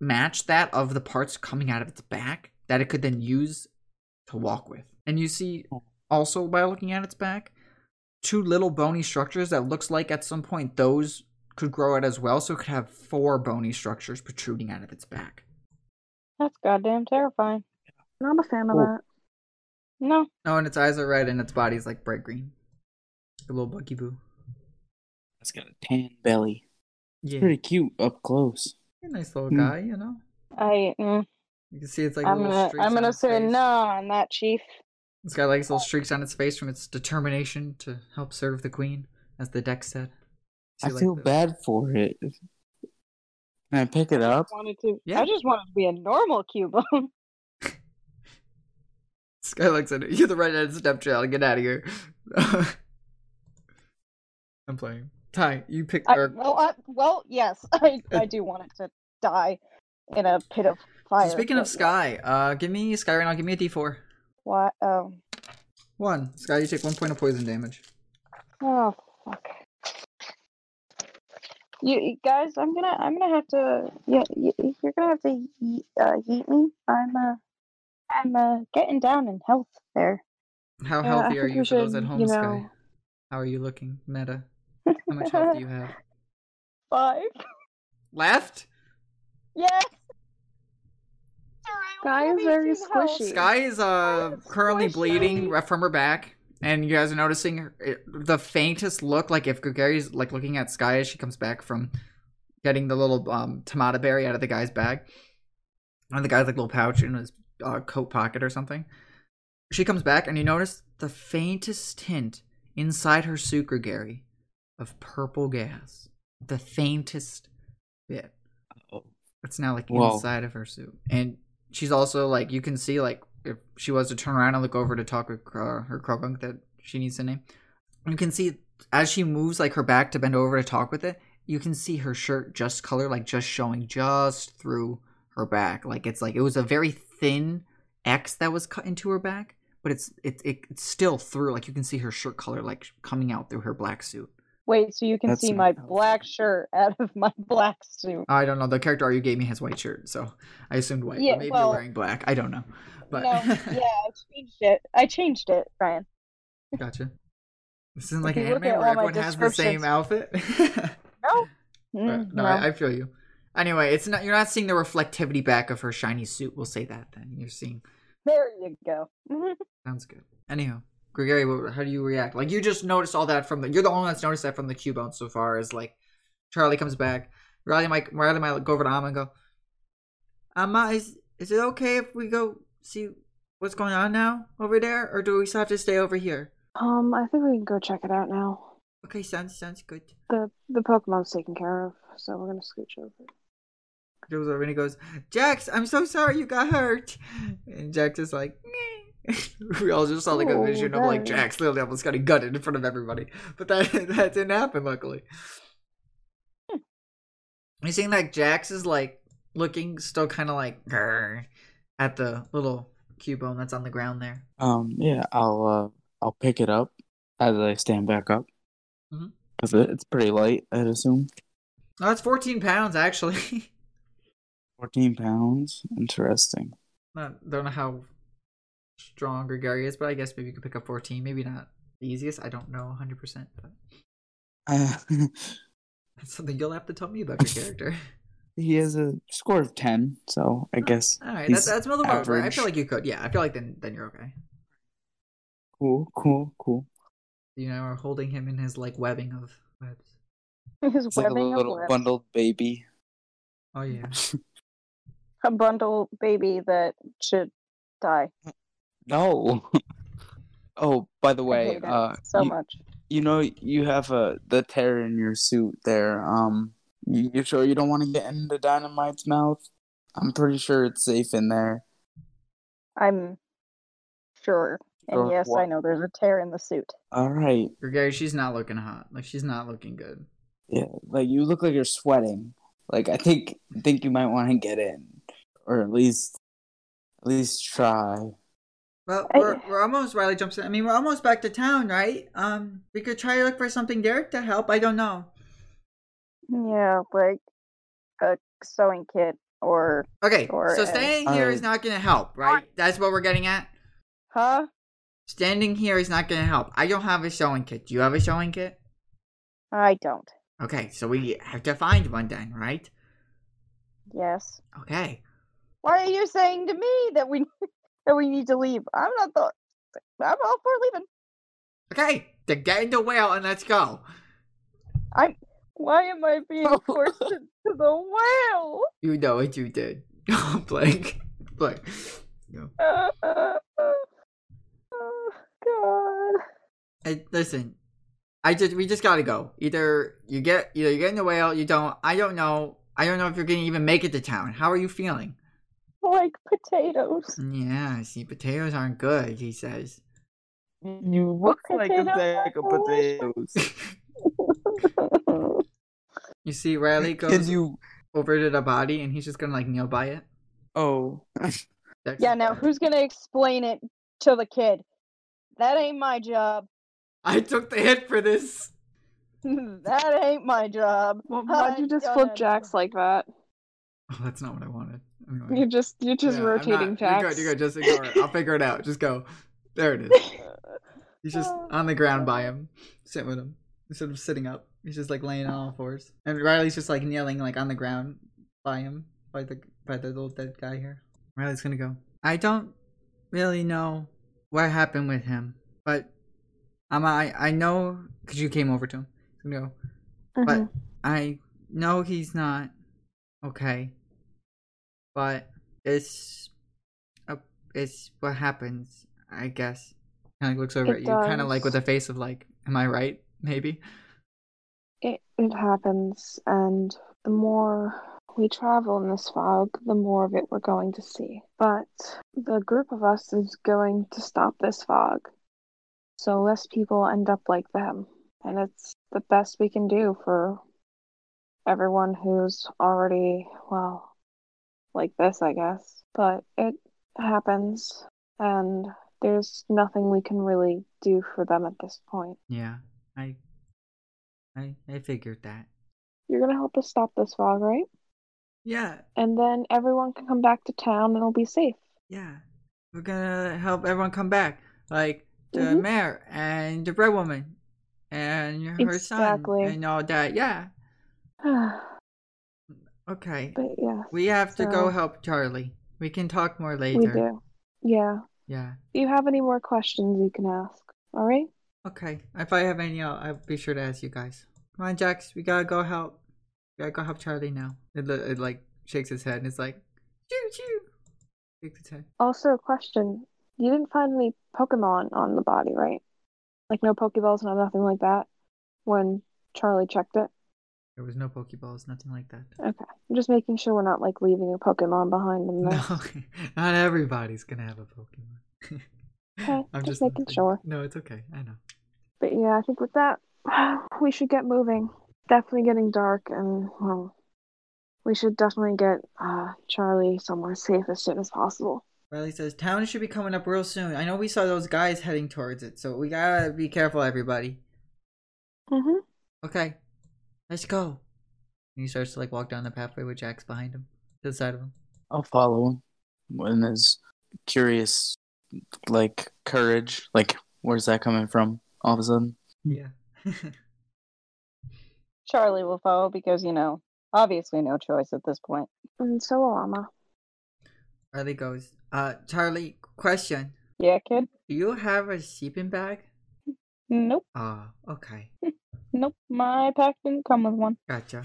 Speaker 1: match that of the parts coming out of its back that it could then use to walk with. And you see also by looking at its back two little bony structures that looks like at some point those could grow out as well so it could have four bony structures protruding out of its back.
Speaker 2: That's goddamn terrifying.
Speaker 4: Not a fan of
Speaker 3: Cool.
Speaker 4: that.
Speaker 2: No.
Speaker 1: Oh, and its eyes are red and its body's like bright green. A little buggy boo.
Speaker 3: It's got a tan belly.
Speaker 1: Yeah.
Speaker 3: Pretty cute up close.
Speaker 1: a nice little
Speaker 3: Hmm.
Speaker 1: guy, you know.
Speaker 2: I mm,
Speaker 1: You can see it's like
Speaker 2: I'm
Speaker 1: little
Speaker 2: gonna
Speaker 1: streaks
Speaker 2: I'm
Speaker 1: on
Speaker 2: gonna
Speaker 1: its
Speaker 2: say
Speaker 1: face.
Speaker 2: no on that chief.
Speaker 1: It's got like
Speaker 4: Oh.
Speaker 1: little streaks on its face from its determination to help serve the queen, as the deck said. See,
Speaker 3: I
Speaker 1: like,
Speaker 3: feel
Speaker 1: the-
Speaker 3: bad for it. Can I pick it up?
Speaker 2: Wanted to
Speaker 1: Yeah.
Speaker 2: I just wanted to be a normal cubone.
Speaker 1: Sky looks at it. You're the redheaded stepchild. Get out of here. I'm playing. Ty, you picked.
Speaker 2: I,
Speaker 1: or-
Speaker 2: well, I, well, yes, I, I do want it to die in a pit of fire.
Speaker 1: so speaking of
Speaker 2: but-
Speaker 1: Sky, uh, give me Sky right now. Give me a D4.
Speaker 2: What? Oh,
Speaker 1: One. Sky, you take one point of poison damage.
Speaker 2: oh, fuck. You you guys, I'm gonna, I'm gonna have to. Yeah, you, you're gonna have to ye- uh, yeet me. I'm, uh, I'm uh, getting down in health there.
Speaker 1: How
Speaker 4: Yeah, I
Speaker 1: healthy are
Speaker 4: think
Speaker 1: you
Speaker 4: we
Speaker 1: for those
Speaker 4: should,
Speaker 1: at home,
Speaker 4: you
Speaker 1: Sky?
Speaker 4: know-
Speaker 1: How are you looking, Meta? How much health do you have?
Speaker 2: Five.
Speaker 1: Left.
Speaker 2: Yes.
Speaker 4: Guy is very squishy.
Speaker 1: Sky is uh
Speaker 2: I'm
Speaker 1: currently
Speaker 2: squishy.
Speaker 1: bleeding right from her back, and you guys are noticing her, it, the faintest look, like if Gregari's like looking at Sky as she comes back from getting the little um, tomato berry out of the guy's bag, out of the guy's like little pouch in his uh, coat pocket or something. She comes back, and you notice the faintest hint inside her sukugari of purple gas. The faintest bit.
Speaker 3: Oh.
Speaker 1: It's now like
Speaker 3: Whoa.
Speaker 1: inside of her suit, and she's also like you can see like if she was to turn around and look over to talk with uh, her krogunk that she needs to name, you can see as she moves like her back to bend over to talk with it, you can see her shirt just color like just showing just through her back. Like it's like it was a very thin X that was cut into her back, but it's it, it it's still through. Like you can see her shirt color like coming out through her black suit.
Speaker 2: Wait, so you can
Speaker 3: That's
Speaker 2: see
Speaker 3: not
Speaker 2: my
Speaker 3: helpful.
Speaker 2: black shirt out of my black suit.
Speaker 1: I don't know. The character art you gave me has white shirt, so I assumed white.
Speaker 2: Yeah,
Speaker 1: but maybe
Speaker 2: well-
Speaker 1: you're wearing black. I don't know. But
Speaker 2: No, yeah, I changed it. I changed it, Brian.
Speaker 1: gotcha. This isn't like
Speaker 2: If
Speaker 1: an
Speaker 2: you look
Speaker 1: anime
Speaker 2: at
Speaker 1: where
Speaker 2: all my
Speaker 1: everyone has the same
Speaker 2: descriptions- Mm,
Speaker 1: outfit.
Speaker 2: No.
Speaker 1: But
Speaker 2: Mm,
Speaker 1: Uh, no, I, I feel you. Anyway, it's not you're not seeing the reflectivity back of her shiny suit. We'll say that then. You're seeing
Speaker 2: there you go. Mm-hmm.
Speaker 1: sounds good. Anyhow, Gregory, what, how do you react? Like you just noticed all that from the you're the only one that's noticed that from the Cubone so far. Is like Charlie comes back, Riley might Riley might go over to Amma and go, Amma, is is it okay if we go see what's going on now over there, or do we still have to stay over here?
Speaker 4: Um, I think we can go check it out now.
Speaker 1: Okay, sounds sounds good.
Speaker 4: The the Pokemon's taken care of, so we're gonna scooch over.
Speaker 1: Joe was over and he goes, Jax, I'm so sorry you got hurt. And Jax is like, "Meh." we all just saw like a
Speaker 4: Oh,
Speaker 1: vision of like
Speaker 4: darn.
Speaker 1: Jax literally almost got gutted in front of everybody. But that that didn't happen, luckily. You seeing that Jax is Hmm. like looking still kind of like "Grr," at the little cubone that's on the ground there.
Speaker 3: Um, yeah, I'll uh, I'll pick it up as I stand back up.
Speaker 2: Mm-hmm.
Speaker 1: Mhm.
Speaker 3: Of it, it's pretty light, I'd assume.
Speaker 1: Oh, that's 14 pounds actually.
Speaker 3: Fourteen pounds. Interesting.
Speaker 1: Not don't know how strong Gregarious, but I guess maybe you could pick up 14. Maybe not the easiest. I don't know 100, percent but
Speaker 3: Uh,
Speaker 1: That's something you'll have to tell me about your character.
Speaker 3: he has a score of ten, so I guess
Speaker 1: All right,
Speaker 3: he's
Speaker 1: that's that's middle of the road, right? I feel
Speaker 3: average.
Speaker 1: like you could. Yeah, I feel like then then you're okay.
Speaker 3: cool, cool, cool.
Speaker 1: You know, are holding him in his like webbing of webs.
Speaker 2: His
Speaker 3: It's like a
Speaker 2: webbing of
Speaker 3: little
Speaker 2: webs.
Speaker 3: bundled baby.
Speaker 1: Oh yeah.
Speaker 2: a bundle baby that should die.
Speaker 3: No. Oh, by the
Speaker 2: I
Speaker 3: way,
Speaker 2: hate it
Speaker 3: uh,
Speaker 2: so
Speaker 3: you,
Speaker 2: much.
Speaker 3: you know you have a the tear in your suit there. Um, you, you sure you don't want to get into Dynamite's mouth? I'm pretty sure it's safe in there.
Speaker 2: I'm sure. And
Speaker 3: Sure
Speaker 2: yes,
Speaker 3: what?
Speaker 2: I know there's a tear in the suit.
Speaker 3: All right.
Speaker 1: Gregarious, she's not looking hot. Like she's not looking good.
Speaker 3: Yeah, like you look like you're sweating. Like I think I think you might want to get in, or at least at least try.
Speaker 1: Well,
Speaker 2: I-
Speaker 1: we're, we're almost Riley jumps in. I mean, we're almost back to town, right? Um, we could try to look for something there to help. I don't know.
Speaker 2: Yeah, like a sewing kit or
Speaker 1: Okay,
Speaker 2: Or
Speaker 1: so
Speaker 2: a-
Speaker 1: staying here is
Speaker 3: Alright.
Speaker 1: not gonna help, right? That's what we're getting at.
Speaker 2: huh?
Speaker 1: Standing here is not gonna help. I don't have a sewing kit. Do you have a sewing kit?
Speaker 2: I don't.
Speaker 1: Okay, so we have to find one then, right?
Speaker 2: Yes.
Speaker 1: Okay.
Speaker 2: Why are you saying to me that we that we need to leave? I'm not the I'm all for leaving.
Speaker 1: Okay, then get in the whale and let's go.
Speaker 2: Why am I being forced to, to the whale?
Speaker 1: You know what you did. Blake. Blake. No.
Speaker 2: Uh, uh, uh, oh God.
Speaker 1: Hey, listen, I just we just gotta go. Either you get either you get in the whale, you don't. I don't know. I don't know if you're gonna even make it to town. How are you feeling?
Speaker 2: Like potatoes.
Speaker 1: Yeah, see, potatoes aren't good. He says.
Speaker 3: You look
Speaker 2: like a sack of
Speaker 3: potatoes.
Speaker 1: You see, Riley
Speaker 3: Can
Speaker 1: goes
Speaker 3: you?
Speaker 1: over to the body, and he's just gonna like kneel by it.
Speaker 3: Oh,
Speaker 1: That's-
Speaker 2: yeah, now who's gonna explain it to the kid? That ain't my job.
Speaker 1: I took the hit for this.
Speaker 2: that ain't my job.
Speaker 4: Well, why'd you
Speaker 2: I'm
Speaker 4: just flip
Speaker 2: gonna-
Speaker 4: Jax like that?
Speaker 1: Oh, that's not what I wanted. Anyway.
Speaker 4: You just you're just
Speaker 1: Yeah, I'm
Speaker 4: rotating
Speaker 1: not-
Speaker 4: Jax.
Speaker 1: You're good. You're good. Just ignore it. I'll figure it out. Just go. There it is. He's just on the ground by him, sitting with him instead of sitting up. He's just like laying on all fours, and Riley's just like kneeling like on the ground by him, by the by the little dead guy here. Riley's gonna go. I don't really know what happened with him, but um, I I know because you came over to him. You know,
Speaker 4: Mhm.
Speaker 1: but I No, he's not. Okay. But it's a, it's what happens, I guess. Kind of looks over
Speaker 4: It
Speaker 1: at you, kind of like with
Speaker 4: does.
Speaker 1: a face of like, am I right? Maybe.
Speaker 4: It, it happens, and the more we travel in this fog, the more of it we're going to see. But the group of us is going to stop this fog, so less people end up like them. And it's the best we can do for everyone who's already, well, like this, I guess. But it happens, and there's nothing we can really do for them at this point.
Speaker 1: Yeah. I I I figured that.
Speaker 4: You're going to help us stop this fog, right?
Speaker 1: Yeah.
Speaker 4: and then everyone can come back to town and it'll be safe.
Speaker 1: Yeah. We're gonna help everyone come back. Like the
Speaker 4: Mhm.
Speaker 1: mayor and the bread woman and her
Speaker 4: Exactly.
Speaker 1: son and all that. Yeah.
Speaker 4: but
Speaker 1: Okay.
Speaker 4: yeah,
Speaker 1: We have to go
Speaker 4: So-
Speaker 1: help Charlie. We can talk more later.
Speaker 4: we do. Yeah.
Speaker 1: Yeah.
Speaker 4: If you have any more questions, you can ask. All right?
Speaker 1: Okay. If I have any, I'll, I'll be sure to ask you guys. Come on, Jax. We gotta go help. We gotta go help Charlie now. It, li- it like shakes its head and it's like, choo choo. Shakes its head.
Speaker 4: Also, a question. You didn't find any Pokemon on the body, right? Like no Pokeballs, no nothing like that when Charlie checked it?
Speaker 1: There was no Pokeballs, nothing like that.
Speaker 4: Okay. I'm just making sure we're not like leaving a Pokemon behind in this.
Speaker 1: No, not everybody's gonna have a Pokemon.
Speaker 4: Okay,
Speaker 1: I'm
Speaker 4: just making
Speaker 1: laughing.
Speaker 4: sure.
Speaker 1: No, it's okay. I know.
Speaker 4: But yeah, I think with that, we should get moving. Definitely getting dark, and well, we should definitely get uh, Charlie somewhere safe as soon as possible.
Speaker 1: Riley says town should be coming up real soon. I know we saw those guys heading towards it, so we gotta be careful, everybody.
Speaker 4: Mm-hmm.
Speaker 1: Okay, let's go. And he starts to like walk down the pathway with Jax behind him, to the side of him.
Speaker 3: I'll follow him. When there's curious, like, courage, like, where's that coming from all of a sudden?
Speaker 1: Yeah.
Speaker 2: Charlie will follow because, you know, obviously no choice at this point.
Speaker 4: And so will Alma.
Speaker 1: Riley goes. Uh, Charlie, question:
Speaker 2: Yeah, kid?
Speaker 1: Do you have a sleeping bag?
Speaker 2: Nope.
Speaker 1: Ah, okay,
Speaker 2: Nope. My pack didn't come with one.
Speaker 1: gotcha.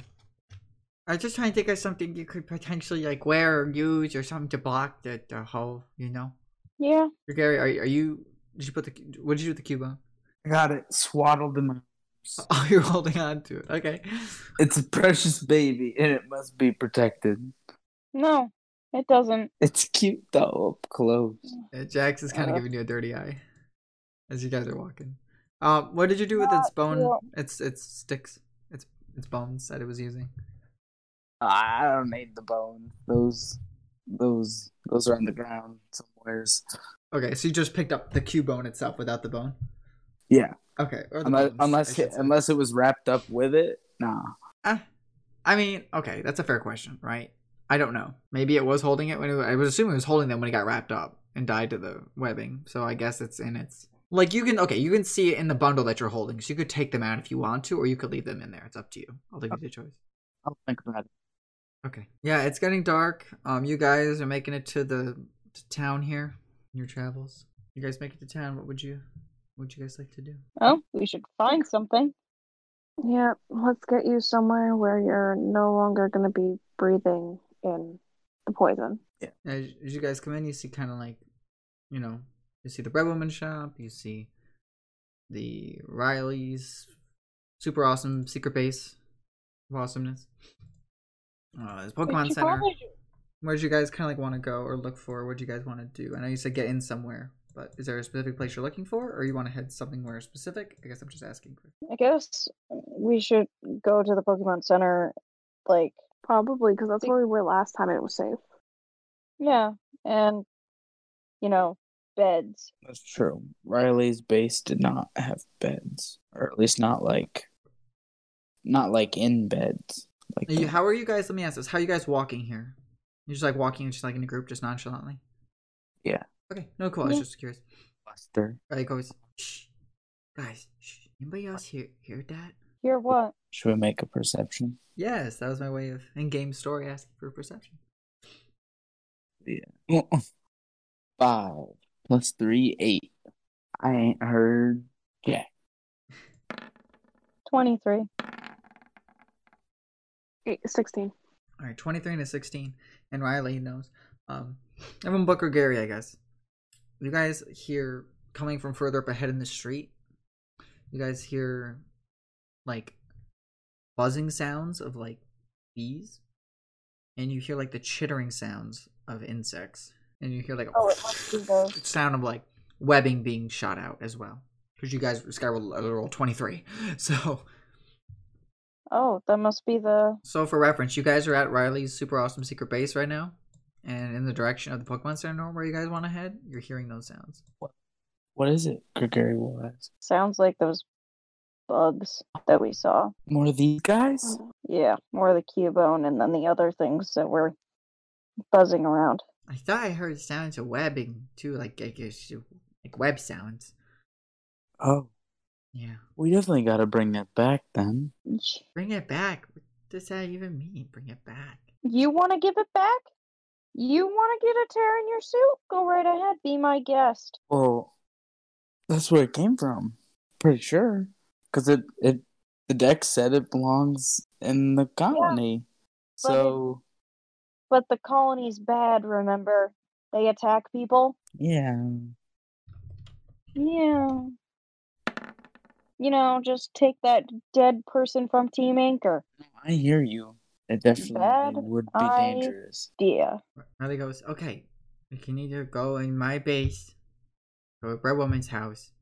Speaker 1: I was just trying to think of something you could potentially like wear or use or something to block the the hole. You know.
Speaker 2: Yeah.
Speaker 1: So, Gary, are are you? Did you put the? What did you do with the cube on?
Speaker 7: I got it swaddled in my arms.
Speaker 1: Oh, you're holding on to it. Okay.
Speaker 3: It's a precious baby and it must be protected.
Speaker 2: No, it doesn't.
Speaker 3: It's cute though, up close.
Speaker 1: Yeah, Jax is kind
Speaker 3: Uh-huh.
Speaker 1: of
Speaker 2: Uh.
Speaker 1: giving you a dirty eye as you guys are walking. Um, what did you do
Speaker 3: Uh,
Speaker 1: with its
Speaker 2: Not
Speaker 1: bone?
Speaker 2: cool.
Speaker 1: Its its sticks. Its its bones that it was using.
Speaker 3: I don't need the bones. Those, those, those are on the ground somewheres.
Speaker 1: Okay, so you just picked up the cube bone itself without the bone.
Speaker 3: Yeah.
Speaker 1: Okay. Or the
Speaker 3: Unless,
Speaker 1: bones, I
Speaker 3: unless,
Speaker 1: should
Speaker 3: it,
Speaker 1: say.
Speaker 3: unless it was wrapped up with it. Nah.
Speaker 1: Ah, I mean, okay, that's a fair question, right? I don't know. Maybe it was holding it when it was, I was assuming it was holding them when it got wrapped up and tied to the webbing. So I guess it's in its like you can okay, you can see it in the bundle that you're holding. So you could take them out if you want to, or you could leave them in there. It's up to you. I'll leave you
Speaker 3: Oh.
Speaker 1: the choice.
Speaker 3: I'll think about it.
Speaker 1: Okay. Yeah, it's getting dark. Um, you guys are making it to the to town here. in Your travels. You guys make it to town. What would you? What would you guys like to do?
Speaker 2: Oh, we should find something.
Speaker 4: Yeah, let's get you somewhere where you're no longer going to be breathing in the poison.
Speaker 1: as, as you guys come in, you see kind of like, you know, you see the bread woman shop, you see the Riley's super awesome secret base of awesomeness. Uh, there's
Speaker 2: We
Speaker 1: Pokemon
Speaker 2: should
Speaker 1: Center.
Speaker 2: probably ju-
Speaker 1: Where'd you guys kind of like want to go or look for? What'd you guys want to do? I know you said get in somewhere, but is there a specific place you're looking for, or you want to head something where specific? I guess I'm just asking. For...
Speaker 2: I guess we should go to the Pokemon Center, like,
Speaker 4: Probably, because that's where we were last time it was safe.
Speaker 2: yeah, and, you know, beds.
Speaker 3: That's true. Riley's base did not have beds, or at least not like, not like in beds. Like
Speaker 1: Are you- how are you guys? Let me ask this: How are you guys walking here? You're just like walking, just like in a group, just nonchalantly.
Speaker 3: Yeah.
Speaker 1: Okay. No, cool. I was
Speaker 2: Yeah.
Speaker 1: just curious.
Speaker 3: cluster.
Speaker 1: Riley goes, shh, guys, shh. Anybody else hear hear that?
Speaker 2: Here, what?
Speaker 3: Should we make a perception?
Speaker 1: Yes, that was my way of in game story asking for perception.
Speaker 3: Five plus three, eight. I ain't heard.
Speaker 2: 23.
Speaker 4: Eight, 16.
Speaker 1: All right, 23 and a 16. And Riley knows. Um, everyone but Gary, I guess. You guys hear coming from further up ahead in the street. You guys hear like buzzing sounds of like bees, and you hear like the chittering sounds of insects, and you hear like
Speaker 2: Oh, it must be those.
Speaker 1: sound of like webbing being shot out as well. Because you guys, Sky rolled a roll 23. So,
Speaker 2: Oh, that must be the.
Speaker 1: so for reference, you guys are at Riley's super awesome secret base right now, and in the direction of the Pokemon Center where you guys want to head, you're hearing those sounds.
Speaker 3: What is it? Gregory will ask.
Speaker 2: Sounds like those bugs that we saw.
Speaker 3: More of these guys?
Speaker 2: Yeah, more of the Cubone and then the other things that were buzzing around.
Speaker 1: I thought I heard sounds of webbing too, like I guess you- like web sounds.
Speaker 3: Oh,
Speaker 1: Yeah,
Speaker 3: we definitely got to bring that back then.
Speaker 2: Ch-
Speaker 1: bring it back. What does that even mean? Bring it back.
Speaker 2: You want to give it back? You want to get a tear in your suit? Go right ahead. Be my guest.
Speaker 3: Well, that's where it came from. Pretty sure, because it it the deck said it belongs in the colony.
Speaker 2: but it-
Speaker 3: so
Speaker 2: But the colony's bad, remember? They attack people.
Speaker 3: yeah,
Speaker 2: Yeah. You know, just take that dead person from Team Anchor.
Speaker 3: I hear you. It definitely
Speaker 2: Bad
Speaker 3: would be
Speaker 2: eye.
Speaker 3: dangerous.
Speaker 2: Yeah.
Speaker 1: Riley goes, okay, we can either go in my base, go to Red Woman's house,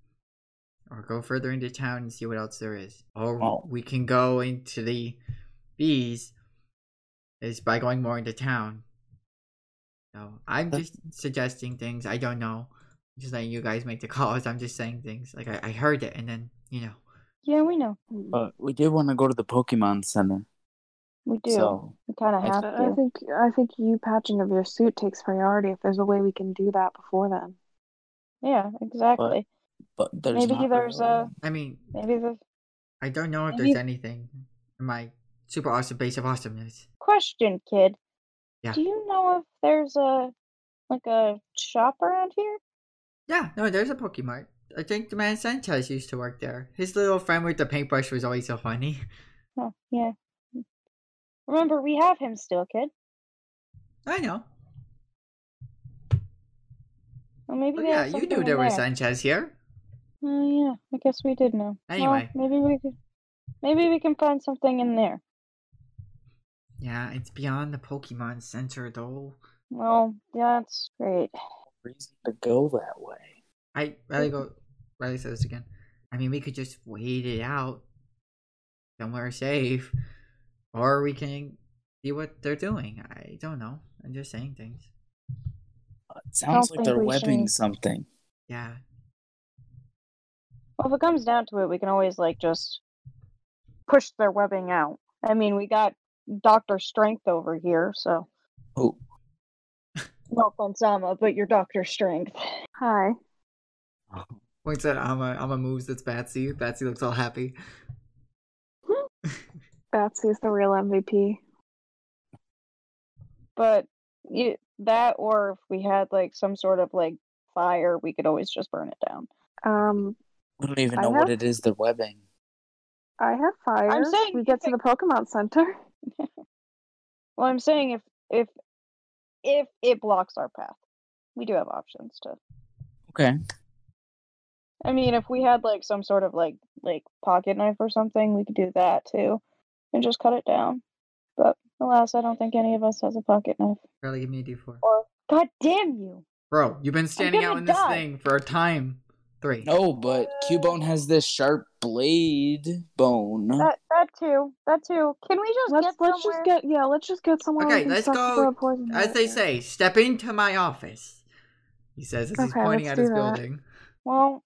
Speaker 1: or go further into town and see what else there is. Or
Speaker 3: Oh.
Speaker 1: we can go into the bees is by going more into town. So I'm
Speaker 3: That-
Speaker 1: just suggesting things. I don't know. Just letting you guys make the calls. I'm just saying things. Like I, I heard it and then, you know.
Speaker 2: Yeah, we know.
Speaker 4: Mm-hmm.
Speaker 3: But we did want to go to the Pokemon Center.
Speaker 2: We do.
Speaker 3: So
Speaker 2: we kind of
Speaker 3: I-
Speaker 2: have
Speaker 4: I I
Speaker 2: to.
Speaker 4: think I think you patching of your suit takes priority if there's a way we can do that before then.
Speaker 2: Yeah, exactly.
Speaker 3: but there's
Speaker 2: Maybe
Speaker 3: not
Speaker 2: there's
Speaker 3: really-
Speaker 2: a-
Speaker 1: I mean
Speaker 2: Maybe the
Speaker 1: I don't know if
Speaker 2: Maybe-
Speaker 1: there's anything in my super awesome base of awesomeness.
Speaker 2: question, kid.
Speaker 1: Yeah.
Speaker 2: Do you know if there's a like a shop around here?
Speaker 1: Yeah, no, there's a Pokemon. I think the man Sanchez used to work there. His little friend with the paintbrush was always so funny.
Speaker 2: Oh, yeah. Remember, we have him still, kid.
Speaker 1: I know.
Speaker 2: Well, maybe
Speaker 1: But
Speaker 2: they
Speaker 1: Oh, yeah,
Speaker 2: have
Speaker 1: you
Speaker 2: something
Speaker 1: knew
Speaker 2: in
Speaker 1: there was
Speaker 2: there.
Speaker 1: Sanchez here.
Speaker 2: Oh yeah, I guess we did know. Well,
Speaker 1: Anyway.
Speaker 2: maybe we could, maybe we can find something in there.
Speaker 1: Yeah, it's beyond the Pokemon Center though.
Speaker 2: Well, that's great.
Speaker 3: reason to go that way.
Speaker 1: I Riley go Riley says this again. I mean we could just wait it out somewhere safe. Or we can see what they're doing. I don't know. I'm just saying things.
Speaker 3: It sounds like
Speaker 2: think
Speaker 3: they're
Speaker 2: we
Speaker 3: webbing
Speaker 2: should.
Speaker 3: something.
Speaker 1: Yeah.
Speaker 2: Well, if it comes down to it, we can always like just push their webbing out. I mean, we got Doctor Strength over here, so
Speaker 3: Oh,
Speaker 2: not Gonzama, but your Doctor Strength.
Speaker 4: Hi.
Speaker 1: Points at Ama Ama moves that's Batsy. Batsy looks all happy.
Speaker 4: Batsy is the real MVP.
Speaker 2: But you, that, or if we had like some sort of like fire, we could always just burn it down.
Speaker 4: Um
Speaker 3: we don't even
Speaker 4: I
Speaker 3: know what
Speaker 4: have-
Speaker 3: it is they're webbing.
Speaker 4: I have fire.
Speaker 2: saying
Speaker 4: we
Speaker 2: you
Speaker 4: get to
Speaker 2: can-
Speaker 4: the Pokemon Center.
Speaker 2: Well, I'm saying if if if it blocks our path, we do have options to.
Speaker 3: Okay.
Speaker 2: I mean, if we had like some sort of like like pocket knife or something, we could do that too, and just cut it down. But alas, I don't think any of us has a pocket knife.
Speaker 1: Riley give me a D four.
Speaker 2: Or God damn you!
Speaker 1: Bro, you've been standing out
Speaker 2: gonna
Speaker 1: in this
Speaker 2: die.
Speaker 1: thing for a time. Three.
Speaker 3: No, but Cubone has this sharp blade bone.
Speaker 2: That that too. That too. Can we Mm-hmm. just
Speaker 4: Let's
Speaker 2: get
Speaker 4: let's
Speaker 2: somewhere?
Speaker 4: just get yeah, let's just get somewhere. we
Speaker 1: Okay,
Speaker 4: can
Speaker 1: let's
Speaker 4: stop
Speaker 1: go-
Speaker 4: before poison
Speaker 1: As they
Speaker 4: ivy.
Speaker 1: say, step into my office. He says as he's
Speaker 4: Okay,
Speaker 1: pointing at
Speaker 4: let's
Speaker 1: his
Speaker 4: do that.
Speaker 1: building.
Speaker 2: Well,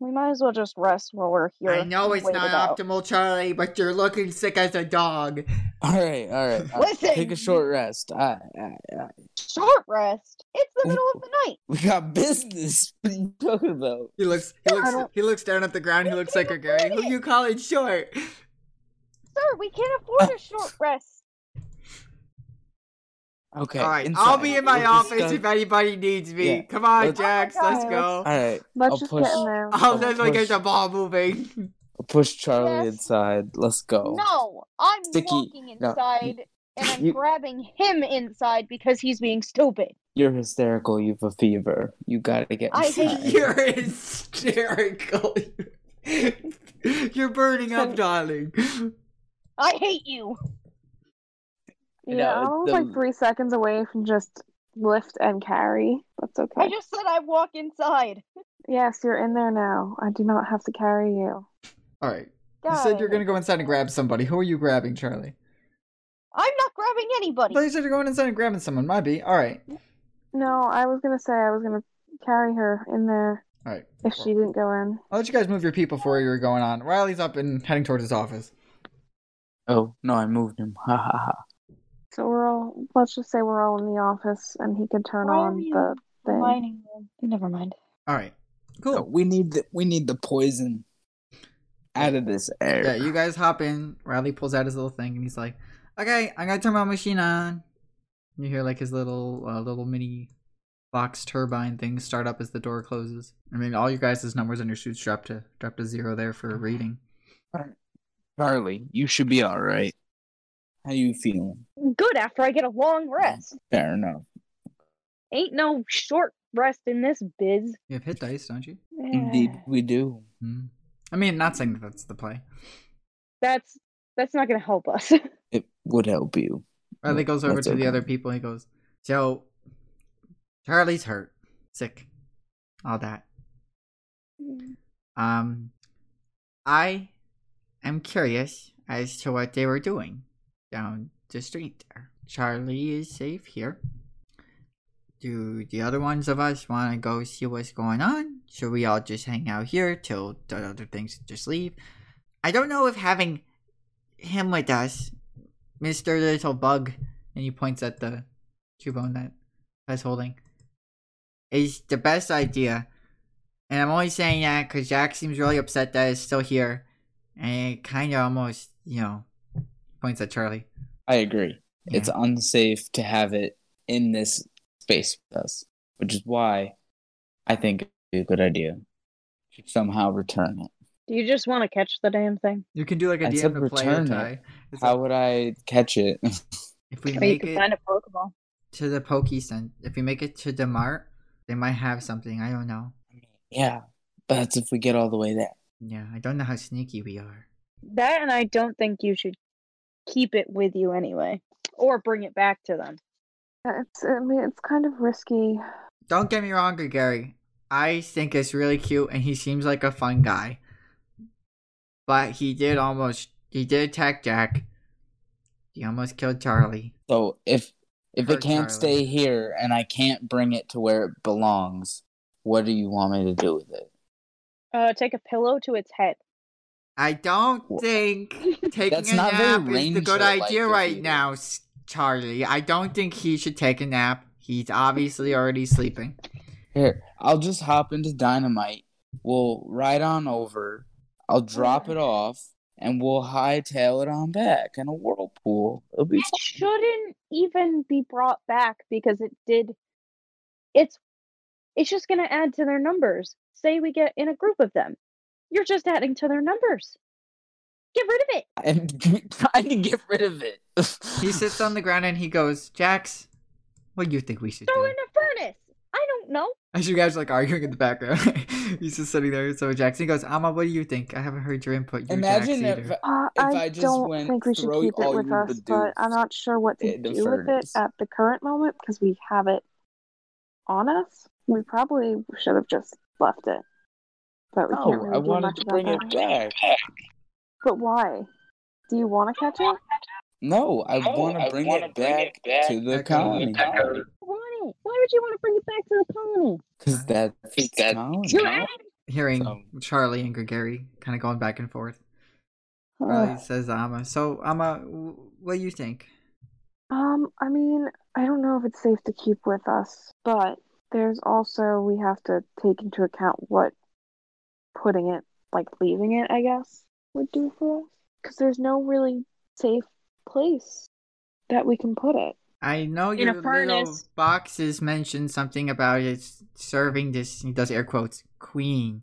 Speaker 2: we might as well just rest while we're here.
Speaker 1: I know
Speaker 2: and
Speaker 1: it's
Speaker 2: wait it
Speaker 1: not
Speaker 2: out.
Speaker 1: optimal, Charlie, but you're looking sick as a dog.
Speaker 3: All right, all right. all right.
Speaker 2: Listen!
Speaker 3: Take a short rest. I, I, I,
Speaker 2: Short rest. It's
Speaker 3: Ooh.
Speaker 2: the middle of the night.
Speaker 3: we got business. What are you talking about?
Speaker 1: He looks he
Speaker 2: Yeah, I
Speaker 1: looks
Speaker 2: don't-
Speaker 1: he looks down at the ground, he
Speaker 2: You
Speaker 1: looks like a
Speaker 2: can't
Speaker 1: Gary.
Speaker 2: afford
Speaker 1: Who
Speaker 2: it.
Speaker 1: you calling short?
Speaker 2: Sir, we can't afford a short rest.
Speaker 3: Okay.
Speaker 1: Alright,
Speaker 3: inside.
Speaker 1: I'll be in my
Speaker 3: We'll
Speaker 1: office
Speaker 3: discuss-
Speaker 1: if anybody needs me.
Speaker 3: Yeah,
Speaker 1: Come on,
Speaker 3: let's-
Speaker 1: Jax,
Speaker 2: Oh my
Speaker 1: let's
Speaker 2: God,
Speaker 1: go. Oh,
Speaker 3: All right.
Speaker 4: Let's
Speaker 3: I'll
Speaker 4: just
Speaker 3: push-
Speaker 4: get in there.
Speaker 1: I'll
Speaker 3: I'll
Speaker 1: definitely get
Speaker 3: push-
Speaker 1: the ball moving.
Speaker 3: I'll push Charlie
Speaker 2: Yes.
Speaker 3: inside. Let's
Speaker 2: Oh.
Speaker 3: go.
Speaker 2: No, I'm
Speaker 3: Sticky-
Speaker 2: walking
Speaker 3: no,
Speaker 2: inside and I'm
Speaker 3: you-
Speaker 2: grabbing him inside because he's being stupid.
Speaker 3: You're hysterical. You've a fever. You gotta get
Speaker 2: I
Speaker 3: inside.
Speaker 2: hate
Speaker 1: You're hysterical. You're burning up, darling.
Speaker 2: I hate you.
Speaker 3: No,
Speaker 4: Yeah, I
Speaker 3: it's
Speaker 4: was
Speaker 3: the-
Speaker 4: like three seconds away from just lift and carry. That's okay.
Speaker 2: I just said I walk inside.
Speaker 4: Yes, you're in there now. I do not have to carry you.
Speaker 1: All right. You said you're gonna go inside and grab somebody. Who are you grabbing, Charlie?
Speaker 2: I'm not grabbing
Speaker 1: I
Speaker 2: anybody.
Speaker 1: thought you said you're going inside and grabbing someone. Might be. All right.
Speaker 4: No, I was gonna say I was gonna carry her in there
Speaker 1: All right.
Speaker 4: if she didn't go in.
Speaker 1: I'll let you guys move your people before you're going on. Riley's up and heading towards his office.
Speaker 3: Oh no, I moved him. Ha ha ha.
Speaker 4: So we're all let's just say we're all in the office and he could turn
Speaker 2: Why are
Speaker 4: on
Speaker 2: you
Speaker 4: the thing.
Speaker 2: Reminding them. Never mind.
Speaker 1: All right.
Speaker 3: No,
Speaker 1: Cool.
Speaker 3: we need the we need the poison out of this air.
Speaker 1: Yeah, you guys hop in. Riley pulls out his little thing and he's like, "Okay, I gotta turn my machine on." You hear like his little uh, little mini box turbine thing start up as the door closes. I mean, all you guys' numbers on your suits drop to drop to zero there for reading.
Speaker 3: Charlie, you should be all right. How you feeling?
Speaker 2: Good after I get a long rest.
Speaker 3: Fair enough.
Speaker 2: Ain't no short rest in this biz.
Speaker 1: You have hit dice, don't you?
Speaker 3: Indeed, we do.
Speaker 1: Hmm. I mean, not saying that that's the play.
Speaker 2: That's that's not gonna help us.
Speaker 3: It would help you.
Speaker 1: Riley
Speaker 3: Yeah,
Speaker 1: goes over
Speaker 3: that's
Speaker 1: to the
Speaker 3: okay.
Speaker 1: other people and he goes, "So, Charlie's hurt, sick, all that.
Speaker 3: Mm.
Speaker 1: Um, I am curious as to what they were doing down the street there. Charlie is safe here. Do the other ones of us want to go see what's going on? Should we all just hang out here till the other things just leave? I don't know if having him with us, Mr. Little Bug, and he points at the Cubone that that's holding, is the best idea. And I'm only saying that because Jack seems really upset that it's still here. And it kind of almost, you know, points at Charlie.
Speaker 3: I agree. It's
Speaker 1: Yeah.
Speaker 3: unsafe to have it in this space with us, which is why I think it'd be a good idea. Should somehow return it.
Speaker 2: Do you just want to catch the damn thing?
Speaker 1: You can do like a
Speaker 3: I
Speaker 1: DM
Speaker 3: said
Speaker 1: to play
Speaker 3: return
Speaker 1: a
Speaker 3: it.
Speaker 1: tie. It's
Speaker 3: How
Speaker 1: like,
Speaker 3: would I catch it?
Speaker 1: if we
Speaker 2: Or you
Speaker 1: make
Speaker 2: can
Speaker 1: it
Speaker 2: find a Pokeball.
Speaker 1: to the Pokey Center, if we make it to the Mart, they might have something. I don't know.
Speaker 3: yeah, but that's if we get all the way there.
Speaker 1: Yeah, I don't know how sneaky we are.
Speaker 2: That and I don't think you should keep it with you anyway. Or bring it back to them.
Speaker 4: Yeah, It's I mean it's kind of risky.
Speaker 1: Don't get me wrong, Gary. I think it's really cute, and he seems like a fun guy. But he did almost. He did attack Jack. He almost killed Charlie.
Speaker 3: So if if
Speaker 1: Hurt
Speaker 3: it can't
Speaker 1: Charlie.
Speaker 3: stay here and I can't bring it to where it belongs, what do you want me to do with it?
Speaker 2: Uh take a pillow to its head.
Speaker 1: I don't
Speaker 3: Wha-
Speaker 1: think taking
Speaker 3: That's
Speaker 1: a
Speaker 3: not very
Speaker 1: nap is the good
Speaker 3: Ranger-like
Speaker 1: idea
Speaker 3: of
Speaker 1: right
Speaker 3: you.
Speaker 1: now, S- Charlie. I don't think he should take a nap. He's obviously already sleeping.
Speaker 3: Here, I'll just hop into dynamite. We'll ride on over. I'll drop it off, and we'll hightail it on back in a whirlpool. It'll be
Speaker 2: It shouldn't even be brought back because it did it's it's just gonna add to their numbers. Say we get in a group of them. You're just adding to their numbers. Get rid of it.
Speaker 3: I'm trying to get rid of it.
Speaker 1: He sits on the ground and he goes, "Jax, what do you think we should
Speaker 2: Throw
Speaker 1: do?"
Speaker 2: it in a furnace. I don't know.
Speaker 1: As you guys are, like arguing in the background, he's just sitting there. So Jax, he goes, "Amma, what do you think? I haven't heard your input. You're
Speaker 3: Imagine
Speaker 1: Jax
Speaker 3: if
Speaker 1: either."
Speaker 4: Uh,
Speaker 3: If
Speaker 4: I,
Speaker 3: I just
Speaker 4: don't
Speaker 3: went
Speaker 4: think we should
Speaker 3: throw
Speaker 4: keep it
Speaker 3: all
Speaker 4: with
Speaker 3: your
Speaker 4: us, but I'm
Speaker 3: Bidoof
Speaker 4: not sure what to
Speaker 3: in the
Speaker 4: do with it
Speaker 3: furnace.
Speaker 4: at the current moment because we have it on us. We probably should have just left it, but we can't
Speaker 3: no,
Speaker 4: really
Speaker 3: Oh, I
Speaker 4: do
Speaker 3: wanted
Speaker 4: much
Speaker 3: to
Speaker 4: about
Speaker 3: bring
Speaker 4: that.
Speaker 3: it back.
Speaker 4: But why? Do you want to catch it?
Speaker 3: No, I want to bring it back to the
Speaker 1: Back out
Speaker 3: colony
Speaker 1: of the
Speaker 2: Want it. Why would you want to bring it back to the colony?
Speaker 3: because that's its
Speaker 8: That-
Speaker 3: colony.
Speaker 1: Hearing
Speaker 3: So-
Speaker 1: Charlie and Gregory kind of going back and forth, Riley
Speaker 2: Ugh.
Speaker 1: says, to "Amma, so Amma, w- what do you think?"
Speaker 4: Um, I mean, I don't know if it's safe to keep with us, but there's also we have to take into account what putting it, like leaving it, I guess, would do for us. Because there's no really safe place that we can put it.
Speaker 1: I know
Speaker 2: In a
Speaker 1: your little
Speaker 2: furnace.
Speaker 1: boxes mentioned something about it serving this. He does air quotes, queen.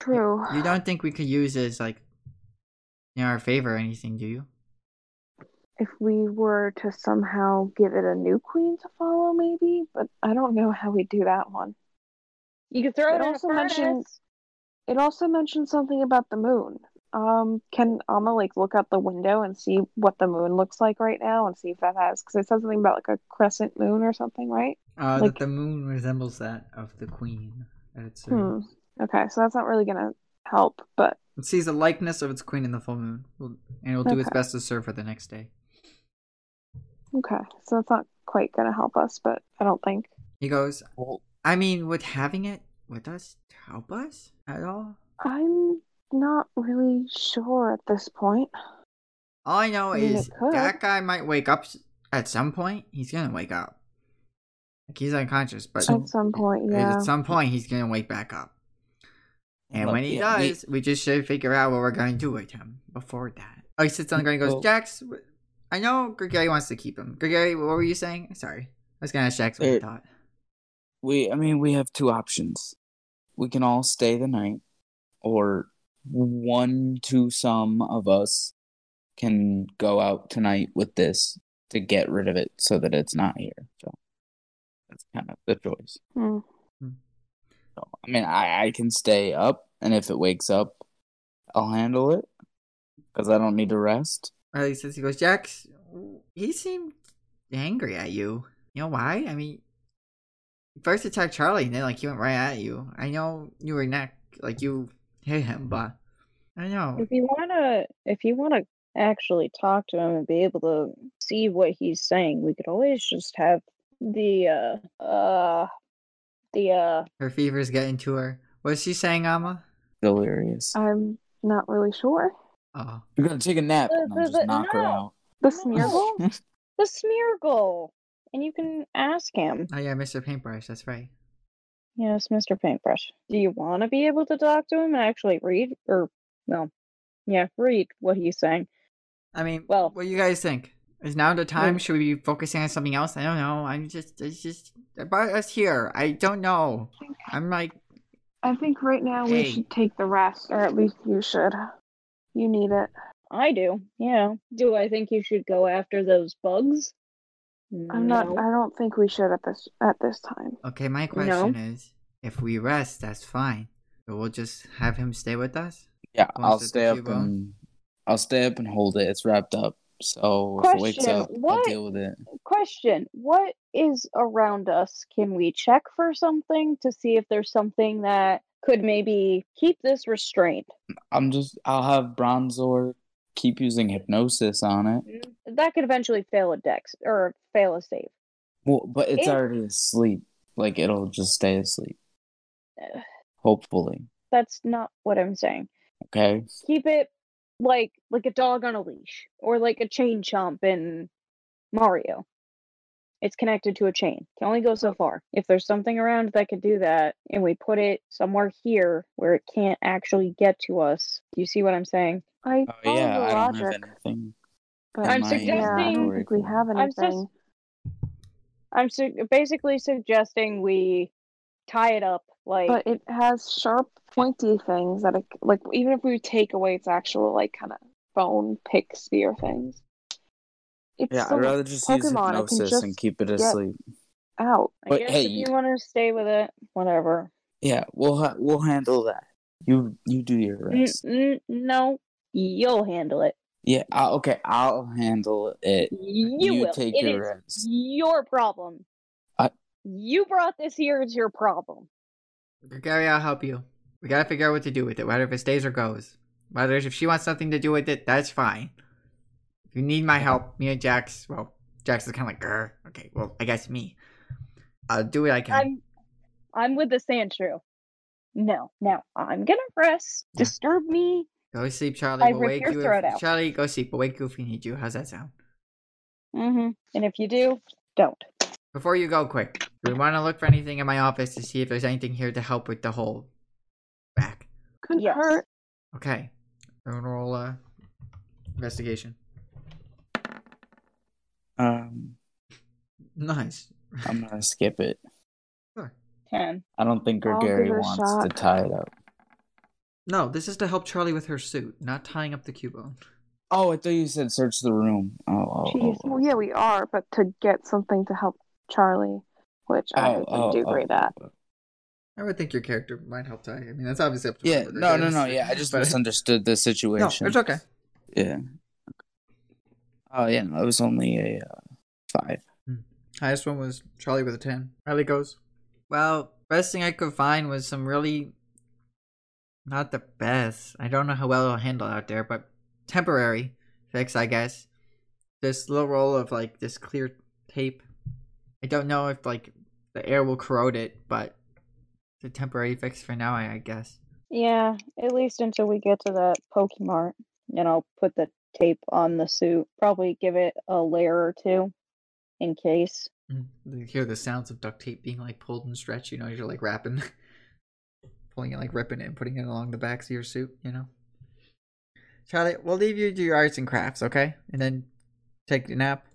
Speaker 4: True.
Speaker 1: You don't think we could use it as like in our favor or anything, do you?
Speaker 4: If we were to somehow give it a new queen to follow, maybe, but I don't know how we do that one.
Speaker 2: You could throw
Speaker 4: It
Speaker 2: it,
Speaker 4: also
Speaker 2: in a furnace.
Speaker 4: mentioned- It also mentioned something about the moon. Um, can Alma like look out the window and see what the moon looks like right now and see if that has because it said something about like a crescent moon or something, right?
Speaker 9: Uh,
Speaker 4: Like-
Speaker 9: that the moon resembles that of the queen. That it's, uh,
Speaker 4: Hmm. Okay, so that's not really gonna help, but
Speaker 9: It sees a likeness of its queen in the full moon, and it will do its
Speaker 4: Okay.
Speaker 9: best to serve her the next day.
Speaker 4: okay, so that's not quite gonna help us. But I don't think
Speaker 9: He goes,
Speaker 3: Well,
Speaker 1: I mean, would having it with us help us at all?
Speaker 4: I'm not really sure at this point.
Speaker 1: All I know
Speaker 4: I mean,
Speaker 1: is
Speaker 4: it could.
Speaker 1: that guy might wake up s- at some point. He's gonna wake up. Like he's unconscious, but
Speaker 4: At some point, yeah.
Speaker 1: at some point he's gonna wake back up. And
Speaker 3: Well,
Speaker 1: when he
Speaker 3: yeah, we-
Speaker 1: does, we... just should figure out what we're gonna do with him before that. Oh, he sits on the ground and goes,
Speaker 3: Well-
Speaker 1: Jax, w- I know Gregary wants to keep him. Gregary, what were you saying? Sorry. I was gonna ask Jax what he
Speaker 3: Er,
Speaker 1: thought.
Speaker 3: we I mean we have two options. We can all stay the night, or one to some of us can go out tonight with this to get rid of it so that it's not here. So that's kind of the choice.
Speaker 4: Hmm.
Speaker 3: So, I mean, I, I can stay up, and if it wakes up, I'll handle it because I don't need to rest.
Speaker 1: Uh, he says he goes, Jax, w- he seemed angry at you. You know why? I mean, he first attacked Charlie, and then like he went right at you. I know you were not like you hit him, but I know.
Speaker 2: If you wanna, if you wanna actually talk to him and be able to see what he's saying, we could always just have the uh uh the uh
Speaker 1: Her fever's getting to her. What's she saying, Amma?
Speaker 3: Delirious.
Speaker 2: Uh,
Speaker 4: I'm not really sure.
Speaker 1: Oh,
Speaker 3: You're gonna take a nap and
Speaker 2: Uh,
Speaker 3: then
Speaker 2: but
Speaker 3: just knock her
Speaker 2: no.
Speaker 3: out.
Speaker 4: The
Speaker 2: No.
Speaker 4: Smeargle?
Speaker 2: the smear goal, and you can ask him.
Speaker 1: oh yeah, Mr. Paintbrush. That's right.
Speaker 2: Yes, Mr. Paintbrush. Do you want to be able to talk to him and actually read, or no, yeah, read what he's saying?
Speaker 1: I mean,
Speaker 2: Well-
Speaker 1: what do you guys think? Is now the time? Should we be focusing on something else? I don't know. I'm just, it's just about us here. I don't know. I'm like,
Speaker 4: I think right now we
Speaker 1: Hey.
Speaker 4: should take the rest, or at least you should. You need it.
Speaker 2: I do. Yeah. Do I think you should go after those bugs?
Speaker 4: I'm not.
Speaker 2: No.
Speaker 4: I don't think we should at this at this time.
Speaker 1: okay. My
Speaker 2: No.
Speaker 1: question is, if we rest, that's fine. But we'll just have him stay with us.
Speaker 3: Yeah,
Speaker 1: Wants
Speaker 3: I'll
Speaker 1: to pick
Speaker 3: stay up
Speaker 1: you up?
Speaker 3: and I'll stay up and hold it. It's wrapped up, so if it wakes
Speaker 2: Question,
Speaker 3: up,
Speaker 2: what-
Speaker 3: I'll deal with it.
Speaker 2: Question: What is around us? Can we check for something to see if there's something that could maybe keep this restrained?
Speaker 3: I'm just. I'll have Bronzor keep using hypnosis on it.
Speaker 2: That could eventually fail a dex or fail a save.
Speaker 3: Well, but it's
Speaker 2: If-
Speaker 3: already asleep. Like it'll just stay asleep.
Speaker 2: Ugh.
Speaker 3: Hopefully,
Speaker 2: That's not what I'm saying.
Speaker 3: okay.
Speaker 2: keep it like like a dog on a leash or like a chain chomp in Mario. It's connected to a chain. Can only go so far. If there's something around that could do that and we put it somewhere here where it can't actually get to us. Do you see what I'm saying?
Speaker 4: I
Speaker 3: Oh
Speaker 4: follow
Speaker 3: yeah,
Speaker 4: the
Speaker 3: I don't
Speaker 4: logic,
Speaker 3: have anything.
Speaker 4: but
Speaker 2: I'm
Speaker 4: yeah, I
Speaker 2: suggesting-
Speaker 4: don't think we have
Speaker 2: I'm sus-
Speaker 4: anything.
Speaker 2: I'm su- basically suggesting we tie it up like
Speaker 4: But it has sharp, pointy things that, it, like, even if we take away its actual, like, kind of bone pick spear things, it's
Speaker 3: Yeah,
Speaker 4: still
Speaker 3: I'd rather just use
Speaker 4: Pokemon. I can
Speaker 3: hypnosis and
Speaker 4: just
Speaker 3: keep it
Speaker 4: get-
Speaker 3: asleep.
Speaker 4: out.
Speaker 2: I
Speaker 3: but
Speaker 2: guess
Speaker 3: hey,
Speaker 2: if
Speaker 3: you-
Speaker 2: you want to stay with it, whatever.
Speaker 3: Yeah, we'll ha- we'll handle that. You you do your
Speaker 4: Mm.
Speaker 2: N-
Speaker 3: rest.
Speaker 2: n- no, you'll handle it.
Speaker 3: Yeah, I, okay, I'll handle it.
Speaker 2: You,
Speaker 3: You
Speaker 2: will.
Speaker 3: take
Speaker 2: It
Speaker 3: your
Speaker 2: is
Speaker 3: rest.
Speaker 2: your problem.
Speaker 3: I-
Speaker 2: You brought this here. It's your problem.
Speaker 1: Gary, I'll help you. We gotta figure out what to do with it, whether if it stays or goes. Whether if she wants something to do with it, that's fine. If you need my help, me and Jax, well, Jax is kind of like, grr. Okay, well, I guess me. I'll do what I can.
Speaker 2: I'm, I'm with the Sandshrew. No, now I'm gonna rest.
Speaker 1: Yeah.
Speaker 2: Disturb me.
Speaker 1: Go to sleep, Charlie.
Speaker 2: I
Speaker 1: we'll
Speaker 2: rip
Speaker 1: wake
Speaker 2: your
Speaker 1: you.
Speaker 2: throat
Speaker 1: if,
Speaker 2: out.
Speaker 1: Charlie, go sleep. We'll wake you if we need you. How's that sound?
Speaker 2: Mm-hmm. And if you do, don't.
Speaker 1: Before you go, quick, we want to look for anything in my office to see if there's anything here to help with the whole back.
Speaker 4: Couldn't
Speaker 2: Yes.
Speaker 4: hurt.
Speaker 1: Okay. I'm gonna roll uh, investigation.
Speaker 3: Um,
Speaker 1: Nice.
Speaker 3: I'm gonna skip it.
Speaker 1: Sure.
Speaker 2: Ten.
Speaker 3: I don't think
Speaker 4: I'll give
Speaker 3: Gregary
Speaker 4: it a
Speaker 3: wants
Speaker 4: shot.
Speaker 3: to tie it up.
Speaker 1: No, this is to help Charlie with her suit, not tying up the Cubone.
Speaker 3: Oh, I thought you said search the room. Oh, oh, oh,
Speaker 4: Jeez. Well, yeah, we are, but to get something to help Charlie, which I
Speaker 3: oh,
Speaker 4: would
Speaker 3: oh,
Speaker 4: do
Speaker 3: oh,
Speaker 4: great at.
Speaker 3: oh.
Speaker 1: I would think your character might help tie. I mean, that's obviously up to
Speaker 3: Yeah,
Speaker 1: whoever
Speaker 3: no,
Speaker 1: it
Speaker 3: no,
Speaker 1: is,
Speaker 3: no. Yeah, I just
Speaker 1: but-
Speaker 3: misunderstood the
Speaker 1: No,
Speaker 3: situation.
Speaker 1: it's okay.
Speaker 3: Yeah. Oh yeah, no, it was only a uh, five.
Speaker 1: Highest one was Charlie with a 10. Riley goes. Well, best thing I could find was some really. Not the best. I don't know how well it'll handle out there, but temporary fix, I guess. This little roll of, like, this clear tape. I don't know if, like, the air will corrode it, but it's a temporary fix for now, I, I guess.
Speaker 2: Yeah, at least until we get to the Pokemart. And I'll put the tape on the suit. Probably give it a layer or two in case.
Speaker 1: Mm. You hear the sounds of duct tape being, like, pulled and stretched, you know, as you're, like, wrapping. pulling it, like, ripping it and putting it along the backs of your suit, you know? Charlie, we'll leave you to do your arts and crafts, okay? And then take a nap.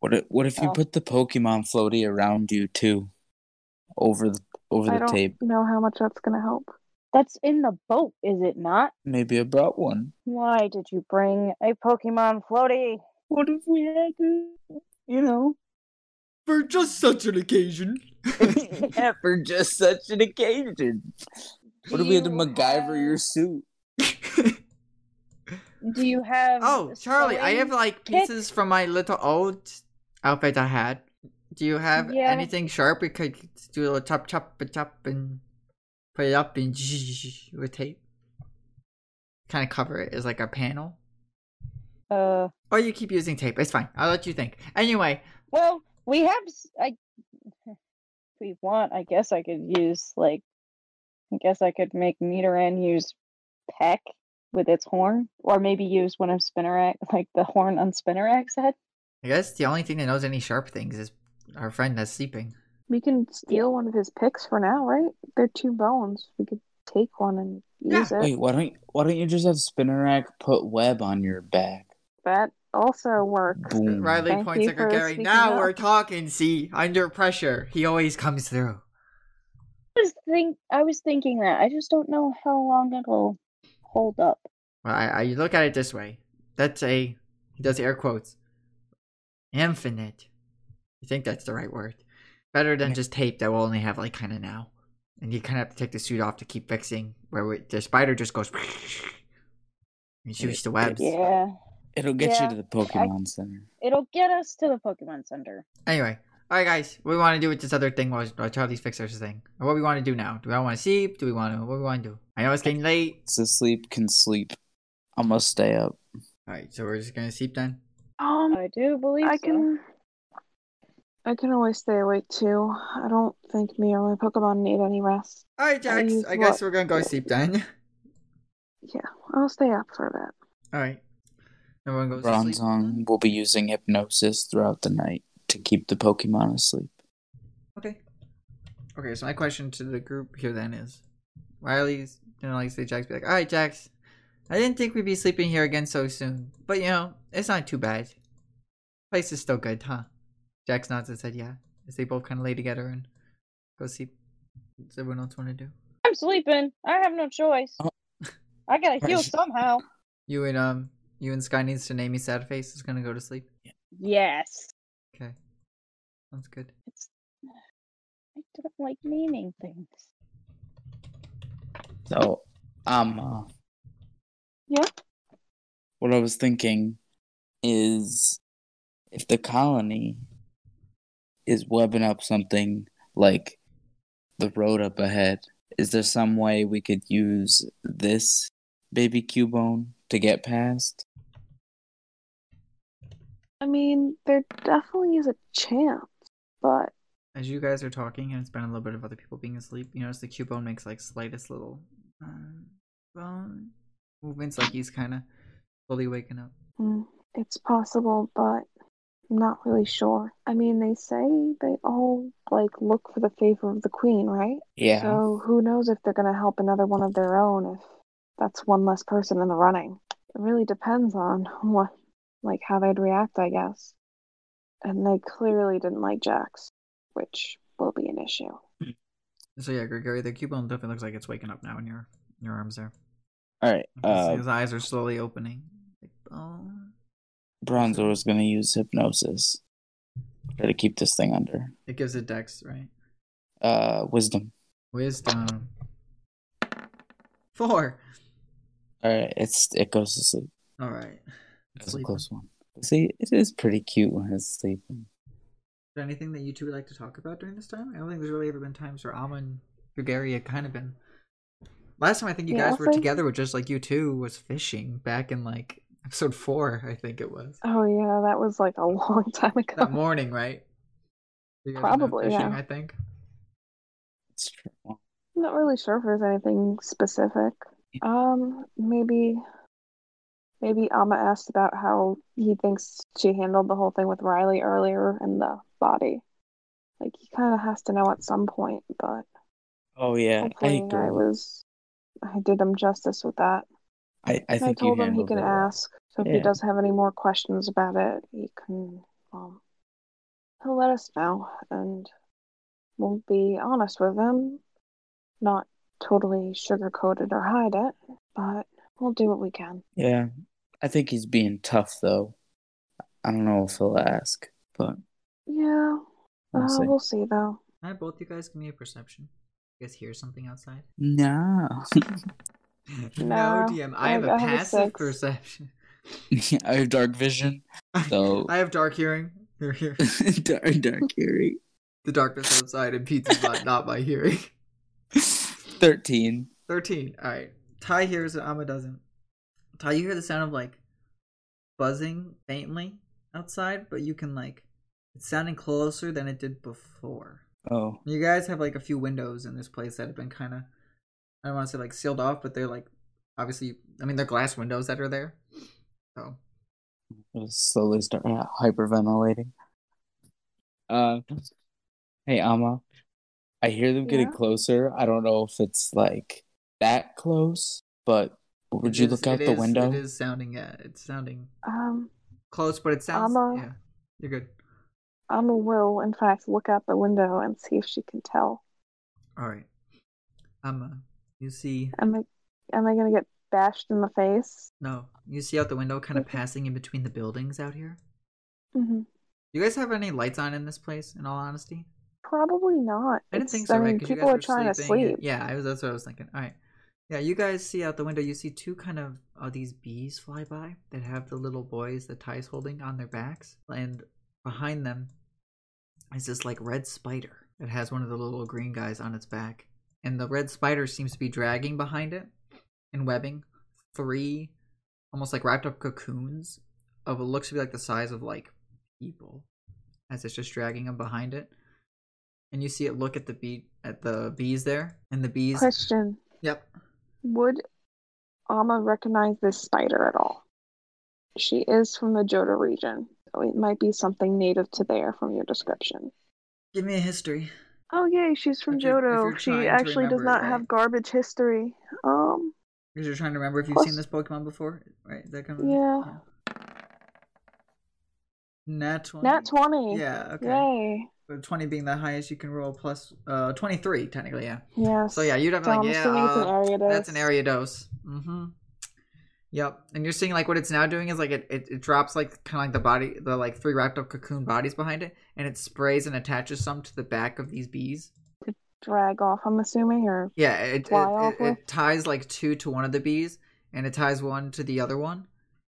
Speaker 3: What if what if you
Speaker 2: Oh.
Speaker 3: put the Pokemon floaty around you too, over the over
Speaker 4: I
Speaker 3: the
Speaker 4: don't
Speaker 3: tape?
Speaker 4: know how much that's gonna help.
Speaker 2: That's in the boat, is it not?
Speaker 3: Maybe I brought one.
Speaker 2: Why did you bring a Pokemon floaty?
Speaker 3: What if we had to, you know,
Speaker 1: For just such an occasion.
Speaker 3: yeah, for just such an occasion? What if we had to
Speaker 2: you
Speaker 3: MacGyver your
Speaker 2: have-
Speaker 3: suit?
Speaker 2: Do you have.
Speaker 1: oh, Charlie, I have
Speaker 2: sewing?
Speaker 1: like pieces from my little old outfit I had. Do you have
Speaker 2: Yeah.
Speaker 1: anything sharp? We could do a little chop, chop, but chop, and put it up and with tape. Kind of cover it as like a panel.
Speaker 2: Uh,
Speaker 1: Or you keep using tape. It's fine. I'll let you think. Anyway,
Speaker 2: well, we have. s- I. If we want, I guess I could use, like. I guess I could make Nidoran use Peck with its horn. Or maybe use one of Spinnerack, like the horn on Spinnerak's head.
Speaker 1: I guess the only thing that knows any sharp things is our friend that's sleeping.
Speaker 4: We can steal one of his picks for now, right? They're two bones. We could take one and use it.
Speaker 3: Wait, why don't why don't you just have Spinnerack put web on your back?
Speaker 4: That also works.
Speaker 3: Boom.
Speaker 1: Riley
Speaker 4: Thank
Speaker 1: points
Speaker 4: you
Speaker 1: at
Speaker 4: for
Speaker 1: Gary.
Speaker 4: speaking
Speaker 1: Now
Speaker 4: up."
Speaker 1: we're talking. See, under pressure, he always comes through.
Speaker 2: I was think I was thinking that. I just don't know how long it'll hold up.
Speaker 1: Well, I, I look at it this way. That's a he does air quotes. Infinite. I think that's the right word. Better than just tape that we'll only have like kind of now, and you kind of have to take the suit off to keep fixing. Where we, the spider just goes and shoots the webs.
Speaker 2: Yeah.
Speaker 3: It'll get
Speaker 2: Yeah,
Speaker 3: you to the Pokemon Center.
Speaker 2: It'll get us to the Pokemon Center.
Speaker 1: Anyway, all right, guys, what we want to do with this other thing was uh, Charlie's fixers thing. What we want to do now? Do we want to sleep? Do we want to? What we want to do? I know it's getting late.
Speaker 3: So sleep can sleep. I must stay up.
Speaker 1: All right, so we're just gonna sleep then.
Speaker 4: Um,
Speaker 2: Oh, I do believe
Speaker 4: I
Speaker 2: so.
Speaker 4: can. I can always stay awake too. I don't think me or my Pokemon need any rest.
Speaker 1: All right,
Speaker 4: I
Speaker 1: Jax.
Speaker 4: use
Speaker 1: I guess
Speaker 4: what?
Speaker 1: we're gonna go sleep then.
Speaker 4: Yeah, I'll stay up for a bit.
Speaker 1: All right. Everyone goes to sleep.
Speaker 3: Bronzong will be using hypnosis throughout the night to keep the Pokemon asleep.
Speaker 1: Okay. Okay, so my question to the group here then is Riley's gonna like say Jax be like, Alright Jax, I didn't think we'd be sleeping here again so soon. But you know, it's not too bad. Place is still good, huh? Jax nods and said yeah. As they both kinda lay together and go sleep. What's everyone else wanna do?
Speaker 2: I'm sleeping. I have no choice.
Speaker 3: Oh.
Speaker 2: I gotta
Speaker 3: Right,
Speaker 2: heal
Speaker 3: sh-
Speaker 2: somehow.
Speaker 1: You and um you and Sky needs to name me sad face is gonna go to sleep.
Speaker 2: Yes.
Speaker 1: Okay. Sounds good.
Speaker 2: It's, uh, I don't like naming things.
Speaker 3: So, um, uh,
Speaker 4: Yeah.
Speaker 3: what I was thinking is if the colony is webbing up something like the road up ahead, is there some way we could use this baby Cubone to get past?
Speaker 4: I mean, there definitely is a chance, but
Speaker 1: as you guys are talking and it's been a little bit of other people being asleep you notice the cubone makes like slightest little um, bone movements like he's kind of slowly waking up
Speaker 4: mm, it's possible, but I'm not really sure. I mean, they say they all like look for the favor of the queen, right?
Speaker 3: Yeah.
Speaker 4: So who knows if they're going to help another one of their own if that's one less person in the running. It really depends on what, like, how they'd react, I guess. And they clearly didn't like Jax, which will be an issue.
Speaker 1: so yeah gregory the cubone definitely looks like it's waking up now in your in your arms there
Speaker 3: All right.
Speaker 1: You can see
Speaker 3: Uh,
Speaker 1: his eyes are slowly opening. Like, oh.
Speaker 3: Bronzor is going to use hypnosis. Try to keep this thing under.
Speaker 1: It gives it dex, right?
Speaker 3: Uh, wisdom.
Speaker 1: Wisdom. Four.
Speaker 3: All right. It's it goes to sleep.
Speaker 1: All right.
Speaker 3: That's a
Speaker 1: Sleep.
Speaker 3: close one. See, it is pretty cute when it's sleeping.
Speaker 1: Is there anything that you two would like to talk about during this time? I don't think there's really ever been times where Alma and Gregaria have kind of been. Last time I think you
Speaker 4: Yeah,
Speaker 1: guys were
Speaker 4: thank-
Speaker 1: together with just like you two was fishing back in like episode four, I think it was.
Speaker 4: Oh yeah, that was like a long time ago.
Speaker 1: That morning, right? You guys went out
Speaker 4: Probably,
Speaker 1: fishing,
Speaker 4: yeah.
Speaker 1: I think.
Speaker 3: It's true.
Speaker 4: I'm not really sure if there's anything specific. Um, maybe, maybe Amma asked about how he thinks she handled the whole thing with Riley earlier and the body. Like he kind of has to know at some point, but
Speaker 3: Oh yeah, I
Speaker 4: hopefully I
Speaker 3: agree.
Speaker 4: was, I did him justice with that.
Speaker 3: I, I
Speaker 4: I
Speaker 3: think you
Speaker 4: told him he
Speaker 3: handled
Speaker 4: can
Speaker 3: it well.
Speaker 4: ask. So if he
Speaker 3: Yeah.
Speaker 4: does have any more questions about it, he can um he'll let us know and we'll be honest with him. Not totally sugarcoat it or hide it, but we'll do what we can.
Speaker 3: Yeah, I think he's being tough though. I don't know if he'll ask, but
Speaker 4: Yeah.
Speaker 3: we'll
Speaker 4: uh,
Speaker 3: see.
Speaker 4: we'll see though.
Speaker 1: Can I have both you guys give me a perception? You guys hear something outside?
Speaker 3: no,
Speaker 4: No,
Speaker 1: DM. I, have
Speaker 4: I-
Speaker 1: a
Speaker 4: I have a
Speaker 1: passive
Speaker 4: six.
Speaker 1: perception.
Speaker 3: I have dark vision, so
Speaker 1: I have dark hearing. You're here.
Speaker 3: dark, dark hearing.
Speaker 1: The darkness outside impedes not, not my hearing.
Speaker 3: Thirteen.
Speaker 1: 13. All right. Ty hears it, Amma doesn't. Ty, you hear the sound of like buzzing faintly outside, but you can like, it's sounding closer than it did before.
Speaker 3: Oh,
Speaker 1: You guys have like a few windows in this place that have been kind of, I don't want to say like sealed off, but they're like, obviously, I mean, they're glass windows that are there. So,
Speaker 3: I was slowly start uh, hyperventilating. Uh, hey Amma, I hear them getting
Speaker 4: Yeah?
Speaker 3: closer. I don't know if it's like that close, but would
Speaker 1: it
Speaker 3: you
Speaker 1: is-
Speaker 3: look out
Speaker 1: it
Speaker 3: the
Speaker 1: is-
Speaker 3: window?
Speaker 1: It is sounding, yeah, it's sounding
Speaker 4: Um
Speaker 1: close, but it sounds,
Speaker 4: Amma-
Speaker 1: yeah, you're good.
Speaker 4: Amma will in fact look out the window and see if she can tell.
Speaker 1: All right. Amma, you see
Speaker 4: Am I am I gonna get bashed in the face?
Speaker 1: No, you see out the window, kind of
Speaker 4: Okay.
Speaker 1: passing in between the buildings out here.
Speaker 4: Mm-hmm.
Speaker 1: You guys have any lights on in this place? In all honesty,
Speaker 4: Probably not.
Speaker 1: I didn't
Speaker 4: It's-
Speaker 1: think so.
Speaker 4: I
Speaker 1: right?
Speaker 4: mean,
Speaker 1: 'Cause you
Speaker 4: people
Speaker 1: guys
Speaker 4: are
Speaker 1: were
Speaker 4: trying
Speaker 1: sleeping.
Speaker 4: to sleep.
Speaker 1: Yeah, I was. That's what I was thinking. All right. Yeah, you guys see out the window. You see two kind of uh, these bees fly by that have the little boys that Ty's holding on their backs, and behind them is this like red spider that has one of the little green guys on its back, and the red spider seems to be dragging behind it and webbing three almost like wrapped up cocoons of what looks to be like the size of like people as it's just dragging them behind it and you see it look at the bee at the bees there and the bees
Speaker 4: Question.
Speaker 1: yep
Speaker 4: Would Alma recognize this spider at all? She is from the Jodo region, so it might be something native to there from your description.
Speaker 1: give me a history
Speaker 4: Oh yay, she's from
Speaker 1: If you're- if
Speaker 4: Johto.
Speaker 1: you're
Speaker 4: She
Speaker 1: trying to
Speaker 4: actually does
Speaker 1: remember it,
Speaker 4: not have
Speaker 1: right?
Speaker 4: garbage history. Um,
Speaker 1: because you're trying to remember if you've seen this pokemon before right Is that kind of
Speaker 4: Yeah.
Speaker 1: nat 20
Speaker 4: nat twenty.
Speaker 1: Um, yeah okay
Speaker 4: Yay.
Speaker 1: But 20 being the highest you can roll plus uh 23 technically yeah
Speaker 4: Yes.
Speaker 1: so yeah you'd have
Speaker 4: So
Speaker 1: like
Speaker 4: I'm
Speaker 1: yeah
Speaker 4: assuming it's
Speaker 1: uh,
Speaker 4: an area
Speaker 1: That's an
Speaker 4: dose.
Speaker 1: area dose. Mm-hmm. Yep. And you're seeing like what it's now doing is like it, it, it drops like kind of like the body the like three wrapped up cocoon bodies behind it, and it sprays and attaches some to the back of these bees.
Speaker 4: Drag off, I'm assuming, or
Speaker 1: Yeah, it it,
Speaker 4: Fly off
Speaker 1: it,
Speaker 4: with?
Speaker 1: it ties like two to one of the bees, and it ties one to the other one,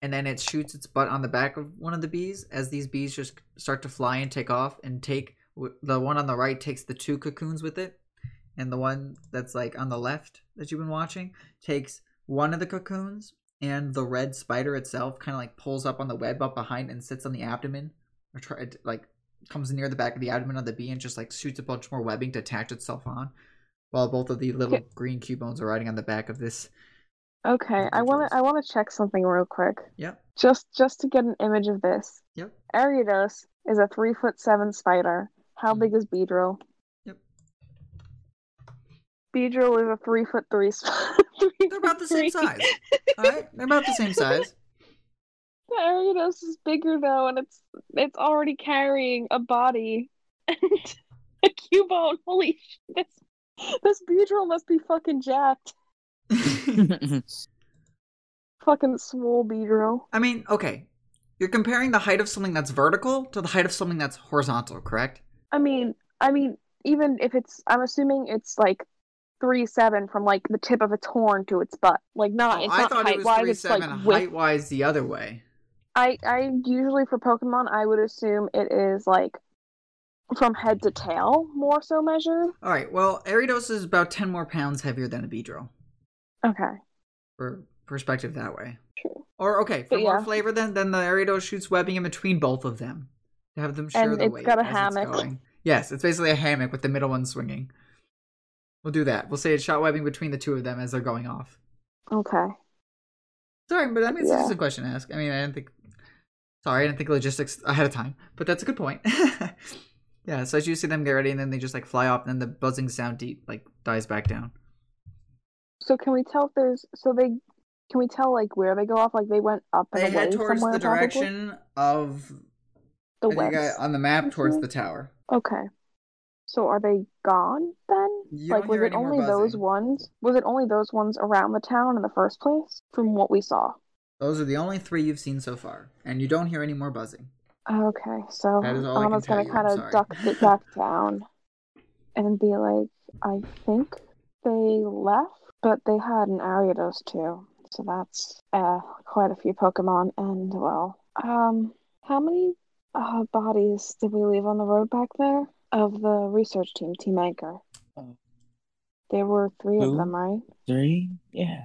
Speaker 1: and then it shoots its butt on the back of one of the bees as these bees just start to fly and take off and take the one on the right takes the two cocoons with it, and the one that's like on the left that you've been watching takes one of the cocoons and the red spider itself kind of like pulls up on the web up behind and sits on the abdomen or try it, like comes near the back of the abdomen of the bee and just like shoots a bunch more webbing to attach itself on while both of the little
Speaker 4: Okay.
Speaker 1: green cubones are riding on the back of this
Speaker 4: Okay, I wanna
Speaker 1: Individuals.
Speaker 4: I wanna check something real quick.
Speaker 1: yep
Speaker 4: Just just to get an image of this.
Speaker 1: yep
Speaker 4: Ariados is a three foot seven spider. How
Speaker 1: Mhm.
Speaker 4: big is Beedrill?
Speaker 1: Yep.
Speaker 4: Beedrill is a three foot three. sp- three
Speaker 1: they're about the same
Speaker 4: foot three.
Speaker 1: size all right they're about the same size
Speaker 4: The Ariados is bigger though, and it's it's already carrying a body and a cubone. Holy shit! This this Beedrill must be fucking jacked. Fucking swole beedrill.
Speaker 1: I mean, okay. You're comparing the height of something that's vertical to the height of something that's horizontal, correct?
Speaker 4: I mean, I mean, even if it's, I'm assuming it's like three seven from like the tip of its horn to its butt. Like not,
Speaker 1: Oh,
Speaker 4: it's
Speaker 1: I
Speaker 4: not
Speaker 1: thought
Speaker 4: height
Speaker 1: it was
Speaker 4: wise.
Speaker 1: three
Speaker 4: it's
Speaker 1: seven
Speaker 4: like width.
Speaker 1: height wise the other way.
Speaker 4: I, I usually for Pokemon, I would assume it is like from head to tail more so measured.
Speaker 1: All right. Well, Aridos is about ten more pounds heavier than a Beedrill.
Speaker 4: Okay,
Speaker 1: For perspective that way.
Speaker 4: true.
Speaker 1: Or okay, for
Speaker 4: But
Speaker 1: more
Speaker 4: yeah.
Speaker 1: flavor, then then the Aridos shoots webbing in between both of them to have them share
Speaker 4: And
Speaker 1: the
Speaker 4: it's
Speaker 1: weight.
Speaker 4: got a
Speaker 1: as
Speaker 4: hammock.
Speaker 1: going. Yes, it's basically a hammock with the middle one swinging. We'll do that. We'll say it's shot webbing between the two of them as they're going off.
Speaker 4: Okay.
Speaker 1: Sorry, but I mean, it's
Speaker 4: Yeah.
Speaker 1: just a question to ask. I mean, I didn't think. Sorry, I didn't think logistics ahead of time, but that's a good point. yeah, so as you see them get ready, and then they just like fly off, and then the buzzing sound deep like dies back down.
Speaker 4: So can we tell if there's so they can we tell like where they go off? Like they went up and
Speaker 1: They
Speaker 4: away
Speaker 1: head towards
Speaker 4: somewhere
Speaker 1: the
Speaker 4: probably?
Speaker 1: direction of
Speaker 4: The
Speaker 1: I think, uh,
Speaker 4: webs.
Speaker 1: on the map towards
Speaker 4: Mhm.
Speaker 1: the tower.
Speaker 4: Okay. So are they gone then?
Speaker 1: You
Speaker 4: like
Speaker 1: don't
Speaker 4: was
Speaker 1: hear
Speaker 4: it
Speaker 1: any more
Speaker 4: only those
Speaker 1: buzzing.
Speaker 4: ones? Was it only those ones around the town in the first place from what we saw?
Speaker 1: Those are the only three you've seen so far, and you don't hear any more buzzing.
Speaker 4: Okay, so
Speaker 1: That is all I can
Speaker 4: Anna's
Speaker 1: tell
Speaker 4: gonna
Speaker 1: you, I'm
Speaker 4: kind
Speaker 1: sorry.
Speaker 4: of duck it back down and be like, I think they left, but they had an Ariados too. So that's uh, quite a few Pokemon, and well, um, how many uh, bodies did we leave on the road back there of the research team, Team Anchor?
Speaker 3: Oh.
Speaker 4: There were three of
Speaker 3: Who?
Speaker 4: them, right?
Speaker 3: Three? Yeah.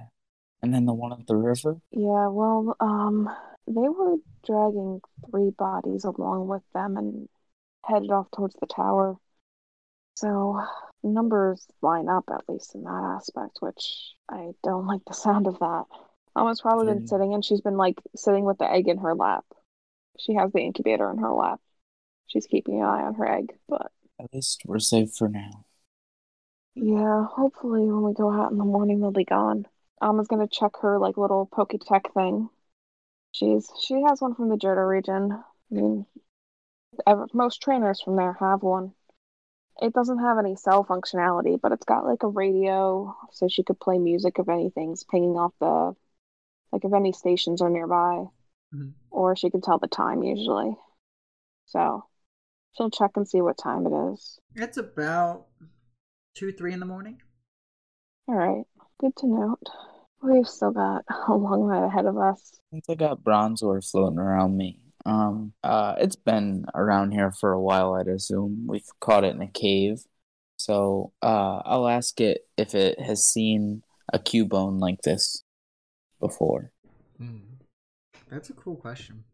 Speaker 3: And then the one at the river?
Speaker 4: Yeah, well, um, they were dragging three bodies along with them and headed off towards the tower. So numbers line up at least in that aspect, which I don't like the sound of that. Alma's probably been
Speaker 3: Very-
Speaker 4: sitting and she's been like sitting with the egg in her lap. She has the incubator in her lap. She's keeping an eye on her egg, but
Speaker 3: At least we're safe for now.
Speaker 4: yeah, hopefully when we go out in the morning they'll be gone. Alma's gonna check her like little Pokétech thing. She's she has one from the Johto region. I mean, ever, most trainers from there have one. It doesn't have any cell functionality, but it's got like a radio, so she could play music if anything's pinging off the, like if any stations are nearby, Mm-hmm.
Speaker 1: Mhm.
Speaker 4: or she can tell the time usually. So she'll check and see what time it is.
Speaker 1: It's about two, three in the morning.
Speaker 4: All right, good to note. We've still got a long night ahead of us.
Speaker 3: Since I got Bronzor floating around me, um, uh, it's been around here for a while, I'd assume. We've caught it in a cave. So uh, I'll ask it if it has seen a Cubone like this before.
Speaker 1: That's a cool question.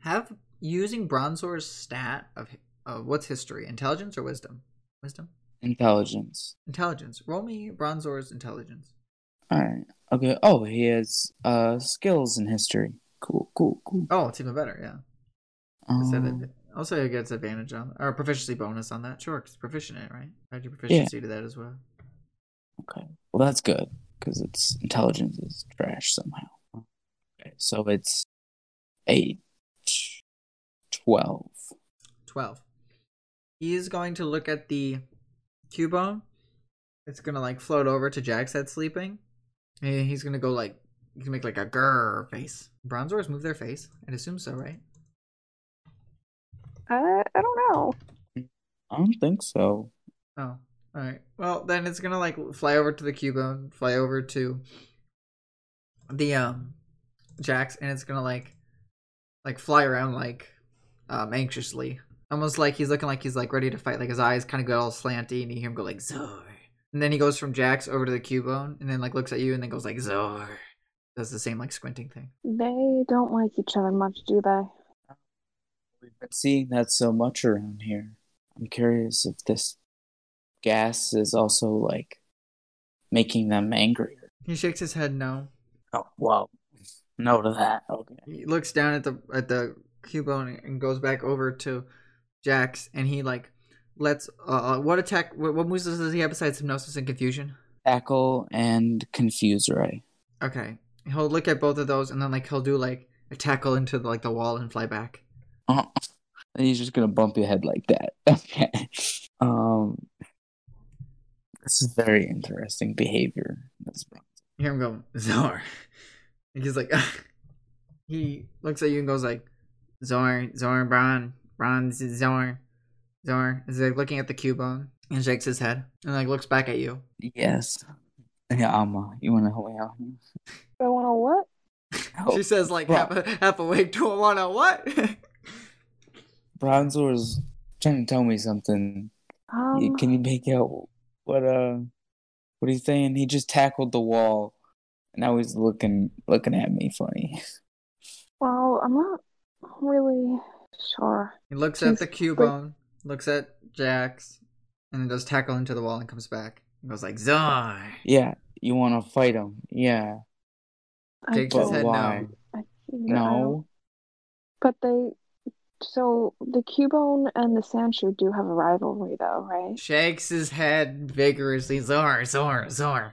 Speaker 1: Have using Bronzor's stat of uh, what's history, intelligence or wisdom? Wisdom,
Speaker 3: Intelligence.
Speaker 1: intelligence. Roll me Bronzor's intelligence.
Speaker 3: All right. Okay. Oh, he has uh, skills in history. Cool, cool, cool.
Speaker 1: Oh, it's even better. Yeah, I said
Speaker 3: Um,
Speaker 1: that. Also, it gets advantage on or proficiency bonus on that. Sure, 'cause proficient in it, right? Add your proficiency to that as well.
Speaker 3: Okay. Well, that's good because its intelligence is trash somehow. Okay, so it's eight, twelve.
Speaker 1: 12. He is going to look at the Cubone. It's going to like float over to Jack's head sleeping. And he's going to go like, he's going to make like a grrr face. Bronzors move their face. I'd assume so, right?
Speaker 4: I, I don't know.
Speaker 3: I don't think so.
Speaker 1: Oh, all right. Well, then it's gonna like fly over to the Cubone, fly over to the um Jax, and it's gonna like like fly around like um anxiously, almost like he's looking like he's like ready to fight. Like his eyes kind of go all slanty, and you hear him go like Zor, and then he goes from Jax over to the Cubone, and then like looks at you, and then goes like Zor. Does the same like squinting thing.
Speaker 4: They don't like each other much, do they?
Speaker 3: We've been seeing that so much around here. I'm curious if this gas is also like making them angrier.
Speaker 1: He shakes his head no.
Speaker 3: Oh, well, no to that. Okay.
Speaker 1: he looks down at the at the cubone and goes back over to Jax, and he like lets uh uh, what attack what, what moves does he have besides hypnosis and confusion?
Speaker 3: Tackle and confuse ray.
Speaker 1: Okay, he'll look at both of those, and then like he'll do like a tackle into like the wall and fly back.
Speaker 3: Uh, and he's just gonna bump your head like that. Okay. Um, this is very interesting behavior. That's
Speaker 1: You hear him go Zor, And he's like, he looks at you and goes like, Zorn, Zorn, Bron, Bron, Z- Zorn, Zorn. He's like looking at the Cubone and shakes his head and like looks back at you.
Speaker 3: Yes. Yeah, Alma, you want to help me out? Oh,
Speaker 4: I want to what?
Speaker 3: Help.
Speaker 4: Oh,
Speaker 1: She says like
Speaker 3: Bro.
Speaker 1: half, half awake to wanna what?
Speaker 3: Bronzor was trying to tell me something. Y-
Speaker 4: Um,
Speaker 3: Can you make out what uh what he's saying? He just tackled the wall, and now he's looking looking at me funny.
Speaker 4: well, I'm not really sure.
Speaker 1: he looks at
Speaker 4: She's
Speaker 1: the
Speaker 4: like-
Speaker 1: Cubone, looks at Jax, and then does tackle into the wall and comes back. He goes like, Zorn.
Speaker 3: Yeah, you want to fight him? Yeah,
Speaker 4: I
Speaker 1: Takes his
Speaker 3: but
Speaker 4: don't-
Speaker 1: head
Speaker 3: why?
Speaker 1: no.
Speaker 4: I- I don't-
Speaker 3: No,
Speaker 4: But they, so the Cubone and the Sanshu do have a rivalry, though, right?
Speaker 1: Shakes his head vigorously. Zorn, Zorn, Zorn.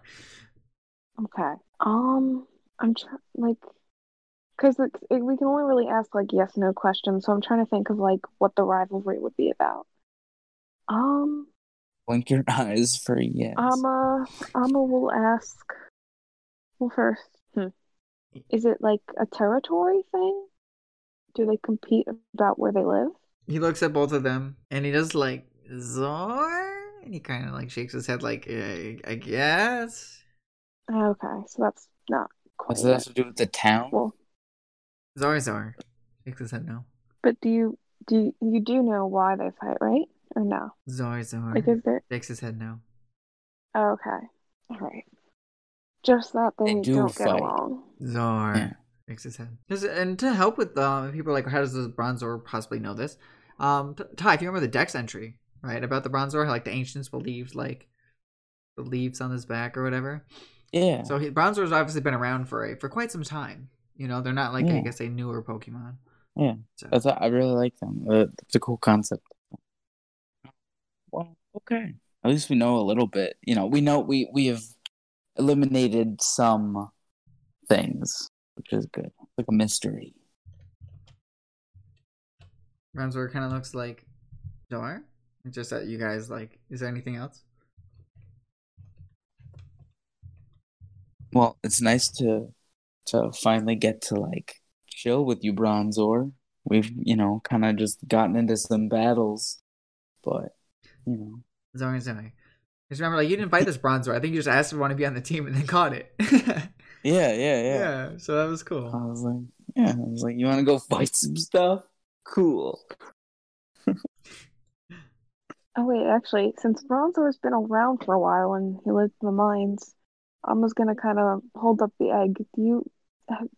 Speaker 4: Okay. Um, I'm trying like, because it, we can only really ask like yes no questions, so I'm trying to think of like what the rivalry would be about. Um,
Speaker 3: blink your eyes for yes.
Speaker 4: Ama, Ama will ask. Well, first, hmm, is it like a territory thing? Do they compete about where they live?
Speaker 1: He looks at both of them and he does like Zorn, and he kind of like shakes his head like I, I guess
Speaker 4: Oh, Okay, so that's not quite
Speaker 3: What's that have
Speaker 4: it.
Speaker 3: to do with the town?
Speaker 4: Well,
Speaker 1: Zorn, Zorn. Shakes his head no.
Speaker 4: but do you do you, you do know why they fight, right? Or no?
Speaker 1: Zorn, Zorn.
Speaker 4: Like, is there? oh,
Speaker 1: Shakes his head no.
Speaker 4: Okay, all right. Just that they,
Speaker 3: They do
Speaker 4: do not get
Speaker 3: fight.
Speaker 4: along.
Speaker 1: Zorn.
Speaker 3: Yeah.
Speaker 1: Shakes his head. Just, and to help with um, people are like, how does the Bronze Zor possibly know this? Um, t- Ty, if you remember the Dex entry, right, about the Bronze Zor, like the ancients believed like the leaves on his back or whatever.
Speaker 3: yeah,
Speaker 1: So he, Bronzor's obviously been around for a, for quite some time. You know, they're not like I
Speaker 3: Yeah.
Speaker 1: guess a newer Pokemon.
Speaker 3: Yeah.
Speaker 1: So,
Speaker 3: I thought I really like them. Uh, it's a cool concept. Well, okay. At least we know a little bit. You know, we know we we have eliminated some things, which is good. Like a mystery.
Speaker 1: Bronzor kind of looks like Jar. It's Just that you guys like. Is there anything else?
Speaker 3: Well, it's nice to to finally get to like chill with you, Bronzor. We've you know kind of just gotten into some battles, but you know,
Speaker 1: Sorry, sorry. Just remember, like you didn't fight this Bronzor. I think you just asked if you want to be on the team and then caught it. yeah.
Speaker 3: yeah, yeah, yeah.
Speaker 1: So that was
Speaker 3: I
Speaker 1: cool.
Speaker 3: was like, yeah, I was like, you want to go fight some stuff? Cool.
Speaker 4: Oh wait, actually, since Bronzor's been around for a while and he lived in the mines, I was gonna kind of hold up the egg. Do you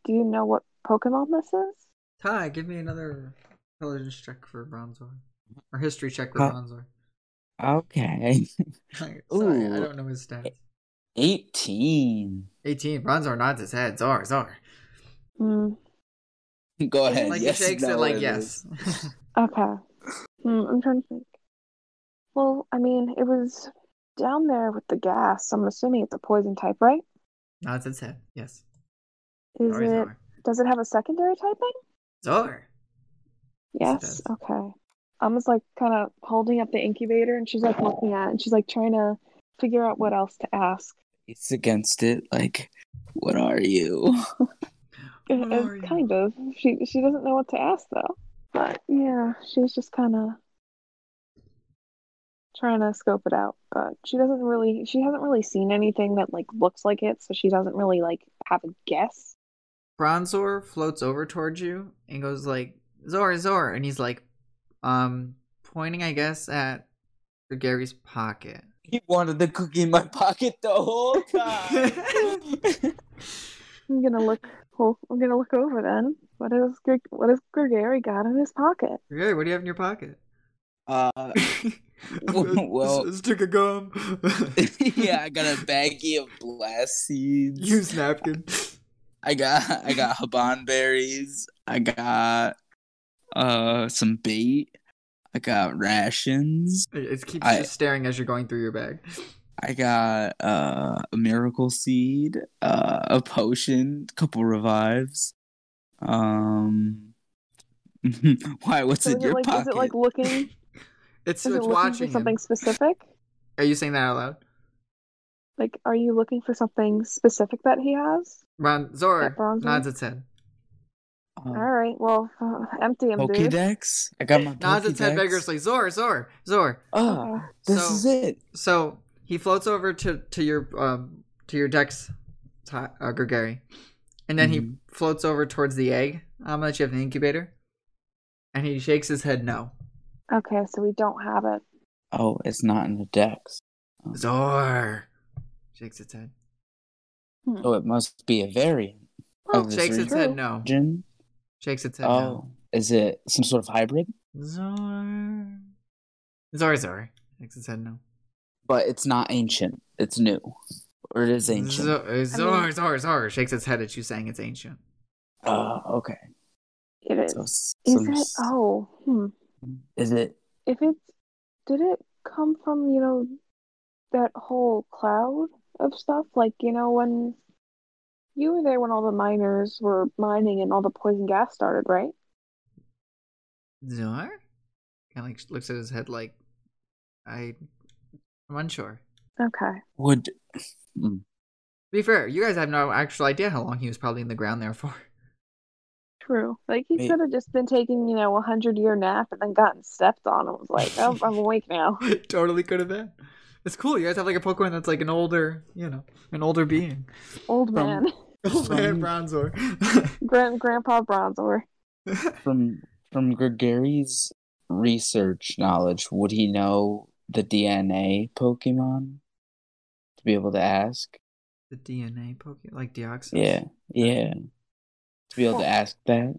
Speaker 4: do you know what Pokemon this is?
Speaker 1: Ty, give me another intelligence check for Bronzor or history check with
Speaker 3: Huh?
Speaker 1: Bronzor.
Speaker 3: Okay.
Speaker 1: sorry, I
Speaker 3: Ooh.
Speaker 1: don't know his stats.
Speaker 3: 18.
Speaker 1: Eighteen. Bronzor nods his head. Zar, Zar.
Speaker 4: Hmm.
Speaker 3: Go ahead.
Speaker 1: Like
Speaker 3: yes,
Speaker 1: he shakes
Speaker 3: no,
Speaker 1: it, like
Speaker 3: is.
Speaker 1: yes.
Speaker 4: Okay. Hmm, I'm trying to think. Well, I mean, it was down there with the gas. I'm assuming it's a poison type, right?
Speaker 1: nods its head. Yes.
Speaker 4: Is
Speaker 1: Sorry,
Speaker 4: it?
Speaker 1: Zor.
Speaker 4: Does it have a secondary typing?
Speaker 1: Zor. Yes, it
Speaker 4: Yes.
Speaker 1: does.
Speaker 4: Okay. Alma's like kind of holding up the incubator, and she's like looking at, it, and she's like trying to figure out what else to ask.
Speaker 3: It's against it. Like, what are you?
Speaker 4: Uh,
Speaker 1: What
Speaker 4: uh,
Speaker 1: are you?
Speaker 4: kind of. She she doesn't know what to ask though. But yeah, she's just kind of trying to scope it out. But she doesn't really. She hasn't really seen anything that like looks like it, so she doesn't really like have a guess.
Speaker 1: Bronzor floats over towards you and goes like, Zor, Zor. And he's like, um, pointing, I guess, at Gary's pocket.
Speaker 3: He wanted the cookie in my pocket the whole time.
Speaker 4: I'm gonna look. Well, I'm gonna look over then. What is Gre- what has Gregory got in his pocket?
Speaker 1: Gary, what do you have in your pocket?
Speaker 3: uh, well-
Speaker 1: a stick of gum.
Speaker 3: yeah, I got a baggie of blast seeds.
Speaker 1: Use napkin.
Speaker 3: I got I got haban berries. I got uh some bait. I got rations.
Speaker 1: It keeps
Speaker 3: I-
Speaker 1: just staring as you're going through your bag.
Speaker 3: I got uh, a miracle seed, uh, a potion, couple revives. Um, why? What's
Speaker 4: So
Speaker 3: in
Speaker 4: is it
Speaker 3: your
Speaker 4: like
Speaker 3: pocket?
Speaker 4: is it like looking?
Speaker 1: It's, it's
Speaker 4: is it looking
Speaker 1: watching.
Speaker 4: for
Speaker 1: him.
Speaker 4: something specific?
Speaker 1: Are you saying that out loud?
Speaker 4: Like, are you looking for something specific that he has?
Speaker 1: Ron Zor
Speaker 4: That bronze
Speaker 1: nods its head.
Speaker 3: Um,
Speaker 4: All right, well, uh, empty him, dude.
Speaker 3: Pokedex? I got my
Speaker 1: Nods its head
Speaker 3: Pokedex.
Speaker 1: vigorously. Zor, Zor, Zor.
Speaker 3: Ah,
Speaker 4: Okay.
Speaker 3: this
Speaker 1: So-
Speaker 3: is it.
Speaker 1: So he floats over to to your um to your dex, Ti- uh, Gregary, and then he
Speaker 3: Mhm.
Speaker 1: floats over towards the egg um, that you have in the incubator, and he shakes his head no.
Speaker 4: Okay, so we don't have it.
Speaker 3: Oh, it's not in the Dex.
Speaker 1: Zor shakes its head.
Speaker 3: Oh, it must be a variant of this
Speaker 1: Shakes its head
Speaker 4: true.
Speaker 1: no.
Speaker 3: region.
Speaker 1: Shakes its head no.
Speaker 3: Oh, is it some sort of hybrid?
Speaker 1: Zor. Zor, Zor. Shakes its head no.
Speaker 3: But it's not ancient. It's new, or it is ancient.
Speaker 1: Zor, Zor, Zor, Zor. Shakes its head at you saying it's ancient.
Speaker 3: Ah, okay.
Speaker 4: It is.
Speaker 3: So s-
Speaker 4: is
Speaker 3: some
Speaker 4: it?
Speaker 3: s-
Speaker 4: Oh, hmm.
Speaker 3: Is it?
Speaker 4: If it's, did it come from you know that whole cloud of stuff? Like you know when you were there when all the miners were mining and all the poison gas started, right?
Speaker 1: Zor? Kind of like looks at his head like, I, I'm unsure.
Speaker 4: Okay.
Speaker 3: Would
Speaker 1: To be fair, you guys have no actual idea how long he was probably in the ground there for.
Speaker 4: True. Like he
Speaker 3: May-
Speaker 4: could have just been taking, you know, a hundred year nap and then gotten stepped on and was like, "Oh, I'm awake now."
Speaker 1: totally could have been. It's cool. You guys have like a Pokemon that's like an older, you know, an older being.
Speaker 4: Old
Speaker 3: From-
Speaker 4: man,
Speaker 1: Old man
Speaker 3: From-
Speaker 1: Bronzor.
Speaker 4: Grand Grandpa Bronzor.
Speaker 3: from from Gregary's research knowledge, would he know the DNA Pokemon to be able to ask?
Speaker 1: the DNA Pokemon, like Deoxys.
Speaker 3: Yeah, yeah. To be able to ask that.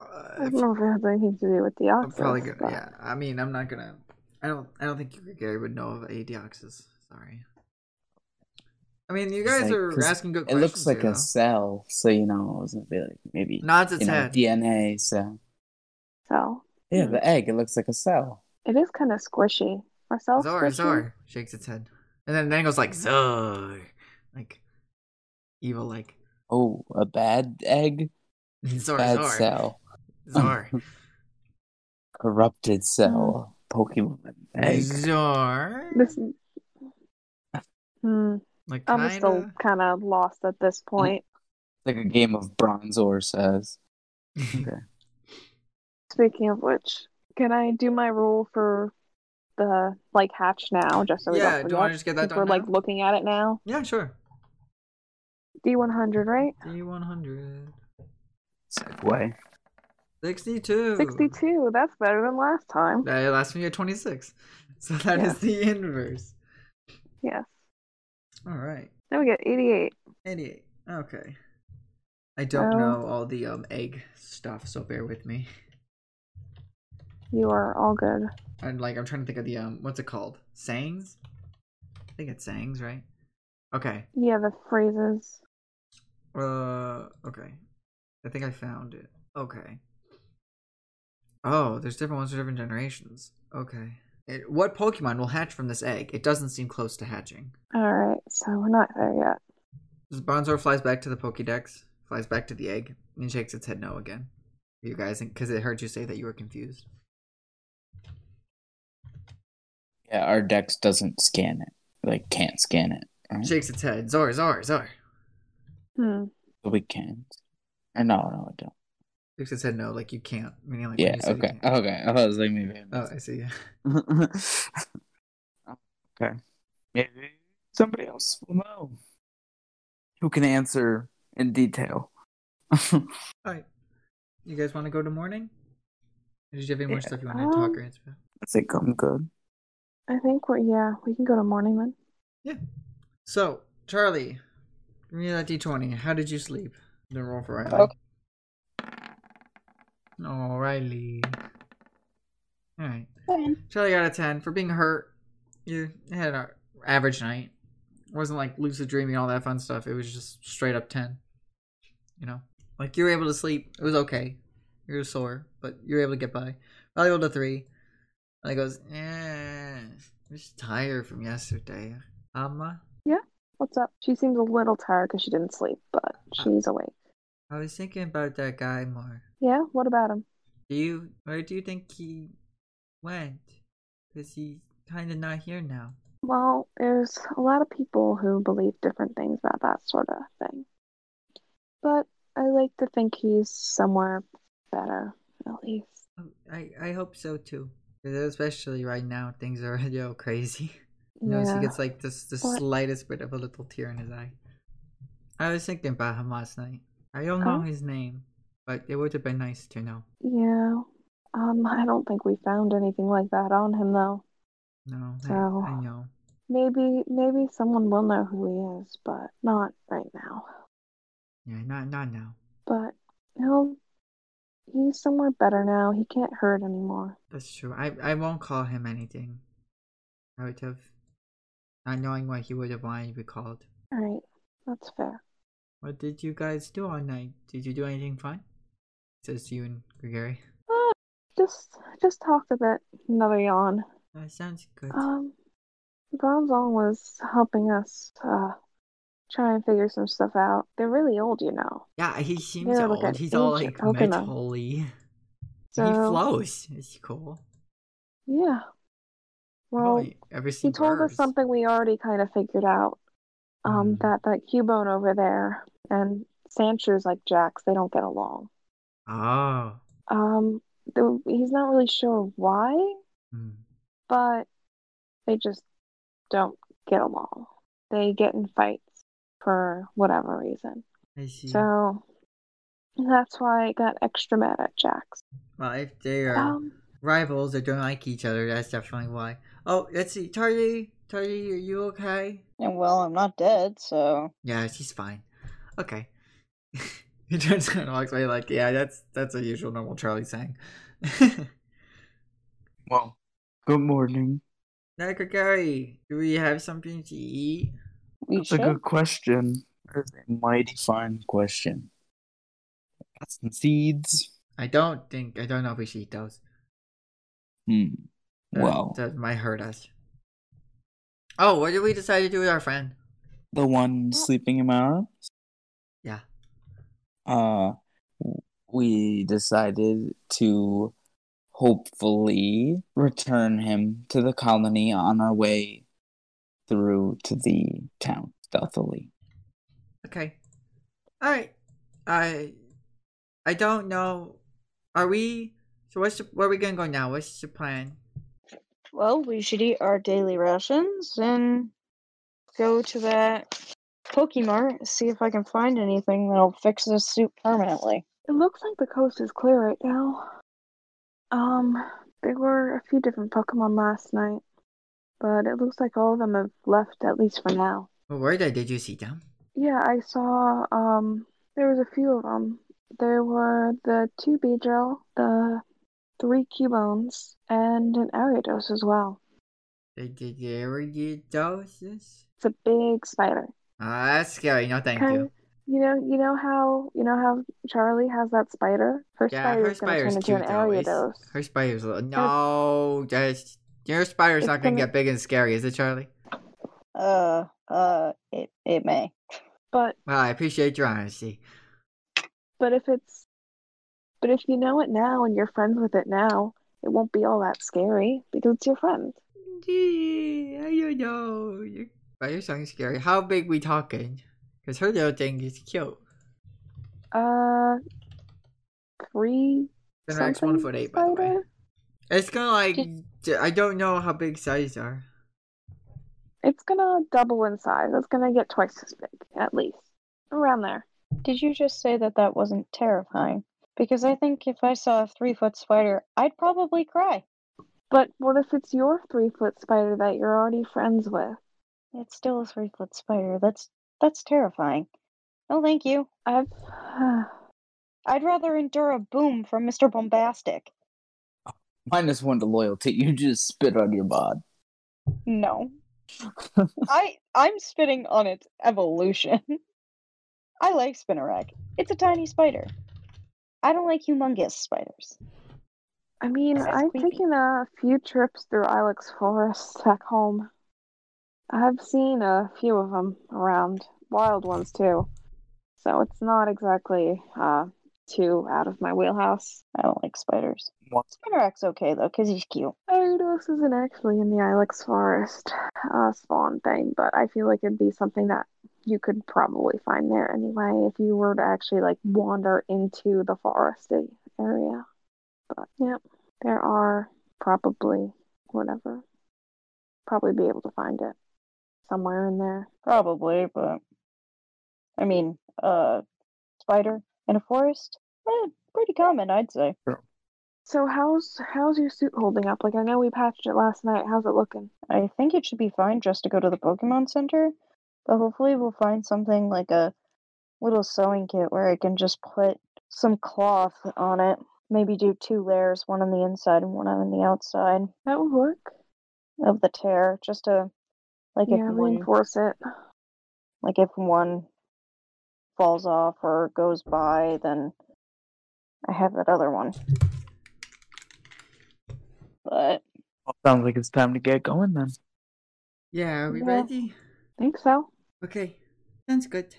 Speaker 4: I
Speaker 1: Uh,
Speaker 4: don't know if it has anything to do with the
Speaker 1: I'm
Speaker 4: oxus.
Speaker 1: probably gonna.
Speaker 4: but-
Speaker 1: Yeah, I mean, I'm not gonna. I don't. I don't think Gary would know of a Deoxys. Sorry. I mean, you
Speaker 3: It's
Speaker 1: guys
Speaker 3: like-
Speaker 1: are
Speaker 3: 'cause
Speaker 1: asking good
Speaker 3: It
Speaker 1: questions.
Speaker 3: looks like
Speaker 1: here,
Speaker 3: a
Speaker 1: though.
Speaker 3: cell, so you know, I was gonna be like maybe
Speaker 1: nods its
Speaker 3: you know
Speaker 1: head.
Speaker 3: DNA cell.
Speaker 4: So
Speaker 3: Yeah,
Speaker 4: Hmm.
Speaker 3: the egg. It looks like a cell.
Speaker 4: it is kind of squishy. Ourselves
Speaker 1: Zor,
Speaker 4: squishy.
Speaker 1: Zor shakes its head, and then then it goes like Zor, like evil, like
Speaker 3: Oh, a bad egg,
Speaker 1: Zor,
Speaker 3: bad
Speaker 1: Zor,
Speaker 3: cell,
Speaker 1: Zor,
Speaker 3: corrupted cell, Pokemon Hmm. egg.
Speaker 1: Zor.
Speaker 4: This. Hmm.
Speaker 1: Like
Speaker 4: I'm still
Speaker 1: kinda.
Speaker 4: kind of lost at this point.
Speaker 3: Like a game of Bronzor says. Hmm.
Speaker 4: Speaking of which, can I do my rule for the like hatch now, just so we
Speaker 1: Yeah,
Speaker 4: don't
Speaker 1: do you
Speaker 4: forget?
Speaker 1: wanna just get that
Speaker 4: since we're
Speaker 1: done
Speaker 4: like
Speaker 1: now?
Speaker 4: looking at it now.
Speaker 1: yeah, sure.
Speaker 4: D100, right?
Speaker 1: D one hundred
Speaker 3: Segway.
Speaker 1: sixty two.
Speaker 4: 62. That's better than last time.
Speaker 1: That last one you had twenty six, so that is
Speaker 4: Yeah.
Speaker 1: the inverse.
Speaker 4: Yes.
Speaker 1: All right,
Speaker 4: Now we get 88.
Speaker 1: eighty eight. Okay. I don't
Speaker 4: Well-
Speaker 1: know all the um egg stuff, so bear with me.
Speaker 4: You are all good.
Speaker 1: I'm like I'm trying to think of the um what's it called? Sayings? I think it's sayings, right? Okay.
Speaker 4: Yeah, the phrases.
Speaker 1: Uh okay. I think I found it. Okay. Oh, there's different ones for different generations. Okay. It, what Pokemon will hatch from this egg? It doesn't seem close to hatching.
Speaker 4: All right, so we're not there yet.
Speaker 1: As Bonzor flies back to the Pokédex, flies back to the egg, and shakes its head no again. You guys, because it heard you say that you were confused.
Speaker 3: Yeah, our Dex doesn't scan it. Like can't scan it. Right?
Speaker 1: Shakes its head. Zor, Zor, Zor.
Speaker 4: Hmm.
Speaker 3: But we can. Or no, no, we don't.
Speaker 1: Shakes its head no, like you can't. Meaning like when
Speaker 3: yeah,
Speaker 1: you say you
Speaker 3: okay,
Speaker 1: can't.
Speaker 3: okay. I was like maybe. I
Speaker 1: Oh, I see. Yeah.
Speaker 3: okay. Maybe somebody else will know. Who can answer in detail?
Speaker 1: All right. You guys want to go to morning? Or Did you have any more
Speaker 3: Yeah.
Speaker 1: stuff you want to talk or
Speaker 4: Um,
Speaker 1: answer? about?
Speaker 3: I think I'm good.
Speaker 4: I think we're, yeah, we can go to morning then.
Speaker 1: So, Charlie, give me that d20. How did you sleep? Then roll for Riley.
Speaker 2: Okay.
Speaker 1: No, Riley. All right.
Speaker 2: Fine.
Speaker 1: Charlie got a 10 for being hurt. You had an average night. It wasn't like lucid dreaming, all that fun stuff. It was just straight up 10. You know? Like, you were able to sleep. It was okay. You were sore, but you were able to get by. Riley rolled a 3. Riley goes, eh, I'm just tired from yesterday. Amma?
Speaker 4: What's up? She seems a little tired because she didn't sleep, but
Speaker 1: Uh.
Speaker 4: she's awake.
Speaker 1: I was thinking about that guy more.
Speaker 4: Yeah, what about him?
Speaker 1: Do you where do you think he went? Cause he's kind of not here now.
Speaker 4: Well, there's a lot of people who believe different things about that sort of thing. But I like to think he's somewhere better, at least.
Speaker 1: Oh, I I hope so too. 'Cause Especially right now, things are you know, crazy. You notice he gets like this the
Speaker 4: What?
Speaker 1: slightest bit of a little tear in his eye. I was thinking about him last night. I don't know
Speaker 4: Oh.
Speaker 1: his name, but it would have been nice to know.
Speaker 4: Yeah. Um, I don't think we found anything like that on him though.
Speaker 1: No, I,
Speaker 4: So-
Speaker 1: I know.
Speaker 4: Maybe maybe someone will know who he is, but not right now.
Speaker 1: Yeah, not not now.
Speaker 4: But he'll he's somewhere better now. He can't hurt anymore.
Speaker 1: That's true. I I won't call him anything. I would have, not knowing what he would have wanted to be called.
Speaker 4: All right. That's fair.
Speaker 1: What did you guys do all night? Did you do anything fun? Says to you and Gregory.
Speaker 4: Ah, just just talked a bit. Another yawn.
Speaker 1: That sounds good.
Speaker 4: Um, Bronzong was helping us uh, try and figure some stuff out. They're really old, you know.
Speaker 1: yeah, he seems
Speaker 4: yeah, look
Speaker 1: old.
Speaker 4: at
Speaker 1: He's all like
Speaker 4: ancient Pokemon.
Speaker 1: metally.
Speaker 4: So
Speaker 1: he flows. It's cool.
Speaker 4: yeah. Well,
Speaker 1: Really, ever
Speaker 4: he
Speaker 1: seen
Speaker 4: told us
Speaker 1: birds.
Speaker 4: something we already kind of figured out. Um,
Speaker 1: Mhm.
Speaker 4: that that Cubone over there and Sanchu's like Jax. They don't get along.
Speaker 1: Oh.
Speaker 4: Um, the, he's not really sure why,
Speaker 1: Hmm.
Speaker 4: but they just don't get along. They get in fights for whatever reason.
Speaker 1: I see.
Speaker 4: So that's why I got extra mad at Jax.
Speaker 1: well, if they are
Speaker 4: Um,
Speaker 1: rivals that don't like each other, that's definitely why. Oh, let's see. Tardy, Tardy, are you okay?
Speaker 2: And well, I'm not dead, so
Speaker 1: Yeah, she's fine. Okay. he turns around and walks away like, yeah, that's that's a usual normal Charlie saying.
Speaker 3: Well,
Speaker 7: Good morning.
Speaker 1: now, Gregory, do we have something to eat?
Speaker 2: we
Speaker 7: That's a
Speaker 2: should.
Speaker 7: good question.
Speaker 3: that's a mighty fine question. Got some seeds.
Speaker 1: I don't think I don't know if we should eat those.
Speaker 3: Hmm.
Speaker 1: That-
Speaker 3: Well,
Speaker 1: that might hurt us. Oh, what did we decide to do with our friend?
Speaker 3: the one sleeping in my arms.
Speaker 1: Yeah.
Speaker 3: Uh, we decided to hopefully return him to the colony on our way through to the town stealthily.
Speaker 1: Okay. All right. I I don't know. Are we? So what's the, where are we gonna go now? What's the plan?
Speaker 2: Well, we should eat our daily rations and go to that Pokemart, see if I can find anything that'll fix this soup permanently.
Speaker 4: it looks like the coast is clear right now. Um, there were a few different Pokemon last night, but it looks like all of them have left at least for now.
Speaker 1: Well, where did did you see them?
Speaker 4: Yeah, I saw. Um, there was a few of them. There were the two Beedrill, the three Cubones, and an Ariados as well.
Speaker 1: They did they ever get doses?
Speaker 4: It's a big spider.
Speaker 1: Ah, that's scary. No, thank
Speaker 4: Kind
Speaker 1: you.
Speaker 4: of- You know, you know how you know how Charlie has that spider. Her
Speaker 1: Yeah,
Speaker 4: spider
Speaker 1: her
Speaker 4: is gonna turn
Speaker 1: spider's
Speaker 4: into
Speaker 1: cute
Speaker 4: an
Speaker 1: though. It's-
Speaker 4: Ariados.
Speaker 1: Her spider's little. No, that's your spider's
Speaker 4: It's
Speaker 1: not gonna
Speaker 4: gonna-
Speaker 1: get big and scary, is it, Charlie?
Speaker 2: Uh, uh, it it may.
Speaker 4: But
Speaker 1: Well, I appreciate your honesty.
Speaker 4: but if it's but if you know it now and you're friends with it now, it won't be all that scary because it's your friend.
Speaker 1: Gee, I don't know. Your spider's sounding scary. How big we talking? Because her little thing is cute.
Speaker 4: Uh, three.
Speaker 1: The next one
Speaker 4: something
Speaker 1: foot eight, by the way.
Speaker 4: spider?
Speaker 1: It's gonna like
Speaker 2: Did-
Speaker 1: d- I don't know how big size are.
Speaker 4: It's gonna double in size. It's gonna get twice as big, at least around there.
Speaker 2: Did you just say that that wasn't terrifying? Because I think if I saw a three foot spider, I'd probably cry.
Speaker 4: But what if it's your three foot spider that you're already friends with?
Speaker 2: It's still a three foot spider. That's that's terrifying. No, thank you.
Speaker 4: I've.
Speaker 2: I'd rather endure a boom from Mr. Bombastic.
Speaker 3: Minus one to loyalty. You just spit on your bod.
Speaker 2: No. I I'm spitting on its evolution. I like Spinnerack. It's a tiny spider. I don't like humongous spiders.
Speaker 4: I mean,
Speaker 2: That's
Speaker 4: I've
Speaker 2: creepy.
Speaker 4: taken a few trips through Ilex Forest back home. I've seen a few of them around, wild ones too. So it's not exactly uh, too out of my wheelhouse.
Speaker 2: I don't like spiders.
Speaker 3: What?
Speaker 2: Spinnerack's okay though, cause he's cute.
Speaker 4: Aridos This isn't actually in the Ilex Forest uh, spawn thing, but I feel like it'd be something that you could probably find there anyway if you were to actually like wander into the foresty area. But yeah, there are probably whatever. Probably be able to find it somewhere in there.
Speaker 2: Probably, but I mean, uh, spider in a forest, eh, pretty common, I'd say.
Speaker 4: So how's how's your suit holding up? Like I know we patched it last night. How's it looking?
Speaker 2: I think it should be fine just to go to the Pokemon Center, but hopefully we'll find something like a little sewing kit where I can just put some cloth on it. Maybe do two layers, one on the inside and one on the outside
Speaker 4: That would work.
Speaker 2: of the tear, just to like
Speaker 4: Yeah,
Speaker 2: if one
Speaker 4: reinforce it.
Speaker 2: like if one falls off or goes by, then I have that other one. But
Speaker 3: Sounds like it's time to get going then.
Speaker 1: Yeah, are we
Speaker 4: Yeah.
Speaker 1: ready?
Speaker 4: Think so.
Speaker 1: Okay, sounds good.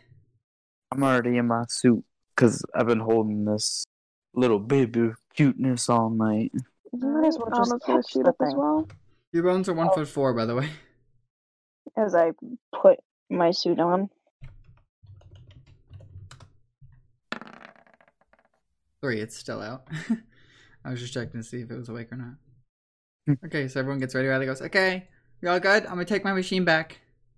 Speaker 3: I'm already in my suit because I've been holding this little baby cuteness all night.
Speaker 2: You might as well
Speaker 4: Alright,
Speaker 2: just
Speaker 4: Anna's gonna
Speaker 2: catch
Speaker 4: shoot
Speaker 2: the
Speaker 4: up as
Speaker 2: thing.
Speaker 4: well.
Speaker 1: Your bones are one
Speaker 4: Oh.
Speaker 1: foot four, by the way.
Speaker 2: as I put my suit on,
Speaker 1: Three, it's still out. I was just checking to see if it was awake or not.
Speaker 3: Hmm.
Speaker 1: okay, so everyone gets ready. Riley goes, "Okay, we all good? I'm gonna take my machine back."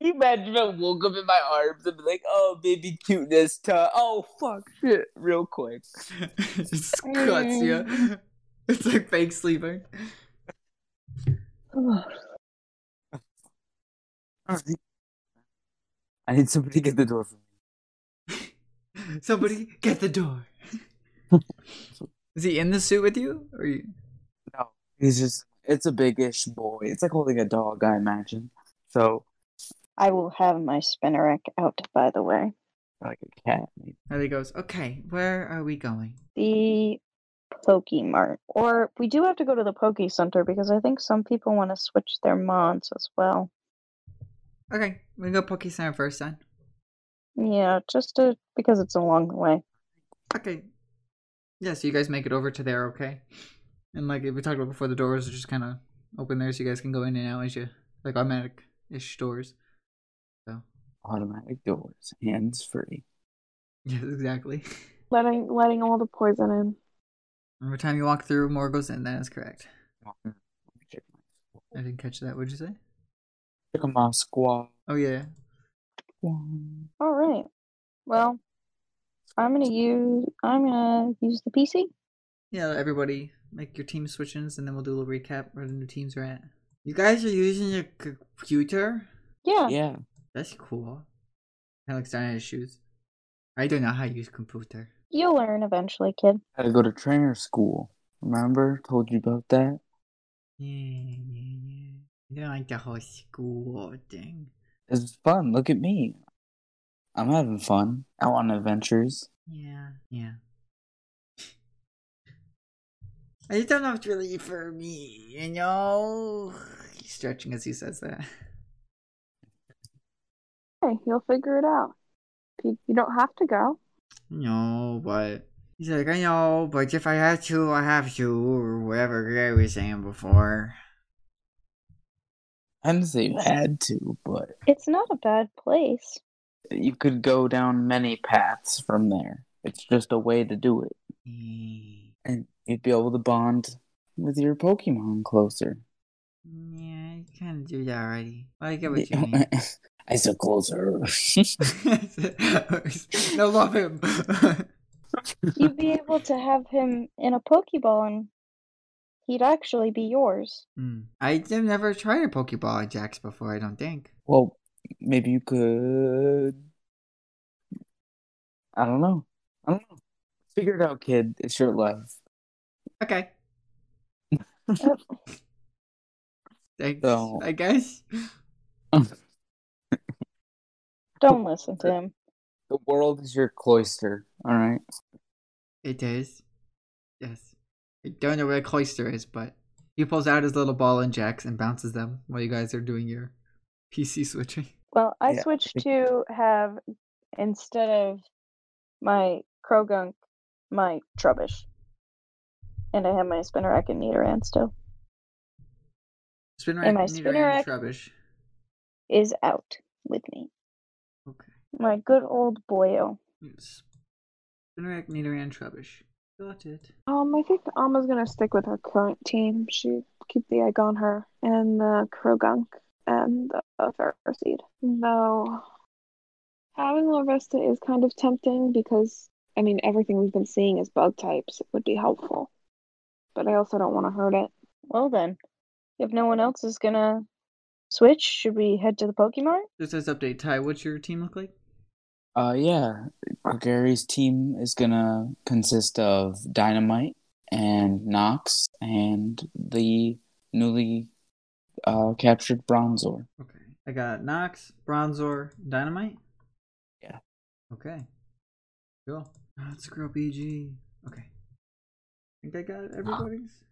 Speaker 10: You imagine if I woke up in my arms and be like, oh, baby cuteness, to oh, fuck, shit, real quick.
Speaker 1: It just cuts you. It's like fake sleeping.
Speaker 3: All right. I need somebody to get the door for me.
Speaker 1: Somebody get the door. Is he in the suit with you? Or you?
Speaker 3: No, he's just, it's a big-ish boy. It's like holding a dog, I imagine. So,
Speaker 2: I will have my spinnerack out, by the way.
Speaker 3: like a cat, maybe.
Speaker 1: Riley goes, "Okay, where are we going?"
Speaker 2: The Pokemart. Or we do have to go to the Poke Center because I think some people want to switch their mods as well.
Speaker 1: Okay, we go Poke Center first then.
Speaker 2: Yeah, just to, because it's along the way.
Speaker 1: Okay. Yeah, so you guys make it over to there, okay? And like we talked about before, the doors are just kind of open there, so you guys can go in and out as you like automatic ish doors.
Speaker 3: Automatic doors, hands-free.
Speaker 1: Yes, exactly.
Speaker 4: Letting letting all the poison in.
Speaker 1: Every time you walk through, more goes in. That is correct.
Speaker 3: Let me check my-
Speaker 1: I didn't catch that. What'd you say?
Speaker 3: Check on my squad.
Speaker 1: Oh yeah.
Speaker 2: All right. Well, I'm gonna use I'm gonna use the PC.
Speaker 1: Yeah, everybody make your team switch-ins, and then we'll do a little recap where the new teams are at. You guys are using your computer.
Speaker 2: Yeah.
Speaker 3: Yeah.
Speaker 1: That's cool. Alex down in his shoes. I don't know how to use computer.
Speaker 2: You'll learn eventually, kid.
Speaker 3: had to go to trainer school. Remember? Told you about that.
Speaker 1: Yeah, yeah, yeah. I don't Mm-hmm. like the whole school thing.
Speaker 3: It's fun. Look at me. I'm having fun. Out on adventures.
Speaker 1: Yeah, yeah. I just don't know if it's really for me, you know? He's stretching as he says that.
Speaker 4: Hey, you'll figure it out. You, you don't have to go.
Speaker 1: No, but. He's like, I know, but if I have to, I have to, or whatever Gary was saying before.
Speaker 3: I didn't say you had to, but
Speaker 2: It's not a bad place.
Speaker 3: you could go down many paths from there. It's just a way to do it.
Speaker 1: Yeah,
Speaker 3: And you'd be able to bond with your Pokemon closer.
Speaker 1: I kind of do that already. But I get what you mean.
Speaker 3: I said closer.
Speaker 1: no, love him.
Speaker 2: You'd be able to have him in a Pokeball and he'd actually be yours.
Speaker 1: Hmm. I've never tried a Pokeball at Jax before, I don't think.
Speaker 3: well, maybe you could. I don't know. I don't know. Figure it out, kid. It's your life.
Speaker 1: Okay. Thanks,
Speaker 3: So-
Speaker 1: I guess.
Speaker 2: Don't listen to him.
Speaker 3: The world is your cloister, all right?
Speaker 1: It is. Yes. I don't know where Cloister is, but he pulls out his little ball and jacks and bounces them while you guys are doing your PC switching.
Speaker 2: Well, I
Speaker 3: Yeah, I
Speaker 2: switched
Speaker 3: think-
Speaker 2: to have instead of my Krogunk, my Trubbish. And I have my Spinnerack and Nidoran still.
Speaker 1: Spin rack,
Speaker 2: my
Speaker 1: Nidoran,
Speaker 2: Spinnerack-
Speaker 1: Trubbish.
Speaker 2: is out with me.
Speaker 1: Okay.
Speaker 2: My good old boyo.
Speaker 1: Yes. Spinnerack, Nidoran, Trubbish. Got it.
Speaker 4: Um, I think Alma's gonna stick with her current team. She keep the egg on her and the Krogunk and the uh, Pharaohseed. Though having Larvesta is kind of tempting because I mean everything we've been seeing is bug types. It would be helpful, but I also don't want to hurt it.
Speaker 2: Well then, if no one else is gonna switch, should we head to the Pokemon?
Speaker 1: Just as update, Ty, what's your team look like?
Speaker 3: Uh, yeah, Gregary's team is gonna consist of Dynamite and Nox and the newly uh, captured Bronzor.
Speaker 1: Okay. I got Nox, Bronzor, Dynamite.
Speaker 3: Yeah.
Speaker 1: Okay. Cool. Ah, Let's grow BG. Okay. think I got everybody's.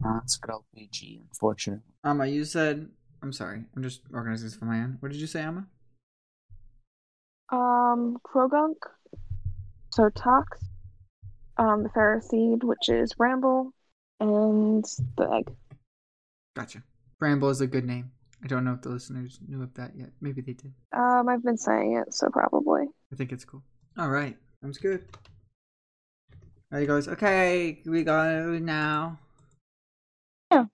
Speaker 3: Nox got LPG, unfortunately.
Speaker 1: Amma, you said. I'm sorry. I'm just organizing this for my end. What did you say, Amma?
Speaker 4: Um, Krogunk, Sertox, um, the Pharaohseed, which is Ramble, and the egg.
Speaker 1: Gotcha. Bramble is a good name. I don't know if the listeners knew of that yet. Maybe they did.
Speaker 4: Um, I've been saying it, so probably.
Speaker 1: I think it's cool. All right, sounds good. There he goes. Okay, we go now.
Speaker 2: Yeah.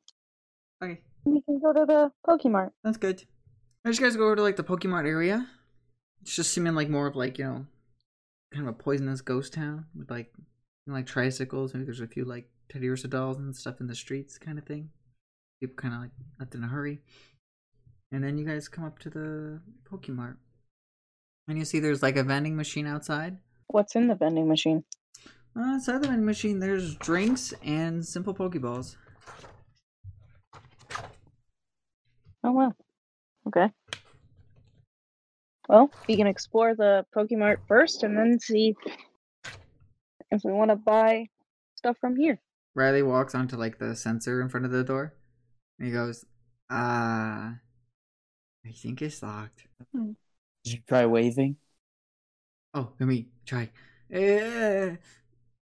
Speaker 1: Okay,
Speaker 2: We can go to the Pokemon.
Speaker 1: that's good. I just guys go over to like the Pokemon area. It's just seeming like more of like you know, kind of a poisonous ghost town with like you know, like tricycles. Maybe there's a few like Teddy Ursa dolls and stuff in the streets, kind of thing. People kind of like left in a hurry. And then you guys come up to the Pokemart, and you see there's like a vending machine outside.
Speaker 2: What's in the vending machine?
Speaker 1: Uh, inside the vending machine, there's drinks and simple Pokeballs.
Speaker 2: Oh wow. Okay. Well, we can explore the Pokemon first and then see if we want to buy stuff from here.
Speaker 1: Riley walks onto like the sensor in front of the door, and he goes, "Ah, I think it's locked."
Speaker 3: Did you try waving?
Speaker 1: Oh, let me try. Eh,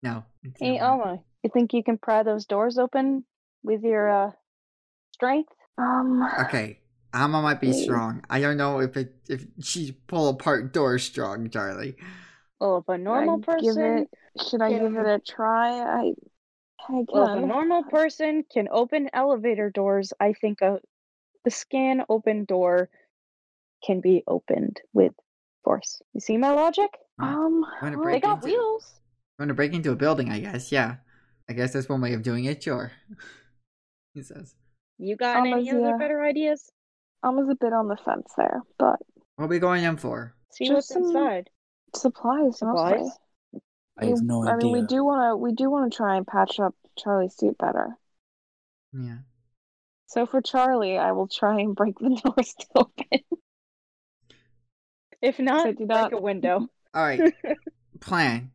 Speaker 1: no. it's
Speaker 2: Hey,
Speaker 1: not working.
Speaker 2: Alma, you think you can pry those doors open with your uh, strength?
Speaker 4: Um,
Speaker 1: Okay, Alma might be strong. I don't know if it if she pull apart doors strong, Charlie.
Speaker 2: Well, if a normal
Speaker 4: I give
Speaker 2: person,
Speaker 4: it- should I
Speaker 2: can-
Speaker 4: give it a try? I, I
Speaker 2: well, if a
Speaker 4: can.
Speaker 2: normal person can open elevator doors, I think a, a scan open door can be opened with force. You see my logic?
Speaker 4: Um,
Speaker 1: Wanna
Speaker 4: well,
Speaker 2: They
Speaker 1: break
Speaker 2: got
Speaker 1: into it.
Speaker 2: wheels.
Speaker 1: Trying to break into a building, I guess. Yeah, I guess that's one way of doing it. Sure, he says.
Speaker 2: You got any
Speaker 4: Almost,
Speaker 2: other
Speaker 4: yeah.
Speaker 2: better ideas?
Speaker 4: I'm a bit on the fence there, but
Speaker 1: What are we going in for?
Speaker 2: See
Speaker 4: Just
Speaker 2: what's
Speaker 4: some
Speaker 2: inside.
Speaker 4: supplies, mostly.
Speaker 2: Supplies?
Speaker 3: I have
Speaker 4: We-
Speaker 3: no
Speaker 4: I
Speaker 3: idea.
Speaker 4: mean, we do want to we do want to try and patch up Charlie's suit better.
Speaker 1: Yeah.
Speaker 4: So for Charlie, I will try and break the doors to open.
Speaker 2: If not,
Speaker 4: So do
Speaker 2: break
Speaker 4: not-
Speaker 2: a window.
Speaker 1: All right. Plan.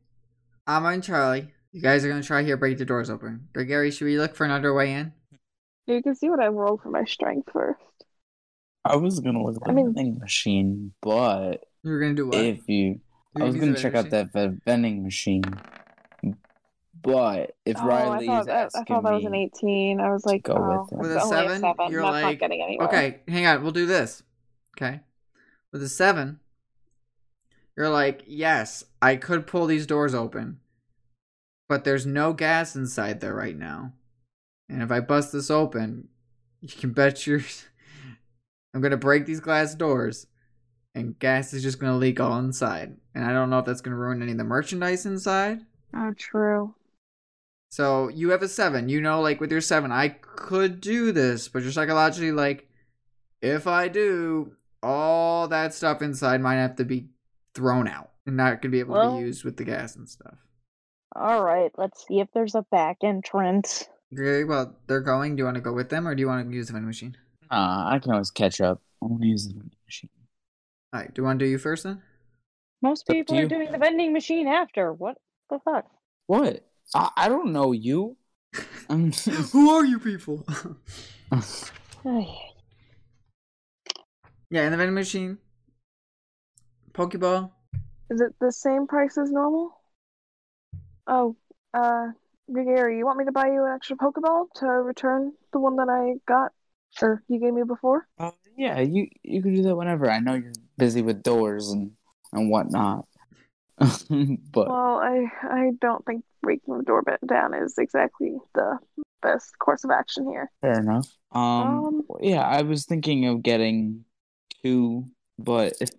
Speaker 1: Amma and Charlie, you guys are gonna try here break the doors open. Gregary, should we look for another way in?
Speaker 4: You can see what I rolled for my strength first.
Speaker 3: I was gonna look at the
Speaker 4: I mean-
Speaker 3: vending machine, but
Speaker 1: You're gonna do what?
Speaker 3: if you,
Speaker 1: You're
Speaker 3: I was
Speaker 1: use
Speaker 3: gonna
Speaker 1: the
Speaker 3: check
Speaker 1: vending
Speaker 3: out that ve- vending machine. But if
Speaker 4: Oh,
Speaker 3: Riley
Speaker 4: I
Speaker 3: is
Speaker 4: thought that, I
Speaker 3: asking
Speaker 4: thought that was an
Speaker 3: me,
Speaker 4: 18. I was
Speaker 3: to
Speaker 4: like,
Speaker 3: go
Speaker 4: oh,
Speaker 3: with it.
Speaker 1: With
Speaker 4: that's
Speaker 1: a
Speaker 4: only
Speaker 1: seven,
Speaker 4: seven.
Speaker 1: you're
Speaker 4: That's not
Speaker 1: like,
Speaker 4: getting anywhere.
Speaker 1: Okay, hang on, we'll do this. Okay. With a seven, you're like, yes, I could pull these doors open. But there's no gas inside there right now. And if I bust this open, you can bet your I'm gonna break these glass doors and gas is just gonna leak all inside. And I don't know if that's gonna ruin any of the merchandise inside.
Speaker 4: Oh, true.
Speaker 1: So you have a seven. You know, like with your seven, I could do this, but you're psychologically like, if I do, all that stuff inside might have to be thrown out and not gonna be able to
Speaker 2: Well-
Speaker 1: be used with the gas and stuff.
Speaker 2: All right, let's see if there's a back entrance.
Speaker 1: Okay, well, they're going. Do you want to go with them or do you want to use the vending machine?
Speaker 3: uh, I can always catch up. I'm gonna use the vending machine.
Speaker 1: All right, do you want to do you first then?
Speaker 2: Most
Speaker 3: up to
Speaker 2: people are
Speaker 3: you.
Speaker 2: doing the vending machine after. What the fuck?
Speaker 3: What? I, I don't know you. Um,
Speaker 1: Who are you people? yeah, in the vending machine, Pokeball.
Speaker 4: Is it the same price as normal? Oh, uh, Gary, you want me to buy you an extra Pokeball to return the one that I got Or you gave me before?
Speaker 3: Uh, yeah, you you can do that whenever. I know you're busy with doors and and whatnot, but
Speaker 4: Well, I I don't think breaking the door ba- down is exactly the best course of action here.
Speaker 3: fair enough. Um,
Speaker 4: Um,
Speaker 3: yeah, I was thinking of getting two, but if,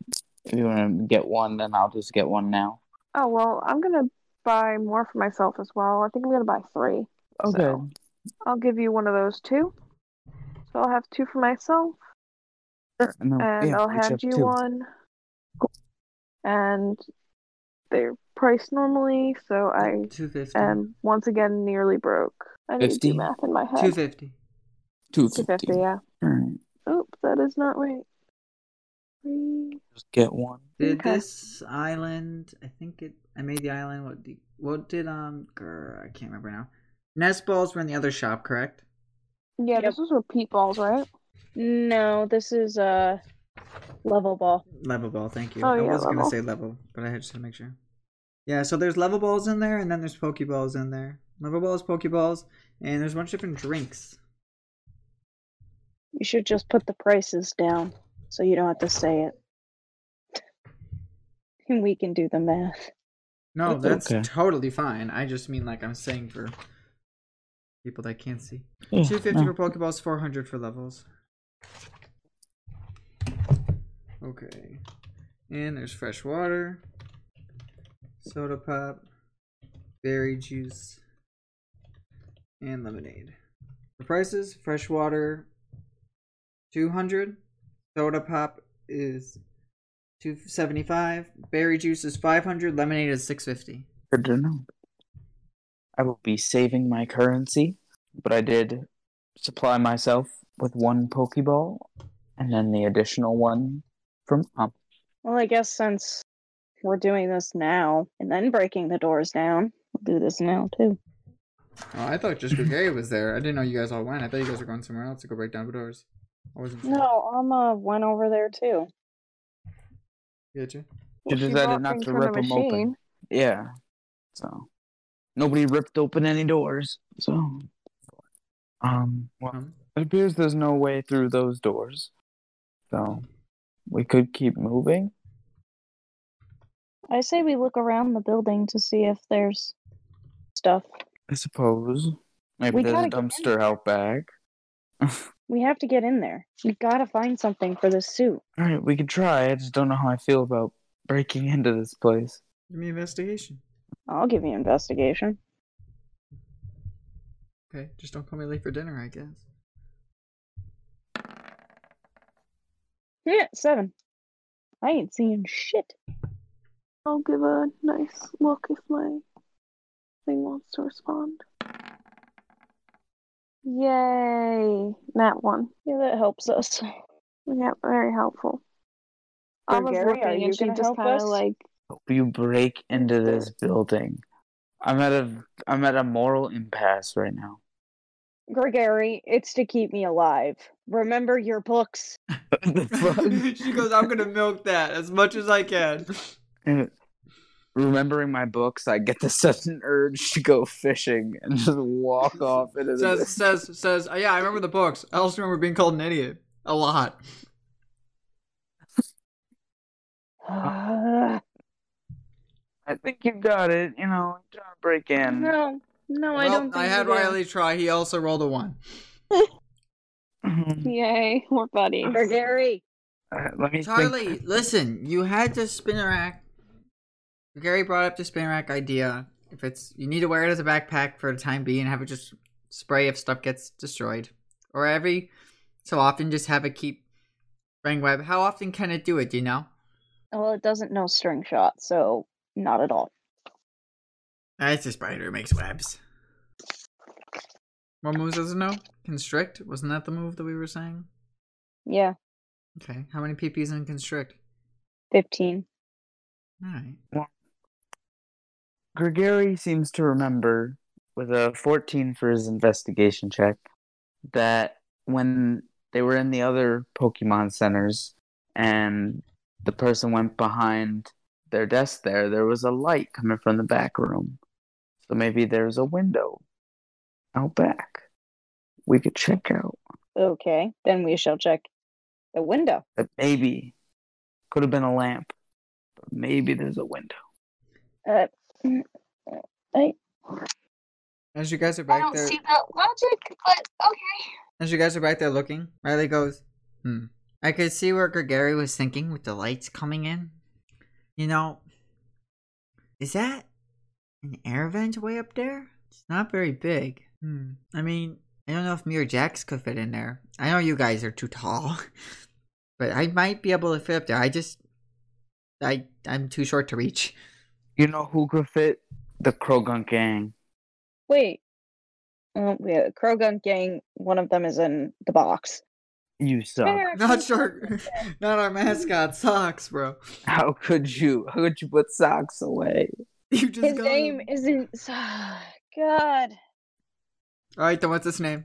Speaker 3: if you want to get one, then I'll just get one now.
Speaker 4: Oh well, I'm gonna buy more for myself as well. I think I'm gonna buy three. So, I'll give you one of those two. So I'll have two for myself,
Speaker 3: Sure. And, then-
Speaker 1: Oh,
Speaker 4: and
Speaker 3: yeah,
Speaker 4: I'll
Speaker 3: each
Speaker 4: hand
Speaker 3: have
Speaker 4: you
Speaker 3: two.
Speaker 4: one. And they're priced normally, so I
Speaker 1: Two fifty.
Speaker 4: am once again nearly broke. I need to
Speaker 3: 50?
Speaker 4: do math in my head.
Speaker 1: Two fifty.
Speaker 3: Two
Speaker 4: Two
Speaker 3: fifty.
Speaker 4: fifty, yeah.
Speaker 3: All right.
Speaker 4: Oop, that is not right. Three.
Speaker 3: Just get one.
Speaker 1: Did
Speaker 4: Okay.
Speaker 1: this island? I think it. I made the island. What? The, what did um? Grr, I can't remember now. Nest balls were in the other shop, correct?
Speaker 4: Yeah,
Speaker 2: Yep.
Speaker 4: this was repeat balls, right?
Speaker 2: No, this is a level ball.
Speaker 1: Level ball. Thank you.
Speaker 4: Oh,
Speaker 1: I
Speaker 4: yeah,
Speaker 1: was gonna
Speaker 4: level.
Speaker 1: say level, but I had to make sure. Yeah. So there's level balls in there, and then there's pokeballs in there. Level balls, pokeballs, and there's a bunch of different drinks.
Speaker 2: You should just put the prices down so you don't have to say it. And we can do the math.
Speaker 1: No,
Speaker 3: That's
Speaker 1: that's
Speaker 3: okay.
Speaker 1: totally fine. I just mean like I'm saying for people that can't see.
Speaker 3: Yeah,
Speaker 1: Two fifty
Speaker 3: no.
Speaker 1: for Pokeballs, four hundred for levels. Okay. And there's fresh water, soda pop, berry juice, and lemonade. The prices, fresh water two hundred, soda pop is two seventy five, berry juice is five hundred, lemonade is six fifty.
Speaker 3: Good to know. I will be saving my currency, but I did supply myself with one Pokeball and then the additional one from Pump.
Speaker 2: Well, I guess since we're doing this now and then breaking the doors down, we'll do this now too.
Speaker 1: Oh, I thought just Gary was there. I didn't know you guys all went. I thought you guys were going somewhere else to go break down the doors. I wasn't sure.
Speaker 2: No, Alma went over there too.
Speaker 1: Getcha.
Speaker 4: Well,
Speaker 3: She
Speaker 4: she
Speaker 3: decided
Speaker 4: bought
Speaker 3: not
Speaker 4: things
Speaker 3: to
Speaker 4: from the
Speaker 3: rip 'em open.
Speaker 4: machine.
Speaker 3: Yeah. So nobody ripped open any doors. So um well,
Speaker 1: Um,
Speaker 3: it appears there's no way through those doors. So we could keep moving.
Speaker 2: I say we look around the building to see if there's stuff.
Speaker 3: I suppose. Maybe
Speaker 2: We
Speaker 3: there's a
Speaker 2: gotta get in
Speaker 3: dumpster out back.
Speaker 2: We have to get in there. We gotta find something for this suit.
Speaker 3: All right, we could try. I just don't know how I feel about breaking into this place.
Speaker 1: give me investigation.
Speaker 2: I'll give you investigation.
Speaker 1: Okay, just don't call me late for dinner, I guess.
Speaker 2: Yeah, seven. I ain't seeing shit.
Speaker 4: I'll give a nice look if my thing wants to respond. Yay! That one.
Speaker 2: Yeah, that helps us.
Speaker 4: Yeah, very helpful. I was
Speaker 2: Gary, are
Speaker 4: looking
Speaker 2: you
Speaker 4: and she
Speaker 2: gonna
Speaker 4: just
Speaker 2: help
Speaker 4: kind
Speaker 2: us?
Speaker 4: of like,
Speaker 3: Hope you break into this building. I'm at a I'm at a moral impasse right now.
Speaker 2: Gregary, it's to keep me alive. Remember your books.
Speaker 3: The fuck?
Speaker 1: she goes, I'm gonna milk that as much as I can.
Speaker 3: Remembering my books, I get the sudden urge to go fishing and just walk off into
Speaker 1: says
Speaker 3: this.
Speaker 1: says says "Oh, yeah, I remember the books. I also remember being called an idiot. A lot.
Speaker 2: no,
Speaker 3: I think you got it. You know, trying to break in.
Speaker 2: no, I
Speaker 1: well,
Speaker 2: don't think
Speaker 1: I
Speaker 2: you
Speaker 1: had
Speaker 2: do.
Speaker 1: Riley try, he also rolled a one.
Speaker 3: Mhm.
Speaker 4: yay, we're buddies.
Speaker 2: Gregary,
Speaker 3: Uh, let me
Speaker 1: Charlie,
Speaker 3: think.
Speaker 1: listen, you had the spinner rack. Gary brought up the spinner rack idea. If it's you need to wear it as a backpack for the time being, have it just spray if stuff gets destroyed, or every so often just have it keep ring web. How often can it do it? Do you know?
Speaker 2: Well, it doesn't know string shot, so not at all.
Speaker 1: Ah, It's a spider. It makes webs. What moves does it know? Constrict. Wasn't that the move that we were saying?
Speaker 2: Yeah,
Speaker 1: Okay. How many PPs in constrict?
Speaker 2: 15.
Speaker 1: All right.
Speaker 3: Gregory seems to remember, with a 14 for his investigation check, that when they were in the other Pokemon centers and the person went behind their desk there, there was a light coming from the back room. So maybe there's a window out back we could check out.
Speaker 2: Okay, then we shall check the window.
Speaker 3: That maybe could have been a lamp, but maybe there's a window.
Speaker 2: Uh, I,
Speaker 1: As you guys are
Speaker 11: I
Speaker 1: back
Speaker 11: don't
Speaker 1: there,
Speaker 11: see that logic, but okay.
Speaker 1: as you guys are back there looking, Riley goes, "Hmm,
Speaker 12: I could see where Gregory was thinking with the lights coming in. You know, is that an air vent way up there? It's not very big. Hmm. I mean, I don't know if me or Jax could fit in there. I know you guys are too tall, but I might be able to fit up there. I just, I, I'm too short to reach.
Speaker 3: You know who could fit? The Krogan gang.
Speaker 2: wait. Um, we have Krogan gang. One of them is in the box.
Speaker 3: You suck.
Speaker 1: Not sure. Not our mascot socks, bro.
Speaker 3: How could you? How could you put socks away?
Speaker 1: You just
Speaker 2: His
Speaker 1: got
Speaker 2: name
Speaker 1: him.
Speaker 2: isn't. God,
Speaker 1: All right, then what's his name?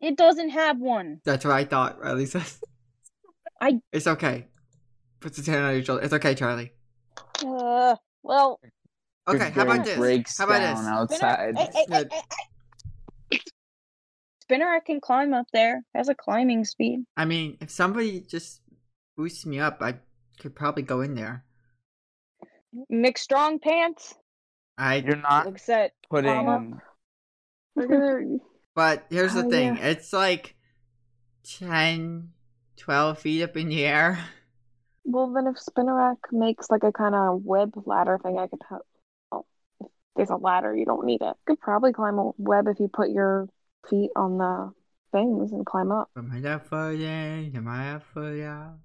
Speaker 2: it doesn't have one.
Speaker 1: That's what I thought. Riley says,
Speaker 2: I-
Speaker 1: It's okay. Puts his hand on your shoulder. It's okay, Charlie.
Speaker 2: Uh, well,
Speaker 1: Okay, how about this?
Speaker 3: Breaks
Speaker 1: How about
Speaker 3: down
Speaker 1: this?
Speaker 3: outside.
Speaker 2: Spinner, eh, eh, eh, eh, eh. Spinner can climb up there. Has a climbing speed.
Speaker 1: I mean, if somebody just boosts me up, I could probably go in there.
Speaker 2: Mick Strong pants
Speaker 1: I.
Speaker 3: You're not
Speaker 2: looks at
Speaker 3: putting.
Speaker 2: Mama.
Speaker 4: We're gonna
Speaker 1: But here's the
Speaker 4: Oh,
Speaker 1: thing. It's like 10, 12 feet up in the air.
Speaker 4: Well, then if Spinnerack makes like a kind of web ladder thing, I could help. Oh, if there's a ladder, you don't need it. You could probably climb a web if you put your feet on the things and climb up.
Speaker 1: Am I that far in? Am I that far out?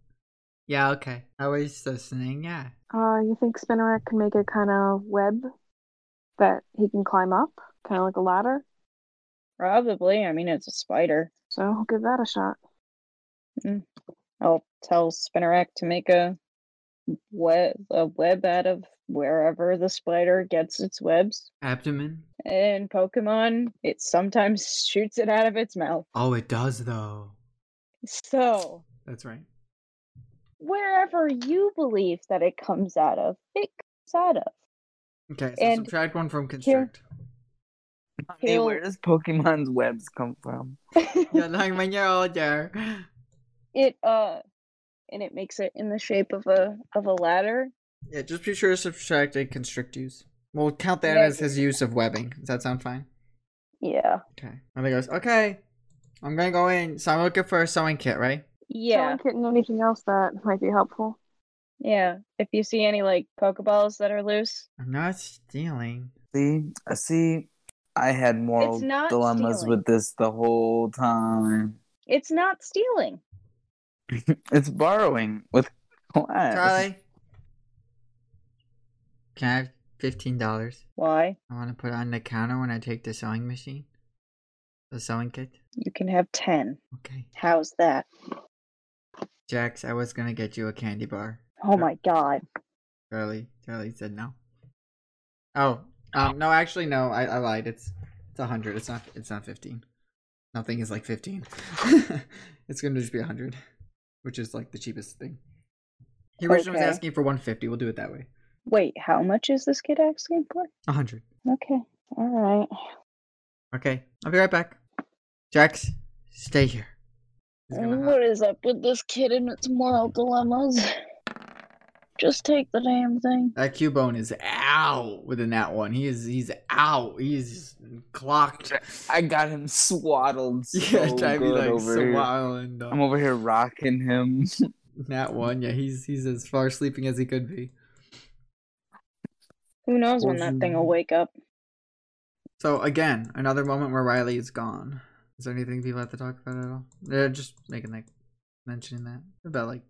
Speaker 1: Yeah, okay. I was listening, yeah.
Speaker 4: Uh, you think Spinnerack can make a kind of web that he can climb up, kind of like a ladder?
Speaker 2: probably. I mean, it's a spider.
Speaker 4: So I'll give that a shot.
Speaker 2: I'll tell Spinnerack to make a web a web out of wherever the spider gets its webs.
Speaker 1: Abdomen?
Speaker 2: In Pokemon, it sometimes shoots it out of its mouth.
Speaker 1: Oh, it does, though.
Speaker 2: So
Speaker 1: That's right.
Speaker 2: wherever you believe that it comes out of, it comes out of.
Speaker 1: Okay, so
Speaker 2: And
Speaker 1: subtract one from
Speaker 2: here-
Speaker 1: constrict.
Speaker 3: Hey,
Speaker 2: He'll-
Speaker 3: where does Pokemon's webs come from?
Speaker 1: You're like when you're
Speaker 2: oh,
Speaker 1: older.
Speaker 2: it uh and it makes it in the shape of a of a ladder
Speaker 1: Yeah, just be sure to subtract a constrict use. We'll count that
Speaker 2: Yeah,
Speaker 1: as his use of webbing. Does that sound fine?
Speaker 2: yeah
Speaker 1: Okay. And he goes, okay, I'm gonna go in. So I'm looking for a sewing kit, right?
Speaker 2: yeah
Speaker 4: Someone kitten, anything else that might be helpful?
Speaker 2: yeah if you see any like pokeballs that are loose
Speaker 1: I'm not stealing.
Speaker 3: See, I see. I had moral
Speaker 2: It's not
Speaker 3: dilemmas
Speaker 2: stealing.
Speaker 3: with this the whole time.
Speaker 2: it's not stealing
Speaker 3: It's borrowing with class.
Speaker 1: Charlie, can I have fifteen dollars?
Speaker 2: why
Speaker 1: I want to put on the counter when I take the sewing machine. The sewing kit.
Speaker 2: you can have 10
Speaker 1: Okay,
Speaker 2: how's that
Speaker 1: Jax. I was gonna get you a candy bar.
Speaker 2: oh my god
Speaker 1: Charlie. Charlie said no. Oh, um, no. Actually, no. I, I lied. It's it's a hundred. It's not. It's not fifteen. Nothing is like fifteen. it's gonna just be a hundred, which is like the cheapest thing. He originally
Speaker 2: Okay.
Speaker 1: was asking for one fifty. We'll do it that way.
Speaker 2: wait how much is this kid asking for
Speaker 1: A hundred.
Speaker 2: okay all right
Speaker 1: Okay, I'll be right back. Jax, stay here. He's gonna hop-
Speaker 2: what is up with this kid and its moral dilemmas just take the damn thing
Speaker 1: That Cubone is out within that one. He is he's out. He's clocked.
Speaker 3: I got him swaddled. So
Speaker 1: yeah, I'd be
Speaker 3: good
Speaker 1: like
Speaker 3: over here.
Speaker 1: smiling.
Speaker 3: I'm over here rocking him.
Speaker 1: That one, yeah, he's he's as far sleeping as he could be.
Speaker 2: who knows when that thing will wake up
Speaker 1: So again, another moment where Riley is gone. Is there anything people have to talk about at all? They're just making like mentioning that about like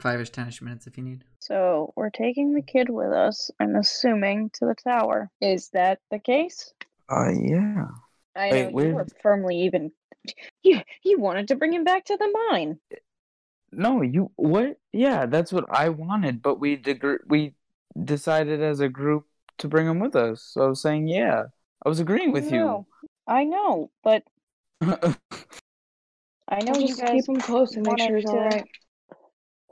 Speaker 1: five ish, ten ish minutes if you need.
Speaker 2: So we're taking the kid with us, I'm assuming, to the tower. Is that the case?
Speaker 3: Uh, yeah.
Speaker 2: I
Speaker 3: Wait,
Speaker 2: know you
Speaker 3: where-
Speaker 2: were firmly even you you wanted to bring him back to the mine.
Speaker 3: No, you what? Yeah, that's what I wanted, but we degr- we decided as a group to bring him with us. So I was saying, yeah, I was agreeing with
Speaker 2: No, I know, but
Speaker 3: you.
Speaker 2: I know you
Speaker 4: just
Speaker 2: guys
Speaker 4: keep him close and make
Speaker 2: wanted
Speaker 4: sure he's
Speaker 2: to-
Speaker 4: all right.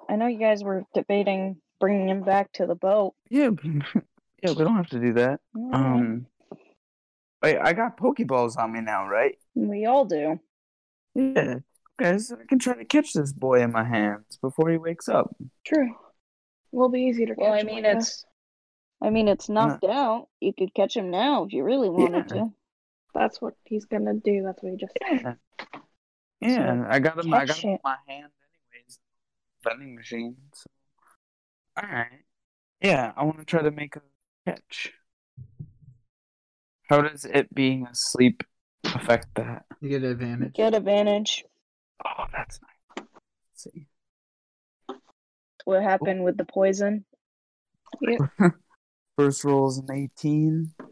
Speaker 2: I know you guys were debating bringing him back to the boat. Mm,
Speaker 3: yeah, yeah, we don't have to do that.
Speaker 2: Alright,
Speaker 3: Um, wait, I got Pokeballs on me now, right?
Speaker 2: we all do.
Speaker 3: Yeah. Okay, so I can try to catch this boy in my hands before he wakes up.
Speaker 4: True. Will be easy to catch.
Speaker 5: Well, I mean,
Speaker 4: like
Speaker 5: it's
Speaker 4: this.
Speaker 2: I mean, it's knocked out. You could catch him now if you really wanted
Speaker 3: Yeah.
Speaker 2: to.
Speaker 4: that's what he's gonna do. That's what he just said.
Speaker 3: Yeah. Yeah, I got him. I got
Speaker 4: catch
Speaker 3: him in
Speaker 4: it.
Speaker 3: my hand, anyways. Vending machine. So. All right. Yeah, I want to try to make a catch. How does it being asleep affect that?
Speaker 1: You get an advantage.
Speaker 2: Get advantage.
Speaker 3: Oh, that's nice. Let's see.
Speaker 2: What happened with the poison?
Speaker 3: First roll is an 18.
Speaker 5: uh,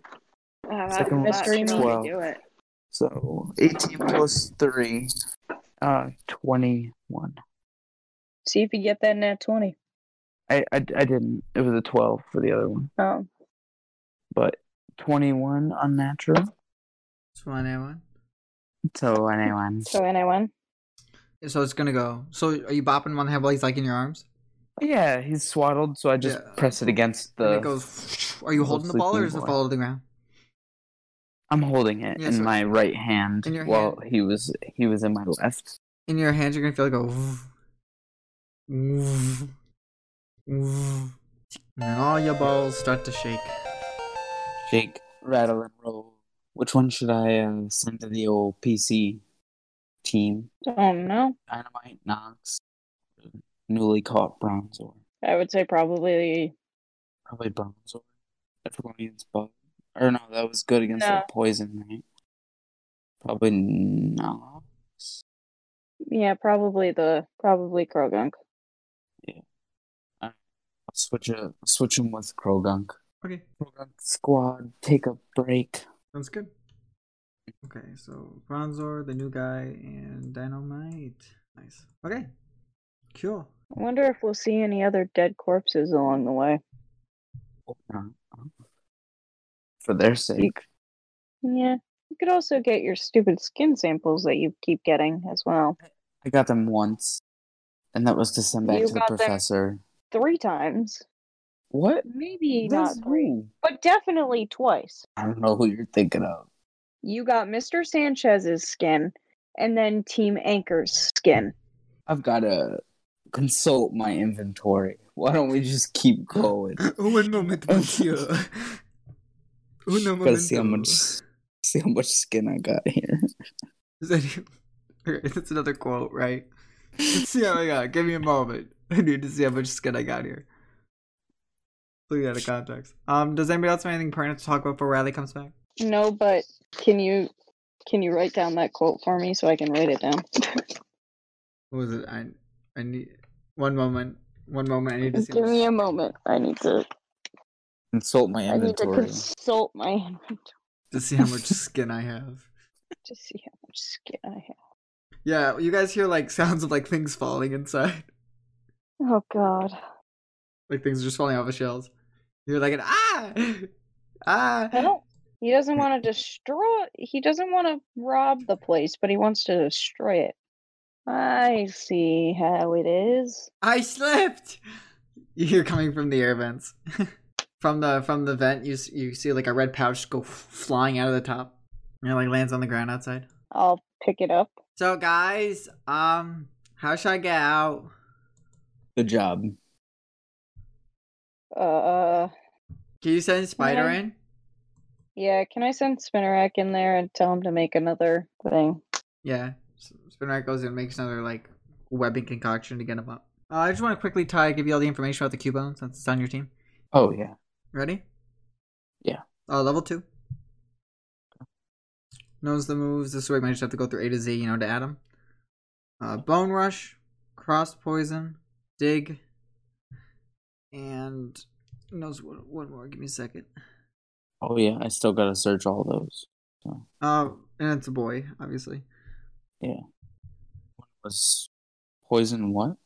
Speaker 5: that's
Speaker 3: Second
Speaker 5: not
Speaker 2: mystery
Speaker 5: really
Speaker 3: twelve.
Speaker 5: do it.
Speaker 3: So 18 plus 3. Uh, 21.
Speaker 2: See if you get that nat 20.
Speaker 3: I, I, I didn't. It was a 12 for the other one.
Speaker 2: Um,
Speaker 3: But 21 unnatural.
Speaker 1: That's one I want.
Speaker 3: So anyone.
Speaker 2: so anyone?
Speaker 1: So it's gonna go. So are you bopping him on the head while he's like in your arms?
Speaker 3: Yeah, he's swaddled, so I just
Speaker 1: Yeah.
Speaker 3: press it against
Speaker 1: and
Speaker 3: the.
Speaker 1: it goes. Are you
Speaker 3: little
Speaker 1: holding the ball or
Speaker 3: sleeping
Speaker 1: is the
Speaker 3: boy.
Speaker 1: ball to the ground?
Speaker 3: I'm holding it
Speaker 1: Yeah,
Speaker 3: in
Speaker 1: so-
Speaker 3: my right hand
Speaker 1: In your
Speaker 3: while he was he was in my left.
Speaker 1: In your hands, you're gonna feel it go. And then all your balls start to shake.
Speaker 3: Shake, rattle, and roll. Which one should I uh, send to the old PC team?
Speaker 2: Don't know.
Speaker 3: Dynamite, Knox, newly caught Bronzor,
Speaker 2: I would say probably.
Speaker 3: probably Bronzor. That's going against Bug. Or no, that was good against
Speaker 2: No.
Speaker 3: that poison, right? Probably Knox.
Speaker 2: Yeah, probably the. Probably Krogunk.
Speaker 3: I'll switch it. Switch him with Krogunk.
Speaker 1: Okay,
Speaker 3: Krogunk squad, take a break.
Speaker 1: sounds good. Okay, so Bronzor, the new guy, and Dynamite. Nice. Okay, cool.
Speaker 2: I wonder if we'll see any other dead corpses along the way.
Speaker 3: Hope not. For their sake.
Speaker 2: Yeah. You could also get your stupid skin samples that you keep getting as well.
Speaker 3: I got them once, and that was to send back
Speaker 2: You
Speaker 3: to the
Speaker 2: got them-
Speaker 3: professor.
Speaker 2: Three times.
Speaker 3: What?
Speaker 2: Maybe
Speaker 3: That's
Speaker 2: not three.
Speaker 3: who?
Speaker 2: But definitely twice.
Speaker 3: I don't know who you're thinking of.
Speaker 2: You got Mr. Sanchez's skin and then Team Anchor's skin.
Speaker 3: I've got to consult my inventory. Why don't we just keep going?
Speaker 1: Un momento, monsieur. Un
Speaker 3: Gotta see how much,
Speaker 1: momento.
Speaker 3: see how much skin I got here.
Speaker 1: Is that you? Okay, that's another quote, right? Let's see how I got. Give me a moment. I need to see how much skin I got here. Look at out of context. Um, does anybody else have anything pertinent to talk about before Riley comes back?
Speaker 2: No, but can you can you write down that quote for me so I can write it down?
Speaker 1: What was it? I I need one moment. One moment. I need to see.
Speaker 2: Give me a moment. I need to
Speaker 3: Consult my
Speaker 2: I need to
Speaker 3: inventory.
Speaker 2: consult my inventory
Speaker 1: to see how much skin I have.
Speaker 2: to see how much skin I have.
Speaker 1: Yeah, you guys hear like sounds of like things falling inside,
Speaker 2: Oh god.
Speaker 1: like things just falling off of shells. You're like an ah, ah.
Speaker 2: I don't he doesn't want to destroy he doesn't want to rob the place, but he wants to destroy it. I see how it is.
Speaker 1: I slept. You hear coming from the air vents. from the from the vent, you s- you see like a red pouch go f- flying out of the top, and it like lands on the ground outside.
Speaker 2: I'll pick it up.
Speaker 1: So guys, um, how should I get out?
Speaker 3: Good job.
Speaker 2: Uh
Speaker 1: Can you send Spider
Speaker 2: Yeah.
Speaker 1: in?
Speaker 2: Yeah, can I send Spinnerack in there and tell him to make another thing?
Speaker 1: Yeah, S- Spinnerack goes in and makes another like webbing concoction to get him up. Uh, I just want to quickly tie give you all the information about the Cubone since it's on your team.
Speaker 3: Oh yeah.
Speaker 1: Ready?
Speaker 3: Yeah.
Speaker 1: Uh, level two. Knows the moves. This way, might just have to go through A to Z, you know, to add them. Uh, Bone Rush, Cross Poison, Dig, and knows one, one more. Give me a second.
Speaker 3: Oh yeah. I still gotta search all those.
Speaker 1: Uh, and it's a boy, obviously.
Speaker 3: Was poison what?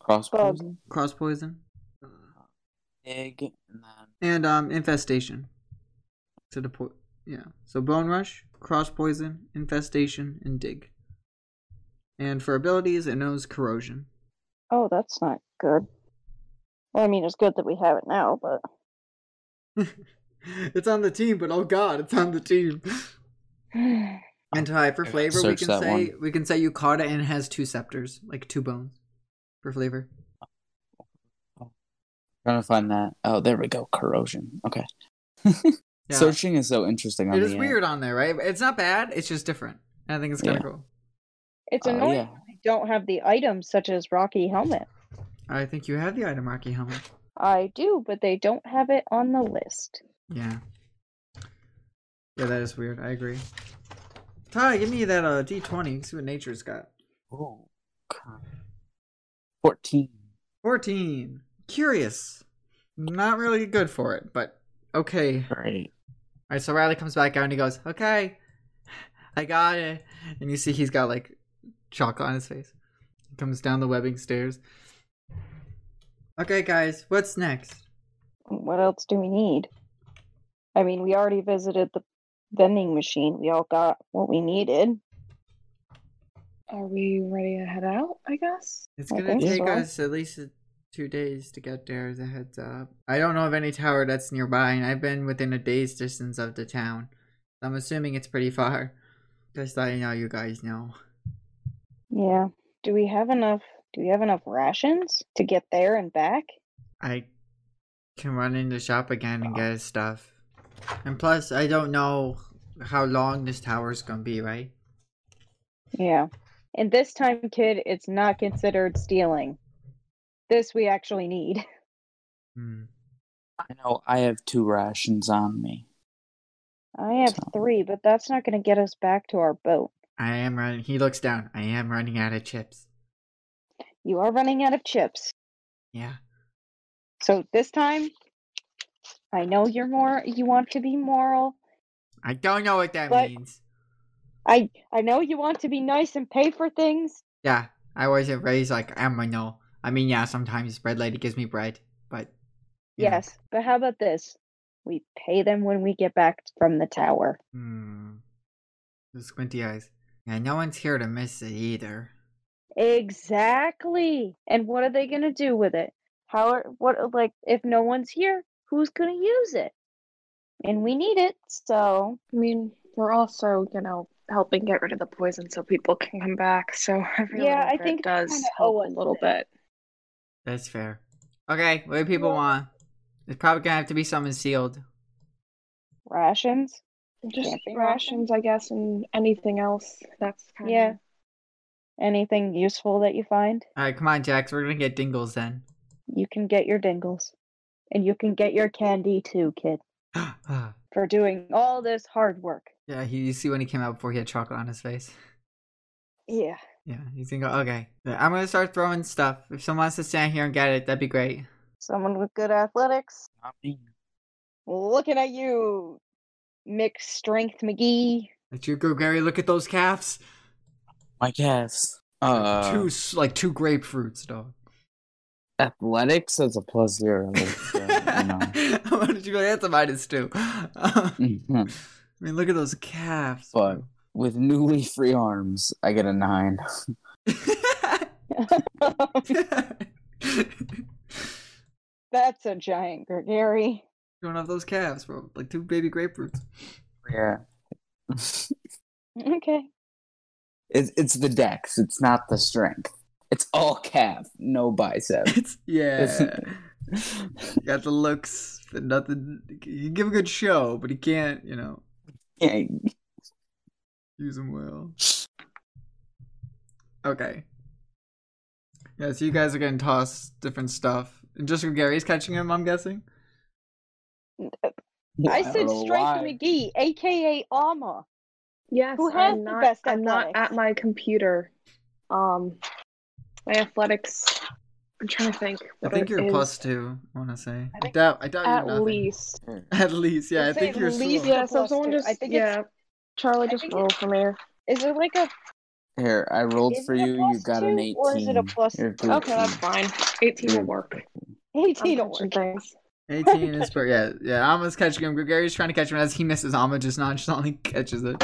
Speaker 3: Cross
Speaker 2: Bug.
Speaker 3: poison.
Speaker 1: Cross Poison,
Speaker 3: Egg and then
Speaker 1: and um, Infestation. To the po- yeah. So Bone Rush, Cross Poison, Infestation, and Dig. And for abilities, it knows Corrosion.
Speaker 2: Oh, that's not good. Well, I mean, it's good that we have it now, but
Speaker 1: it's on the team, but oh god, it's on the team. And hi, for flavor, we
Speaker 3: Search
Speaker 1: can
Speaker 3: that
Speaker 1: say we can say you caught it and it has two scepters, like two bones, for flavor.
Speaker 3: Trying to find that. Oh, there we go. Corrosion. Okay.
Speaker 1: Yeah.
Speaker 3: Searching is so interesting. On
Speaker 1: It
Speaker 3: the
Speaker 1: is
Speaker 3: app.
Speaker 1: weird on there, right? It's not bad. It's just different. And I think it's kind of cool.
Speaker 2: It's
Speaker 3: Uh,
Speaker 2: annoying.
Speaker 3: yeah.
Speaker 2: I don't have the items such as Rocky Helmet.
Speaker 1: I think you have the item Rocky helmet.
Speaker 2: I do, but they don't have it on the list.
Speaker 1: Yeah. Yeah, that is weird. I agree. Ty, give me that uh, D20. See what nature's got.
Speaker 3: Oh, God. Fourteen.
Speaker 1: 14. Curious. Not really good for it, but okay.
Speaker 3: Great.
Speaker 1: All right, so Riley comes back out and he goes, "Okay, I got it." And you see he's got like chocolate on his face. He comes down the webbing stairs. Okay, guys, what's next?
Speaker 2: What else do we need? I mean, we already visited the vending machine. We all got what we needed.
Speaker 4: Are we ready to head out? I guess.
Speaker 1: It's
Speaker 2: I
Speaker 1: gonna
Speaker 2: think
Speaker 1: take
Speaker 2: so.
Speaker 1: us at least two days to get there. As a heads up, I don't know of any tower that's nearby, and I've been within a day's distance of the town. I'm assuming it's pretty far. Just letting all you guys know.
Speaker 2: Yeah. Do we have enough? Do we have enough rations to get there and back?
Speaker 1: I can run in the shop again and get his stuff. And plus, I don't know how long this tower's gonna be, right?
Speaker 2: Yeah. And this time, kid, it's not considered stealing. This we actually need.
Speaker 1: Hmm.
Speaker 3: I know. I have two rations on me.
Speaker 2: I have
Speaker 3: So-
Speaker 2: three, but that's not going to get us back to our boat.
Speaker 1: I am running. He looks down. I am running out of chips.
Speaker 2: You are running out of chips.
Speaker 1: Yeah.
Speaker 2: So this time, I know you're more. You want to be moral.
Speaker 1: I don't know what that
Speaker 2: But-
Speaker 1: means.
Speaker 2: I I know you want to be nice and pay for things.
Speaker 1: Yeah. I wasn't raised like I'm a no. I mean, yeah, sometimes bread lady gives me bread, but. you know.
Speaker 2: Yes, but how about this? We pay them when we get back from the tower.
Speaker 1: Hmm. The squinty eyes. Yeah, no one's here to miss it either.
Speaker 2: Exactly. And what are they going to do with it? How are what like if no one's here, who's going to use it? And we need it, so
Speaker 4: I mean, we're also, you know, helping get rid of the poison so people can come back. So every
Speaker 2: Yeah, I
Speaker 4: little bit
Speaker 2: think they
Speaker 4: does
Speaker 2: kinda owe
Speaker 4: help a
Speaker 2: us
Speaker 4: little
Speaker 2: it.
Speaker 4: bit.
Speaker 1: That's fair. Okay, what do people
Speaker 2: Well-
Speaker 1: want? It's probably gonna have to be something sealed.
Speaker 2: rations.
Speaker 4: Just
Speaker 2: Camping
Speaker 4: rations, I guess, and anything else. That's kind
Speaker 2: Yeah.
Speaker 4: of
Speaker 2: Anything useful that you find,
Speaker 1: All right, come on, Jax. We're gonna get dingles then.
Speaker 2: you can get your dingles. And you can get your candy too, kid,
Speaker 1: yeah,
Speaker 2: for doing all this hard work.
Speaker 1: he, you see when he came out before he had chocolate on his face.
Speaker 2: Yeah.
Speaker 1: Yeah, he's gonna go. Okay, I'm gonna start throwing stuff. If someone wants to stand here and get it, that'd be great.
Speaker 2: Someone with good athletics.
Speaker 3: Not me.
Speaker 2: Looking at you, mixed strength McGee.
Speaker 1: Let you go, Gary. Look at those calves.
Speaker 3: My calves. Uh,
Speaker 1: two, s- like two grapefruits, dog.
Speaker 3: athletics as a plus zero.
Speaker 1: How did you go? That's a minus two. I
Speaker 3: Mhm.
Speaker 1: mean, look at those calves.
Speaker 3: But- With newly free arms, I get a nine.
Speaker 1: you
Speaker 2: That's a giant gregary.
Speaker 1: don't have those calves, bro. Like two baby grapefruits.
Speaker 3: Yeah.
Speaker 2: Okay.
Speaker 3: It's it's the dex. It's not the strength. It's all calf, no bicep.
Speaker 1: It's yeah.
Speaker 3: yeah,
Speaker 1: You got the looks, but nothing. You can give a good show, but he can't, you know, use them well. Okay. Yeah, so you guys are getting tossed different stuff. And just Gary's catching him, I'm guessing.
Speaker 2: I
Speaker 3: don't
Speaker 2: said
Speaker 3: know
Speaker 2: Strength
Speaker 3: why.
Speaker 2: McGee, aka Alma.
Speaker 4: Yes,
Speaker 2: Who has
Speaker 4: I'm
Speaker 2: the
Speaker 4: not,
Speaker 2: best
Speaker 4: I'm not
Speaker 2: athletics?
Speaker 4: at my computer. Um, my athletics. I'm trying to think.
Speaker 1: I
Speaker 4: what
Speaker 1: think
Speaker 4: it
Speaker 1: you're
Speaker 4: is.
Speaker 1: plus two. I want to say. I
Speaker 4: think
Speaker 1: doubt. I doubt you're
Speaker 4: At
Speaker 1: nothing.
Speaker 4: least.
Speaker 1: At least, yeah. I
Speaker 2: Let's say
Speaker 1: think
Speaker 2: at
Speaker 1: you're.
Speaker 2: least
Speaker 1: slow.
Speaker 2: a
Speaker 4: Yeah, so
Speaker 2: plus
Speaker 4: someone
Speaker 2: two.
Speaker 4: just.
Speaker 2: I think it's-
Speaker 4: yeah. Charlie,
Speaker 2: I
Speaker 4: just
Speaker 2: think
Speaker 4: roll
Speaker 2: it-
Speaker 4: from here.
Speaker 2: Is it like a
Speaker 3: Here, I rolled
Speaker 2: Is
Speaker 3: for
Speaker 2: it a
Speaker 3: you. You
Speaker 2: plus
Speaker 3: got an
Speaker 2: two,
Speaker 3: eighteen.
Speaker 2: or is it a plus-
Speaker 3: You're
Speaker 2: Okay,
Speaker 4: Okay, that's
Speaker 3: 13.
Speaker 4: fine. 18 will
Speaker 3: You're-
Speaker 4: work. I'm
Speaker 2: 18
Speaker 4: catching
Speaker 2: work?
Speaker 4: things.
Speaker 1: 18 is per yeah yeah. Alma's catching him. Gregary's trying to catch him as he misses. Alma just nonchalantly catches it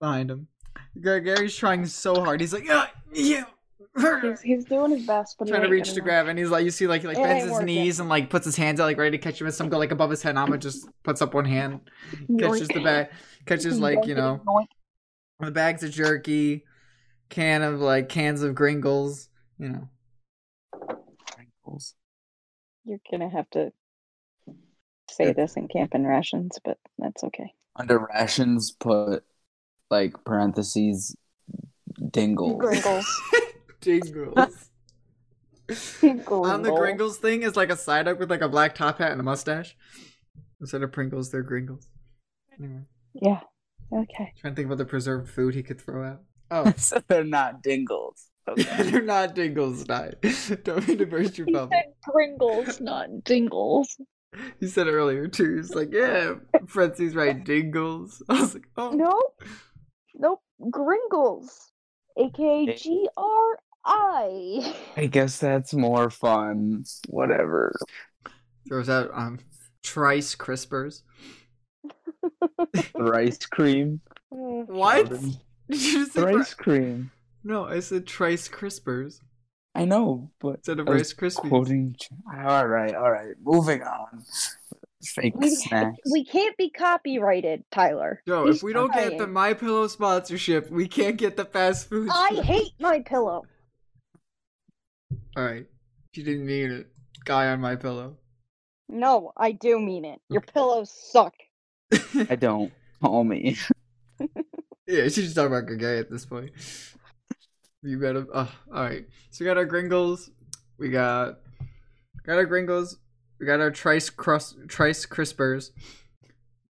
Speaker 1: behind him. Gregary's trying so hard. He's like yeah yeah.
Speaker 4: He's, he's doing his best, but he
Speaker 1: trying to
Speaker 4: ain't
Speaker 1: reach to
Speaker 4: getting
Speaker 1: grab, and he's like, you see, like, he like
Speaker 2: It
Speaker 1: bends
Speaker 2: ain't
Speaker 1: his
Speaker 2: working.
Speaker 1: knees and like puts his hands out, like ready to catch him. And some go like above his head. Nama just puts up one hand,
Speaker 4: there.
Speaker 1: catches the bat, catches like you know, the bags of jerky, can of like cans of Gringles, you know.
Speaker 3: Sprinkles.
Speaker 2: You're gonna have to say this in camp and rations, but that's okay.
Speaker 3: Under rations, put like parentheses dingle.
Speaker 2: Gringles.
Speaker 1: Jingles. On the
Speaker 2: Gringle.
Speaker 1: Gringles thing is like a side up with like a black top hat and a mustache. Instead of Pringles, they're Gringles. Anyway,
Speaker 2: Yeah. Okay.
Speaker 1: trying to think of other preserved food he could throw out. Oh,
Speaker 3: so they're not dingles. Okay.
Speaker 1: they're not Dingles, died. Don't mean to burst your
Speaker 8: He
Speaker 1: bubble.
Speaker 8: said Pringles, not Dingles.
Speaker 1: He said it earlier too. He's like, yeah, Francie's right, Dingles. I was like, oh,
Speaker 2: Nope. Nope. Gringles. AKA G R I.
Speaker 7: I guess that's more fun. Whatever.
Speaker 1: throws out um trice crispers.
Speaker 7: Rice cream.
Speaker 1: What? Did you say fri-
Speaker 7: Rice cream.
Speaker 1: no, I said trice crispers
Speaker 3: I know, but
Speaker 1: instead of
Speaker 7: I was
Speaker 1: rice krispies.
Speaker 7: Quoting. All right, all right. Moving on.
Speaker 3: fake
Speaker 2: We-
Speaker 3: snacks.
Speaker 2: We can't be copyrighted, Tyler.
Speaker 1: Yo,
Speaker 2: He's
Speaker 1: if we don't get the
Speaker 2: trying.
Speaker 1: My Pillow sponsorship, we can't get the fast food.
Speaker 2: I hate my pillow.
Speaker 1: All right, you didn't mean it, guy on My Pillow.
Speaker 2: No, I do mean it. Your pillows suck.
Speaker 3: I don't. Call me.
Speaker 1: Yeah, she's just talking about Gagay at this point. You better. Uh, all right. So we got our Gringles. We got got our Gringles. We got our Trice crust, Trice Crispers,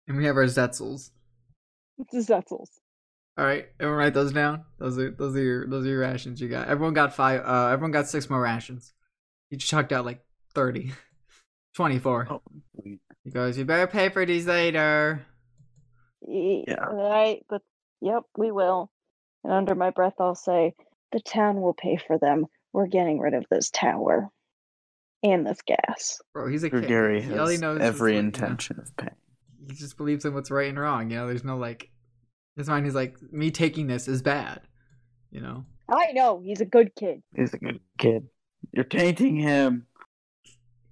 Speaker 1: and we have our Zetzels.
Speaker 2: It's the Zetzels.
Speaker 1: All right, everyone, write those down. Those are those are your those are your rations you got. Everyone got five. Uh, everyone got six more rations. You chucked out like 30. 24.
Speaker 3: Oh, sweet.
Speaker 1: You guys, you better pay for these later.
Speaker 2: Yeah. E, Right, but yep, we will. And under my breath, I'll say, the town will pay for them. We're getting rid of this tower and this gas.
Speaker 1: Bro, he's a kid.
Speaker 3: Gary
Speaker 1: He- all
Speaker 3: has
Speaker 1: he knows is,
Speaker 3: every
Speaker 1: like, you know,
Speaker 3: intention of paying.
Speaker 1: he just believes in what's right and wrong. You know, there's no like, in his mind, he's like, me taking this is bad. You know,
Speaker 2: I know he's a good kid.
Speaker 7: He's a good kid.
Speaker 3: You're tainting him,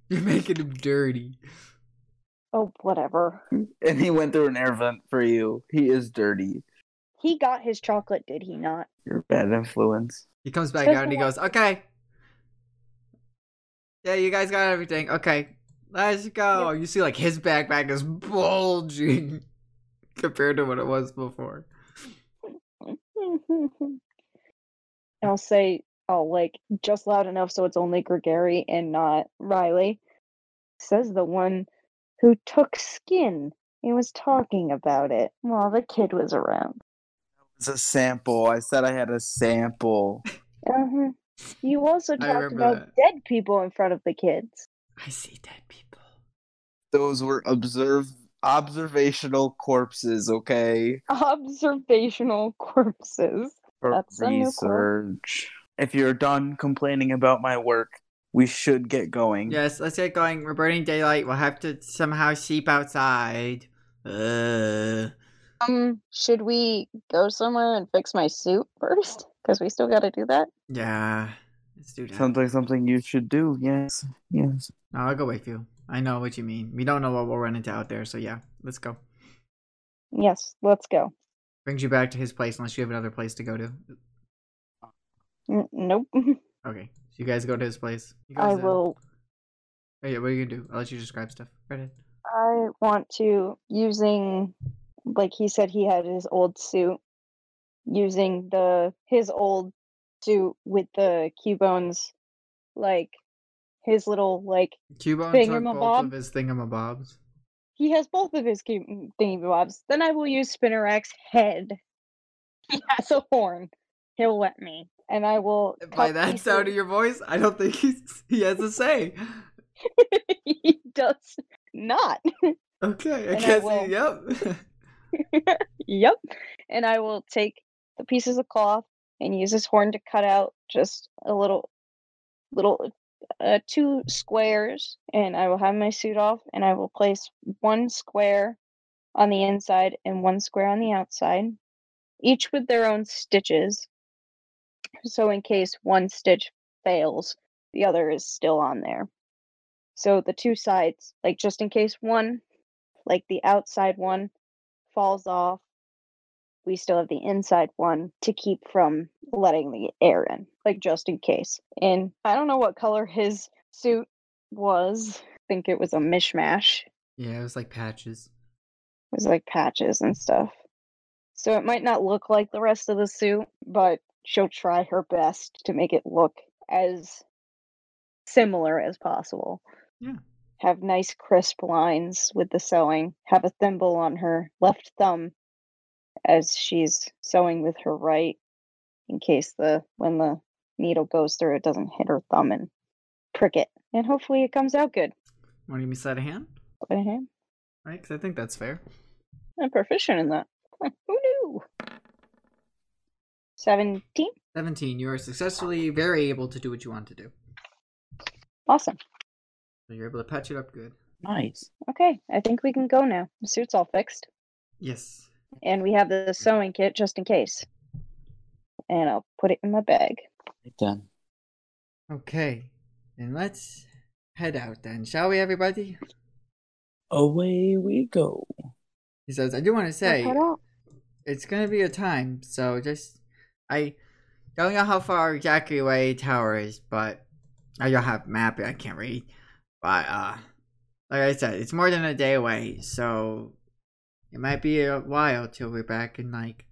Speaker 1: you're making him dirty.
Speaker 2: Oh, whatever.
Speaker 7: And he went through an air vent for you. He is dirty.
Speaker 2: He got his chocolate, did he not?
Speaker 7: You're a bad influence.
Speaker 1: He comes back
Speaker 2: Says
Speaker 1: out and he
Speaker 2: the one-
Speaker 1: goes, okay. Yeah, you guys got everything. Okay, let's go. You see, like his backpack is bulging compared to what it was before.
Speaker 2: And I'll say, I'll like just loud enough so it's only Gregory and not Riley. Says the one who took skin and was talking about it while the kid was around.
Speaker 7: It's a sample. I said I had a sample.
Speaker 2: Uh-huh. You also
Speaker 1: I
Speaker 2: talked
Speaker 1: remember
Speaker 2: about
Speaker 1: that.
Speaker 2: dead people in front of the kids.
Speaker 1: I see dead people.
Speaker 7: Those were observe observational corpses, okay?
Speaker 2: Observational corpses.
Speaker 7: For
Speaker 2: That's a new quote.
Speaker 7: research. If you're done complaining about my work, we should get going.
Speaker 1: Yes, let's get going. We're burning daylight. We'll have to somehow sleep outside. Uh,
Speaker 2: Um, should we go somewhere and fix my suit first? Because we still got to do that.
Speaker 1: yeah, let's do that.
Speaker 7: Sounds like something you should do. Yes. Yes.
Speaker 1: No, I'll go with you. I know what you mean. We don't know what we'll run into out there, so yeah, let's go.
Speaker 2: Yes, let's go.
Speaker 1: Brings you back to his place unless you have another place to go to.
Speaker 2: N- nope.
Speaker 1: Okay, so you guys go to his place. You guys,
Speaker 2: I
Speaker 1: uh,
Speaker 2: will.
Speaker 1: Oh yeah, what are you gonna do? I'll let you describe stuff. Right ahead.
Speaker 2: I want to using, like he said, he had his old suit. Using the his old suit with the Cubones, like his little like
Speaker 1: Cuba took both
Speaker 2: Thingamabob?
Speaker 1: of his thingamabobs.
Speaker 2: He has both of his cu- thingy bobs. Then I will use Spinnerack's head. He has a horn. He'll let me. And I will.
Speaker 1: By
Speaker 2: cut
Speaker 1: that
Speaker 2: pieces-
Speaker 1: sound of your voice, I don't think he's, he has a say.
Speaker 2: he does not.
Speaker 1: Okay, I
Speaker 2: And I
Speaker 1: guess.
Speaker 2: will.
Speaker 1: he, yep.
Speaker 2: yep. And I will take the pieces of cloth and use his horn to cut out just a little, little, uh, two squares. And I will have my suit off and I will place one square on the inside and one square on the outside, each with their own stitches. So in case one stitch fails, the other is still on there. So the two sides, like just in case one, like the outside one, falls off we still have the inside one to keep from letting the air in, like just in case. And I don't know what color his suit was. I think it was a mishmash.
Speaker 1: Yeah, it was like patches.
Speaker 2: It was like patches and stuff. So it might not look like the rest of the suit, but she'll try her best to make it look as similar as possible.
Speaker 1: Yeah.
Speaker 2: Have nice crisp lines with the sewing. Have a thimble on her left thumb as she's sewing with her right in case the when the needle goes through it doesn't hit her thumb and prick it. And hopefully it comes out good.
Speaker 1: Want to give me sleight of hand?
Speaker 2: Uh-huh.
Speaker 1: Right? Because I think that's fair.
Speaker 2: I'm proficient in that. Who knew? 17.
Speaker 1: 17. You are successfully very able to do what you want to do.
Speaker 2: Awesome.
Speaker 1: So you're able to patch it up good.
Speaker 3: Nice.
Speaker 2: Okay, I think we can go now. The suit's all fixed.
Speaker 1: Yes.
Speaker 2: And we have the sewing kit just in case. And I'll put it in my bag.
Speaker 3: Right Done.
Speaker 1: Okay. Then let's head out then, shall we, everybody?
Speaker 3: Away we go.
Speaker 1: He says, I do want to
Speaker 4: Let's
Speaker 1: say,
Speaker 4: head out.
Speaker 1: it's going to be a time, so just. I don't know how far exactly away tower is, but I don't have map, I can't read. But, uh, like I said, it's more than a day away, so it might be a while till we're back in, like,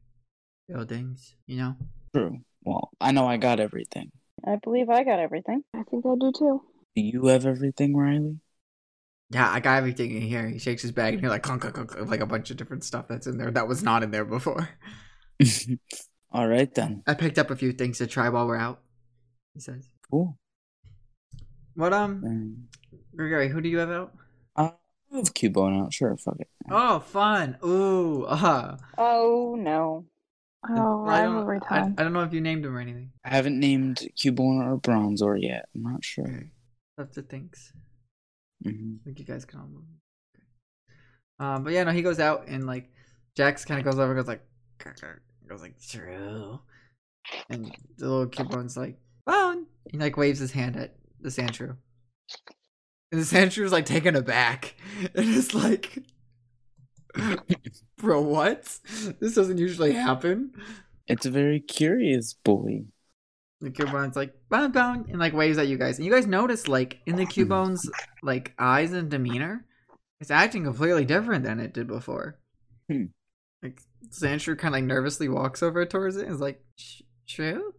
Speaker 1: buildings, you know?
Speaker 3: True. Well, I know I got everything.
Speaker 2: I believe I got everything.
Speaker 4: I think I do too.
Speaker 3: Do you have everything, Riley?
Speaker 1: Yeah, I got everything in here. He shakes his bag and he's like clunk, clunk, clunk, clunk, like a bunch of different stuff that's in there that was not in there before.
Speaker 3: All right then.
Speaker 1: I picked up a few things to try while we're out. He says,
Speaker 3: Cool.
Speaker 1: "What um,
Speaker 3: Then
Speaker 1: Gregory, who do you have out?
Speaker 3: I have Cubone out. Sure, fuck it.
Speaker 1: Oh, fun. Ooh, uh-huh.
Speaker 2: Oh no.
Speaker 4: Oh,
Speaker 1: I
Speaker 4: rivalry
Speaker 1: don't, I,
Speaker 4: time.
Speaker 1: I don't know if you named him or anything.
Speaker 3: I haven't named Cubone or Bronzor yet. I'm not sure.
Speaker 1: Okay, stuff to things.
Speaker 7: Mm-hmm.
Speaker 3: hmm
Speaker 1: I think you guys can all move. Okay. Um, but yeah, no, he goes out and like Jax kind of goes over, and goes like, "Grr, grr," and goes like, true. And the little kid one's like, phone. He like waves his hand at the Sandshrew. And the Sandshrew is like taken aback. And it's like, bro, what? This doesn't usually happen.
Speaker 3: It's a very curious boy.
Speaker 1: The Cubone's like bound bound and like waves at you guys. And you guys notice like in the Cubone's like eyes and demeanor, it's acting completely different than it did before.
Speaker 3: Hmm.
Speaker 1: Like Sandshrew kind of like nervously walks over towards it and is like, "Sh- "True."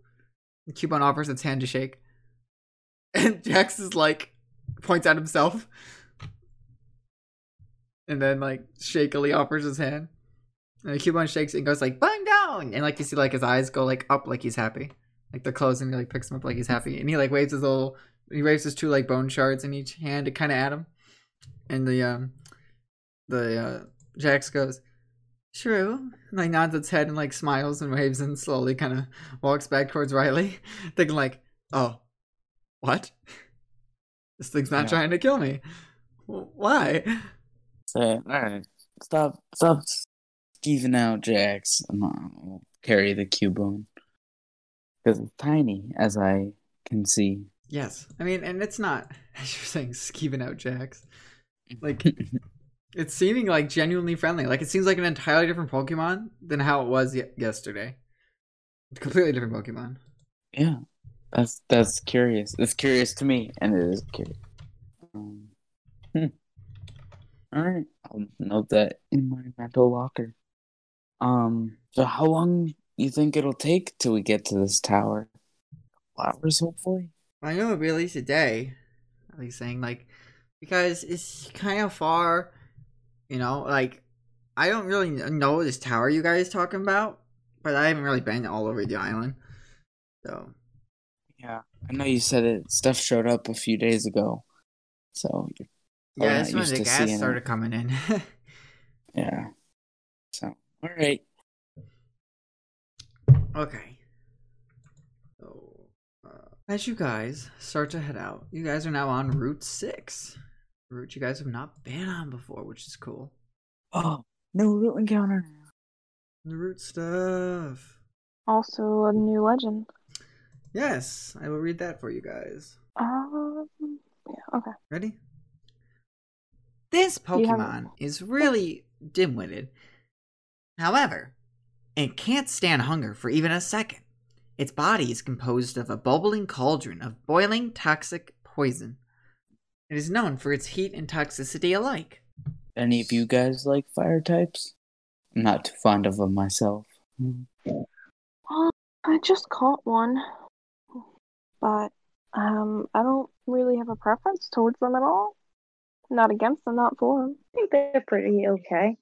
Speaker 1: The Cubone offers its hand to shake, and Jax is like points at himself, and then like shakily offers his hand. And the Cubone shakes and goes like "Bun down," and like you see like his eyes go like up, like he's happy like they're closed and he like picks him up like he's happy and he like waves his little he waves his two like bone shards in each hand to kind of at him and the um the uh jax goes true and, like nods its head and like smiles and waves and slowly kind of walks back towards riley thinking like oh what this thing's not
Speaker 3: Yeah.
Speaker 1: trying to kill me W- why
Speaker 3: So, all right. Stop. Stop. Skeeving out, Jax. I'm not, I'll carry the Cubone because it's tiny, as I can see.
Speaker 1: yes i mean and it's not as you're saying skeeving out jax like It's seeming like genuinely friendly. Like it seems like an entirely different Pokemon than how it was ye- yesterday. Completely different Pokemon.
Speaker 3: Yeah, that's that's curious. It's curious to me, and it is curious. Um, hmm. All right, I'll note that in my mental locker. Um, so how long you think it'll take till we get to this tower? Hours, hopefully.
Speaker 1: I know it'll be at least a day. At least saying like because it's kind of far. You know, like I don't really kn- know this tower you guys talking about, but I haven't really been all over the island. So
Speaker 3: Yeah, I know you said it. Stuff showed up a few days ago, so Well,
Speaker 1: yeah,
Speaker 3: Oh, not
Speaker 1: that's when
Speaker 3: used
Speaker 1: the
Speaker 3: to
Speaker 1: gas
Speaker 3: seeing it.
Speaker 1: started coming in.
Speaker 3: yeah. So all right,
Speaker 1: Okay. So, uh, as you guys start to head out, you guys are now on Route 6. a Route you guys have not been on before, which is cool.
Speaker 3: oh no root encounter.
Speaker 1: The Route stuff.
Speaker 4: Also, a new legend.
Speaker 1: Yes, I will read that for you guys.
Speaker 4: Um, yeah, okay.
Speaker 1: Ready? This
Speaker 4: You have-
Speaker 1: Pokemon is really dim witted. However,
Speaker 5: and can't stand hunger for even a second. Its body is composed of a bubbling cauldron of boiling toxic poison. It is known for its heat and toxicity alike.
Speaker 3: Any of you guys like fire types? I'm not too fond of them myself.
Speaker 4: Well, I just caught one, but um, I don't really have a preference towards them at all. Not against them, not for them.
Speaker 2: I think they're pretty okay.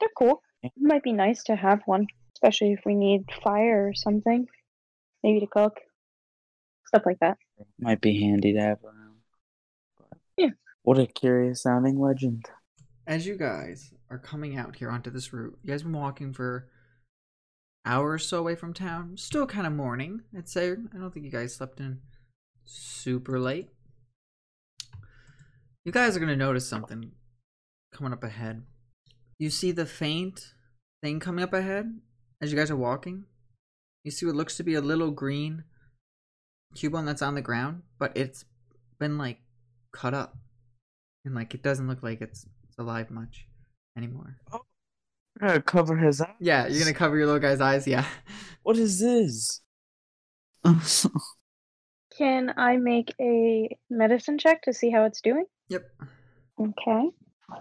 Speaker 2: They're cool. It might be nice to have one, especially if we need fire or something. Maybe to cook. Stuff like that.
Speaker 3: Might be handy to have around.
Speaker 2: Yeah.
Speaker 3: What a curious sounding legend.
Speaker 1: as you guys are coming out here onto this route, you guys been walking for hour or so away from town. Still kind of morning, I'd say. I don't think you guys slept in super late. You guys are gonna notice something coming up ahead. You see the faint thing coming up ahead as you guys are walking. You see what looks to be a little green cubone that's on the ground, but it's been like cut up. And like it doesn't look like it's it's alive much anymore.
Speaker 7: I'm gonna cover his eyes.
Speaker 1: Yeah, you're gonna cover your little guy's eyes. Yeah,
Speaker 3: What is this?
Speaker 2: Can I make a medicine check to see how it's doing?
Speaker 1: yep.
Speaker 2: Okay.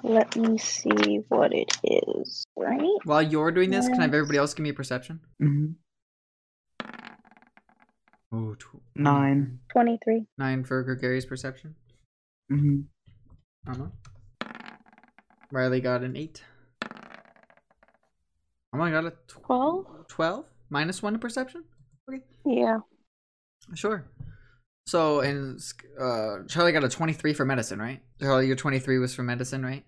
Speaker 2: Let me see what it is, right?
Speaker 1: While you're doing this, can I have
Speaker 2: Yes.
Speaker 1: everybody else give me a perception?
Speaker 7: Mhm.
Speaker 1: Oh, tw-
Speaker 7: Nine.
Speaker 2: 23.
Speaker 1: nine for gregarious perception.
Speaker 7: Mhm.
Speaker 1: Arma. Uh-huh. Riley got an eight. Arma got a tw-
Speaker 4: Twelve?
Speaker 1: twelve minus one to perception.
Speaker 4: Yeah.
Speaker 1: Sure. So and uh, Charlie got a twenty-three for medicine, right? Charlie, your twenty-three was for medicine, right?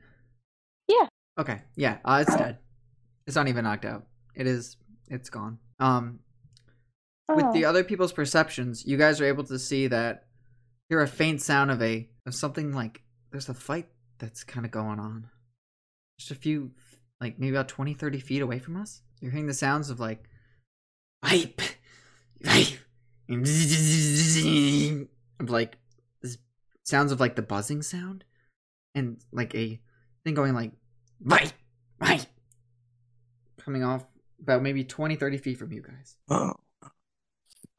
Speaker 2: Yeah.
Speaker 1: Okay. Yeah. Uh, it's dead. It's not even knocked out. It is. It's gone. Um, with the
Speaker 2: Oh.
Speaker 1: other people's perceptions, you guys are able to see that hear a faint sound of a of something like there's a fight that's kind of going on. Just a few, like maybe about 20, 30 feet away from us, you're hearing the sounds of like wipe, wipe, of like this sounds of like the buzzing sound, and like a thing going like wipe, wipe, coming off about maybe 20, 30 feet from you guys.
Speaker 3: Oh.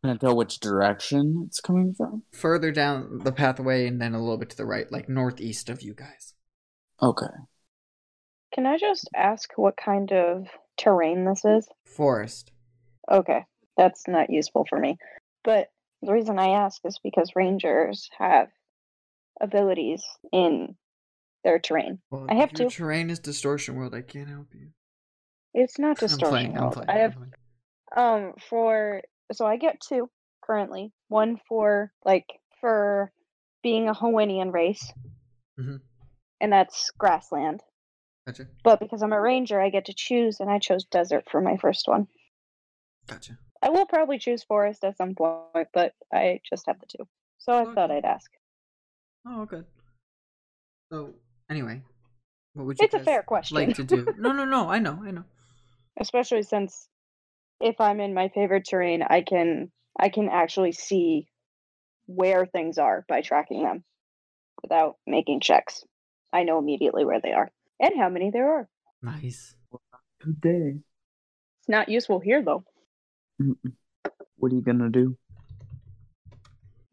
Speaker 3: Can I tell which direction it's coming from?
Speaker 1: further down the pathway and then a little bit to the right, like northeast of you guys.
Speaker 3: Okay.
Speaker 2: Can I just ask what kind of terrain this is?
Speaker 1: Forest.
Speaker 2: Okay, that's not useful for me. But the reason I ask is because rangers have abilities in their terrain.
Speaker 1: Well,
Speaker 2: I have
Speaker 1: your
Speaker 2: two.
Speaker 1: terrain is distortion world. I can't help you.
Speaker 2: It's not
Speaker 1: I'm
Speaker 2: distortion.
Speaker 1: playing. I'm
Speaker 2: world.
Speaker 1: playing.
Speaker 2: I
Speaker 1: I'm
Speaker 2: have
Speaker 1: playing.
Speaker 2: um for so I get two currently. One for like for being a Hawaiian race,
Speaker 1: Mhm.
Speaker 2: and that's grassland.
Speaker 1: Gotcha.
Speaker 2: But because I'm a ranger, I get to choose, and I chose desert for my first one.
Speaker 1: Gotcha.
Speaker 2: I will probably choose forest at some point, but I just have the two. So I
Speaker 1: Okay.
Speaker 2: thought I'd ask.
Speaker 1: Oh, good. So, anyway, what would you?
Speaker 2: It's a
Speaker 1: guys
Speaker 2: fair question.
Speaker 1: Like to do? No, no, no. I know. I know.
Speaker 2: Especially since if I'm in my favorite terrain, I can I can actually see where things are by tracking them without making checks. I know immediately where they are and how many there are.
Speaker 1: Nice.
Speaker 7: Today.
Speaker 2: It's not useful here though.
Speaker 7: Mm-mm. What are you gonna do?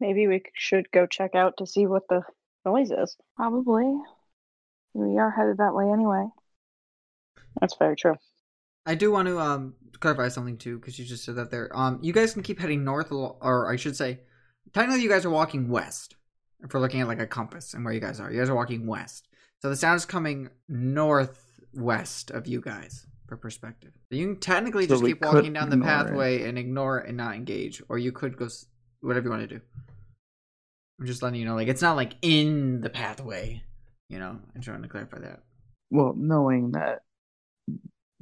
Speaker 2: Maybe we c- should go check out to see what the noise is.
Speaker 4: Probably. We are headed that way anyway.
Speaker 2: That's very true.
Speaker 1: I do want to um clarify something too, because you just said that there. Um, you guys can keep heading north, al- or I should say, technically, you guys are walking west. If we're looking at like a compass and where you guys are, you guys are walking west. So the sound is coming northwest of you guys for perspective. So you can technically
Speaker 7: So
Speaker 1: just
Speaker 7: we
Speaker 1: keep
Speaker 7: could
Speaker 1: walking down the
Speaker 7: ignore it.
Speaker 1: pathway and ignore it and not engage, or you could go s- whatever you want to do. I'm just letting you know, like it's not like in the pathway, you know. I'm trying to clarify that.
Speaker 7: Well, knowing that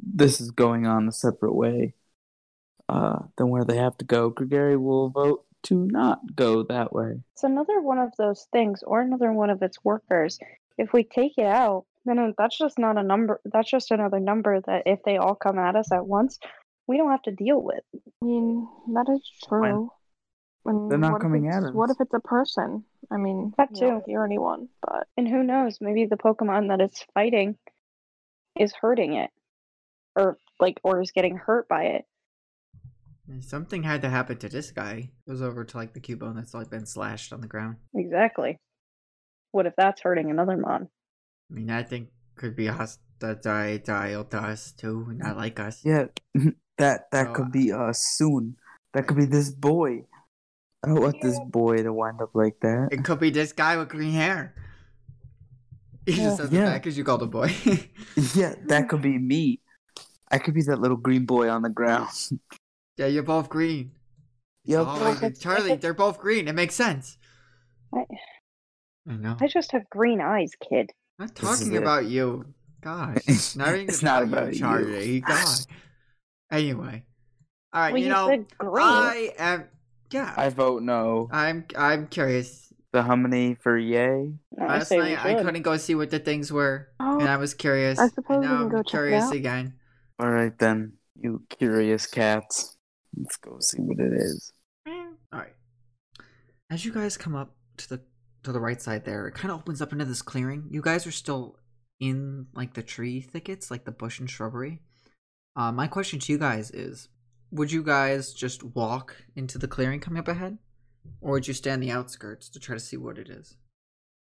Speaker 7: this is going on a separate way uh, than where they have to go, Gregary will vote to not go that way.
Speaker 2: It's another one of those things, or another one of its workers. If we take it out, then it- that's just not a number. That's just another number that if they all come at us at once, we don't have to deal with.
Speaker 4: I mean, that is true. And
Speaker 7: They're not
Speaker 4: what if
Speaker 7: coming at
Speaker 4: it's-
Speaker 7: us.
Speaker 4: What if it's a person? I mean,
Speaker 2: That
Speaker 4: you know,
Speaker 2: too.
Speaker 4: You're anyone, but
Speaker 2: And who knows? Maybe the Pokemon that it's fighting is hurting it, or like or is getting hurt by it.
Speaker 1: Something had to happen to this guy. Goes over to like the Cubone that's like been slashed on the ground.
Speaker 2: Exactly. What if that's hurting another mon?
Speaker 1: I mean, I think could be hostile to us too, not like us.
Speaker 7: Yeah, that that
Speaker 1: So, uh,
Speaker 7: could be us soon. That could be this boy. I don't want this boy to wind up like that.
Speaker 1: It could be this guy with green hair. He
Speaker 2: Yeah.
Speaker 1: just says
Speaker 7: Yeah.
Speaker 1: that because you called a boy.
Speaker 7: Yeah, that could be me. I could be that little green boy on the ground.
Speaker 1: yeah, you're both green.
Speaker 7: Yep.
Speaker 1: Oh, I did- Charlie, they're both green. It makes sense.
Speaker 2: I,
Speaker 1: I know.
Speaker 2: I just have green eyes, kid.
Speaker 1: I'm not
Speaker 7: This is
Speaker 1: talking
Speaker 7: it.
Speaker 1: about you. God.
Speaker 7: It's
Speaker 1: Not even
Speaker 7: not
Speaker 1: about,
Speaker 7: about
Speaker 1: you,
Speaker 7: you.
Speaker 1: Charlie. God. Anyway. All right,
Speaker 2: well,
Speaker 1: Uh, you
Speaker 2: you
Speaker 1: know,
Speaker 2: said green.
Speaker 1: I am. Yeah.
Speaker 7: I vote no.
Speaker 1: I'm I'm curious.
Speaker 7: The hominy for yay.
Speaker 2: No, I say
Speaker 1: Honestly,
Speaker 2: we
Speaker 1: I
Speaker 2: should.
Speaker 1: couldn't go see what the things were,
Speaker 4: Oh,
Speaker 1: and I was curious.
Speaker 4: I suppose
Speaker 1: and
Speaker 4: we
Speaker 1: now
Speaker 4: can
Speaker 1: I'm
Speaker 4: go check it
Speaker 1: curious
Speaker 4: out.
Speaker 1: again.
Speaker 7: All right then, you curious cats. Let's go see what it is.
Speaker 1: All right. As you guys come up to the to the right side there, it kind of opens up into this clearing. You guys are still in like the tree thickets, like the bush and shrubbery. Uh, my question to you guys is: Would you guys just walk into the clearing coming up ahead, or would you stand the outskirts to try to see what it is?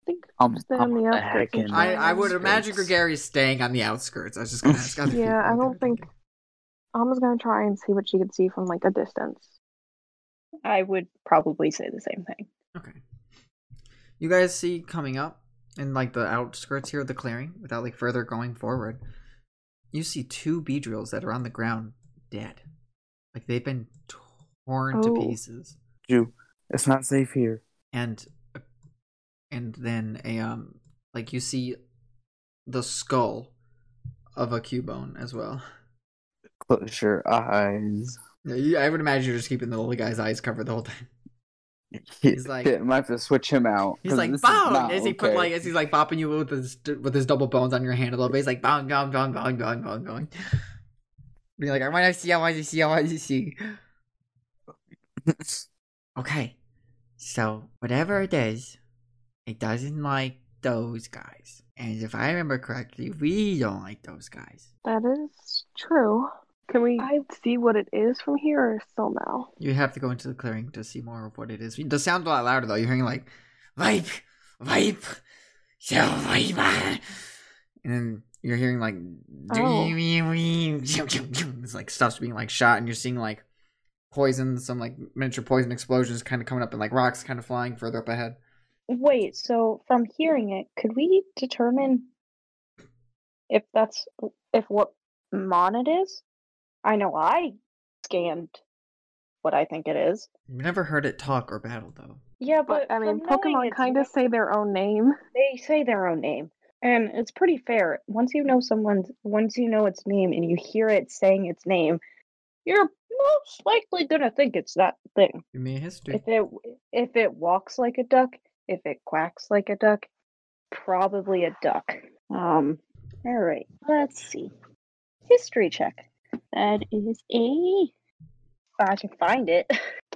Speaker 4: think
Speaker 7: Um,
Speaker 4: stay on
Speaker 7: um,
Speaker 4: the outskirts.
Speaker 7: heckin'
Speaker 4: and
Speaker 1: I,
Speaker 4: try
Speaker 1: I would
Speaker 4: and-
Speaker 1: imagine Gregarious staying on the outskirts. I was just gonna ask. Other people
Speaker 4: Yeah,
Speaker 1: what they
Speaker 4: I don't
Speaker 1: were
Speaker 4: think-
Speaker 1: thinking.
Speaker 4: Alma's gonna try and see what she can see from like a distance.
Speaker 2: I would probably say the same thing.
Speaker 1: Okay. You guys see coming up in like the outskirts here of the clearing, without like further going forward, you see two bee drills that are on the ground dead. Like they've been torn to
Speaker 4: Oh.
Speaker 1: pieces.
Speaker 7: Jew. It's not safe here.
Speaker 1: And uh, and then a um like you see the skull of a cubone as well.
Speaker 7: Close your eyes.
Speaker 1: Yeah, you- I would imagine you're just keeping the little guy's eyes covered the whole time.
Speaker 7: He's
Speaker 1: like-
Speaker 7: like, I might have to switch him out.
Speaker 1: He's
Speaker 7: 'cause
Speaker 1: like
Speaker 7: this is
Speaker 1: bong
Speaker 7: not
Speaker 1: as he put
Speaker 7: okay.
Speaker 1: like as he's like bopping you with his with his double bones on your hand a little bit. He's like bong bong bong bong bong bong bong. Being like, I want to see, I want to see, I want to see. Okay, so whatever it is, it doesn't like those guys. And if I remember correctly, we don't like those guys.
Speaker 4: That is true. Can we
Speaker 8: I-
Speaker 4: see what it is from here or still no?
Speaker 1: You have to go into the clearing to see more of what it is. It does sound a lot louder though. You're hearing like, vipe, vipe, shall vipe. ah." And then you're hearing like,
Speaker 4: Oh.
Speaker 1: it's like stuff's being like shot, and you're seeing like poison, some like miniature poison explosions kind of coming up, and like rocks kind of flying further up ahead.
Speaker 2: Wait, so from hearing it, could we determine if that's if what mon it is? I know I scanned what I think it is.
Speaker 1: You've never heard it talk or battle though.
Speaker 2: Yeah,
Speaker 4: But,
Speaker 2: but
Speaker 4: I mean,
Speaker 2: from knowing
Speaker 4: Pokemon
Speaker 2: its
Speaker 4: kind
Speaker 2: name-
Speaker 4: of say their own name.
Speaker 2: they say their own name, and it's pretty fair. Once you know someone's, once you know its name, and you hear it saying its name, you're most likely gonna think it's that thing.
Speaker 1: Give me a history.
Speaker 2: If it if it walks like a duck, if it quacks like a duck, probably a duck. Um. All right. Let's see. History check. That is a. If I can find it.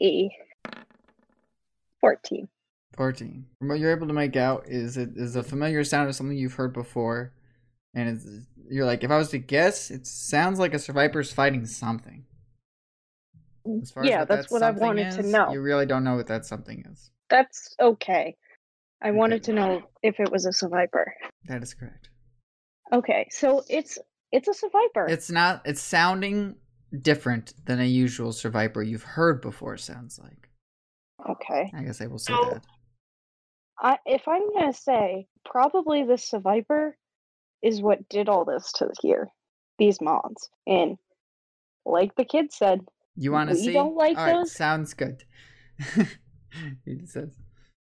Speaker 2: A. Fourteen.
Speaker 1: 14. From what you're able to make out is it is a familiar sound of something you've heard before. And it's, you're like, if I was to guess, it sounds like a survivor's fighting something. As far as
Speaker 2: yeah,
Speaker 1: what
Speaker 2: that's
Speaker 1: that
Speaker 2: what I
Speaker 1: something
Speaker 2: wanted to
Speaker 1: is,
Speaker 2: know.
Speaker 1: You really don't know what that something is.
Speaker 2: That's okay. I
Speaker 1: Okay.
Speaker 2: wanted to know if it was a survivor.
Speaker 1: That is correct.
Speaker 2: Okay, so it's it's a survivor.
Speaker 1: It's not. It's sounding different than a usual survivor you've heard before. Sounds like.
Speaker 2: okay.
Speaker 1: I guess I will say
Speaker 2: No.
Speaker 1: that.
Speaker 2: I, if I'm gonna say, probably this survivor is what did all this to here, these mons, and like the kid said,
Speaker 1: You want to
Speaker 2: We
Speaker 1: see?
Speaker 2: don't like
Speaker 1: All right,
Speaker 2: those.
Speaker 1: sounds good. he just says.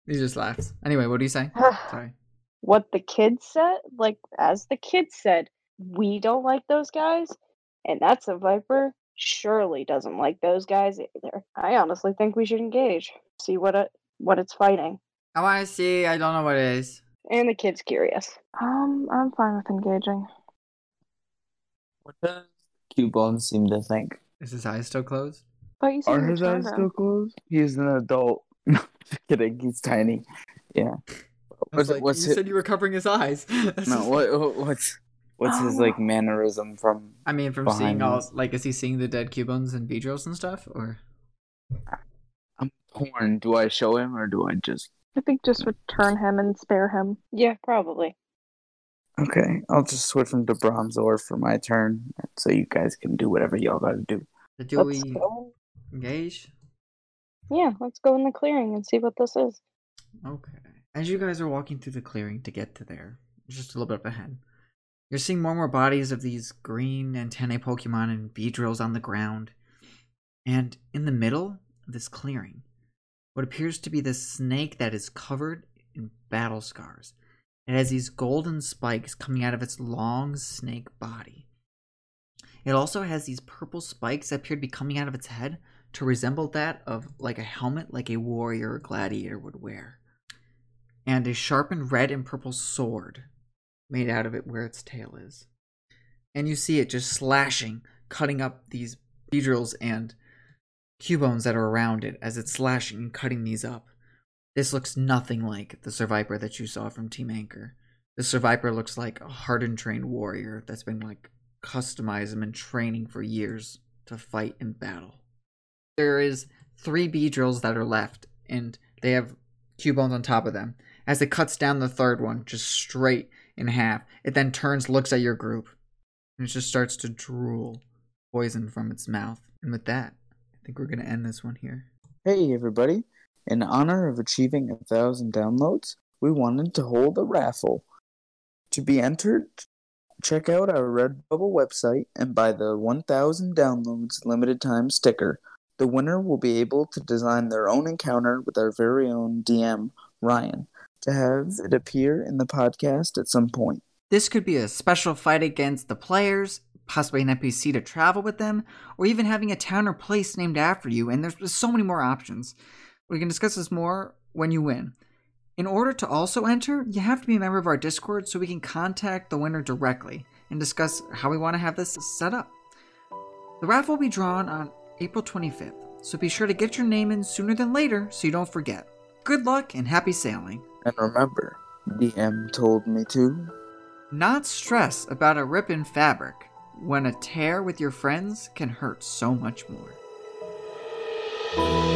Speaker 1: He just laughs. Anyway, what do you
Speaker 2: Uh,
Speaker 1: say? Sorry.
Speaker 2: what the kid said, like as the kid said, we don't like those guys, and that survivor surely doesn't like those guys either. I honestly think we should engage, see what it, what it's fighting,
Speaker 1: Oh, I want to see. I don't know what it is.
Speaker 2: and the kid's curious.
Speaker 4: Um, I'm fine with engaging.
Speaker 7: What does Cubone seem to think?
Speaker 1: Is his eyes still closed?
Speaker 4: But you see
Speaker 7: Are
Speaker 4: the
Speaker 7: his eyes
Speaker 4: Charmander.
Speaker 7: still closed? He's an adult. Just kidding. He's tiny. Yeah.
Speaker 1: I was
Speaker 7: What's,
Speaker 1: like,
Speaker 7: what's
Speaker 1: you
Speaker 7: it?
Speaker 1: said you were covering his eyes.
Speaker 7: No. What? what- What's
Speaker 3: What's his
Speaker 4: Oh.
Speaker 3: like mannerism from?
Speaker 1: I mean, from
Speaker 3: Behind
Speaker 1: seeing all,
Speaker 3: us.
Speaker 1: like, is he seeing the dead Cubans and Beedrills and stuff? Or
Speaker 3: I'm torn. Do I show him or do I just?
Speaker 4: I think just return him and spare him.
Speaker 2: Yeah, probably.
Speaker 3: Okay, I'll just switch him to Bronzor for my turn, so you guys can do whatever y'all gotta do.
Speaker 1: do
Speaker 2: Let's
Speaker 1: we
Speaker 2: go.
Speaker 1: engage?
Speaker 2: Yeah, let's go in the clearing and see what this is.
Speaker 1: Okay. As you guys are walking through the clearing to get to there, just a little bit up ahead, you're seeing more and more bodies of these green antennae Pokemon and Beedrills on the ground. And in the middle of this clearing, what appears to be this snake that is covered in battle scars. It has these golden spikes coming out of its long snake body. It also has these purple spikes that appear to be coming out of its head to resemble that of like a helmet like a warrior or gladiator would wear. And a sharpened red and purple sword made out of it where its tail is. And you see it just slashing, cutting up these beedrills and cubones that are around it as it's slashing and cutting these up. This looks nothing like the Survivor that you saw from Team Anchor. The Survivor looks like a hardened trained warrior that's been like customized and been training for years to fight and battle. There is three B drills that are left, and they have cubones on top of them. As it cuts down the third one, just straight in half, it then turns, looks at your group, and it just starts to drool poison from its mouth. And with that, I think we're gonna end this one here.
Speaker 3: Hey everybody! In honor of achieving a thousand downloads, we wanted to hold a raffle. To be entered, check out our Redbubble website and buy the 1000 downloads limited time sticker. The winner will be able to design their own encounter with our very own DM, Ryan, to have it appear in the podcast at some point.
Speaker 1: This could be a special fight against the players, possibly an NPC to travel with them, or even having a town or place named after you, and there's there's so many more options. We can discuss this more when you win. In order to also enter, you have to be a member of our Discord so we can contact the winner directly and discuss how we want to have this set up. The raffle will be drawn on April 25th, so be sure to get your name in sooner than later so you don't forget. Good luck and happy sailing.
Speaker 3: And remember, DM told me to.
Speaker 1: Not stress about a rip in fabric when a tear with your friends can hurt so much more.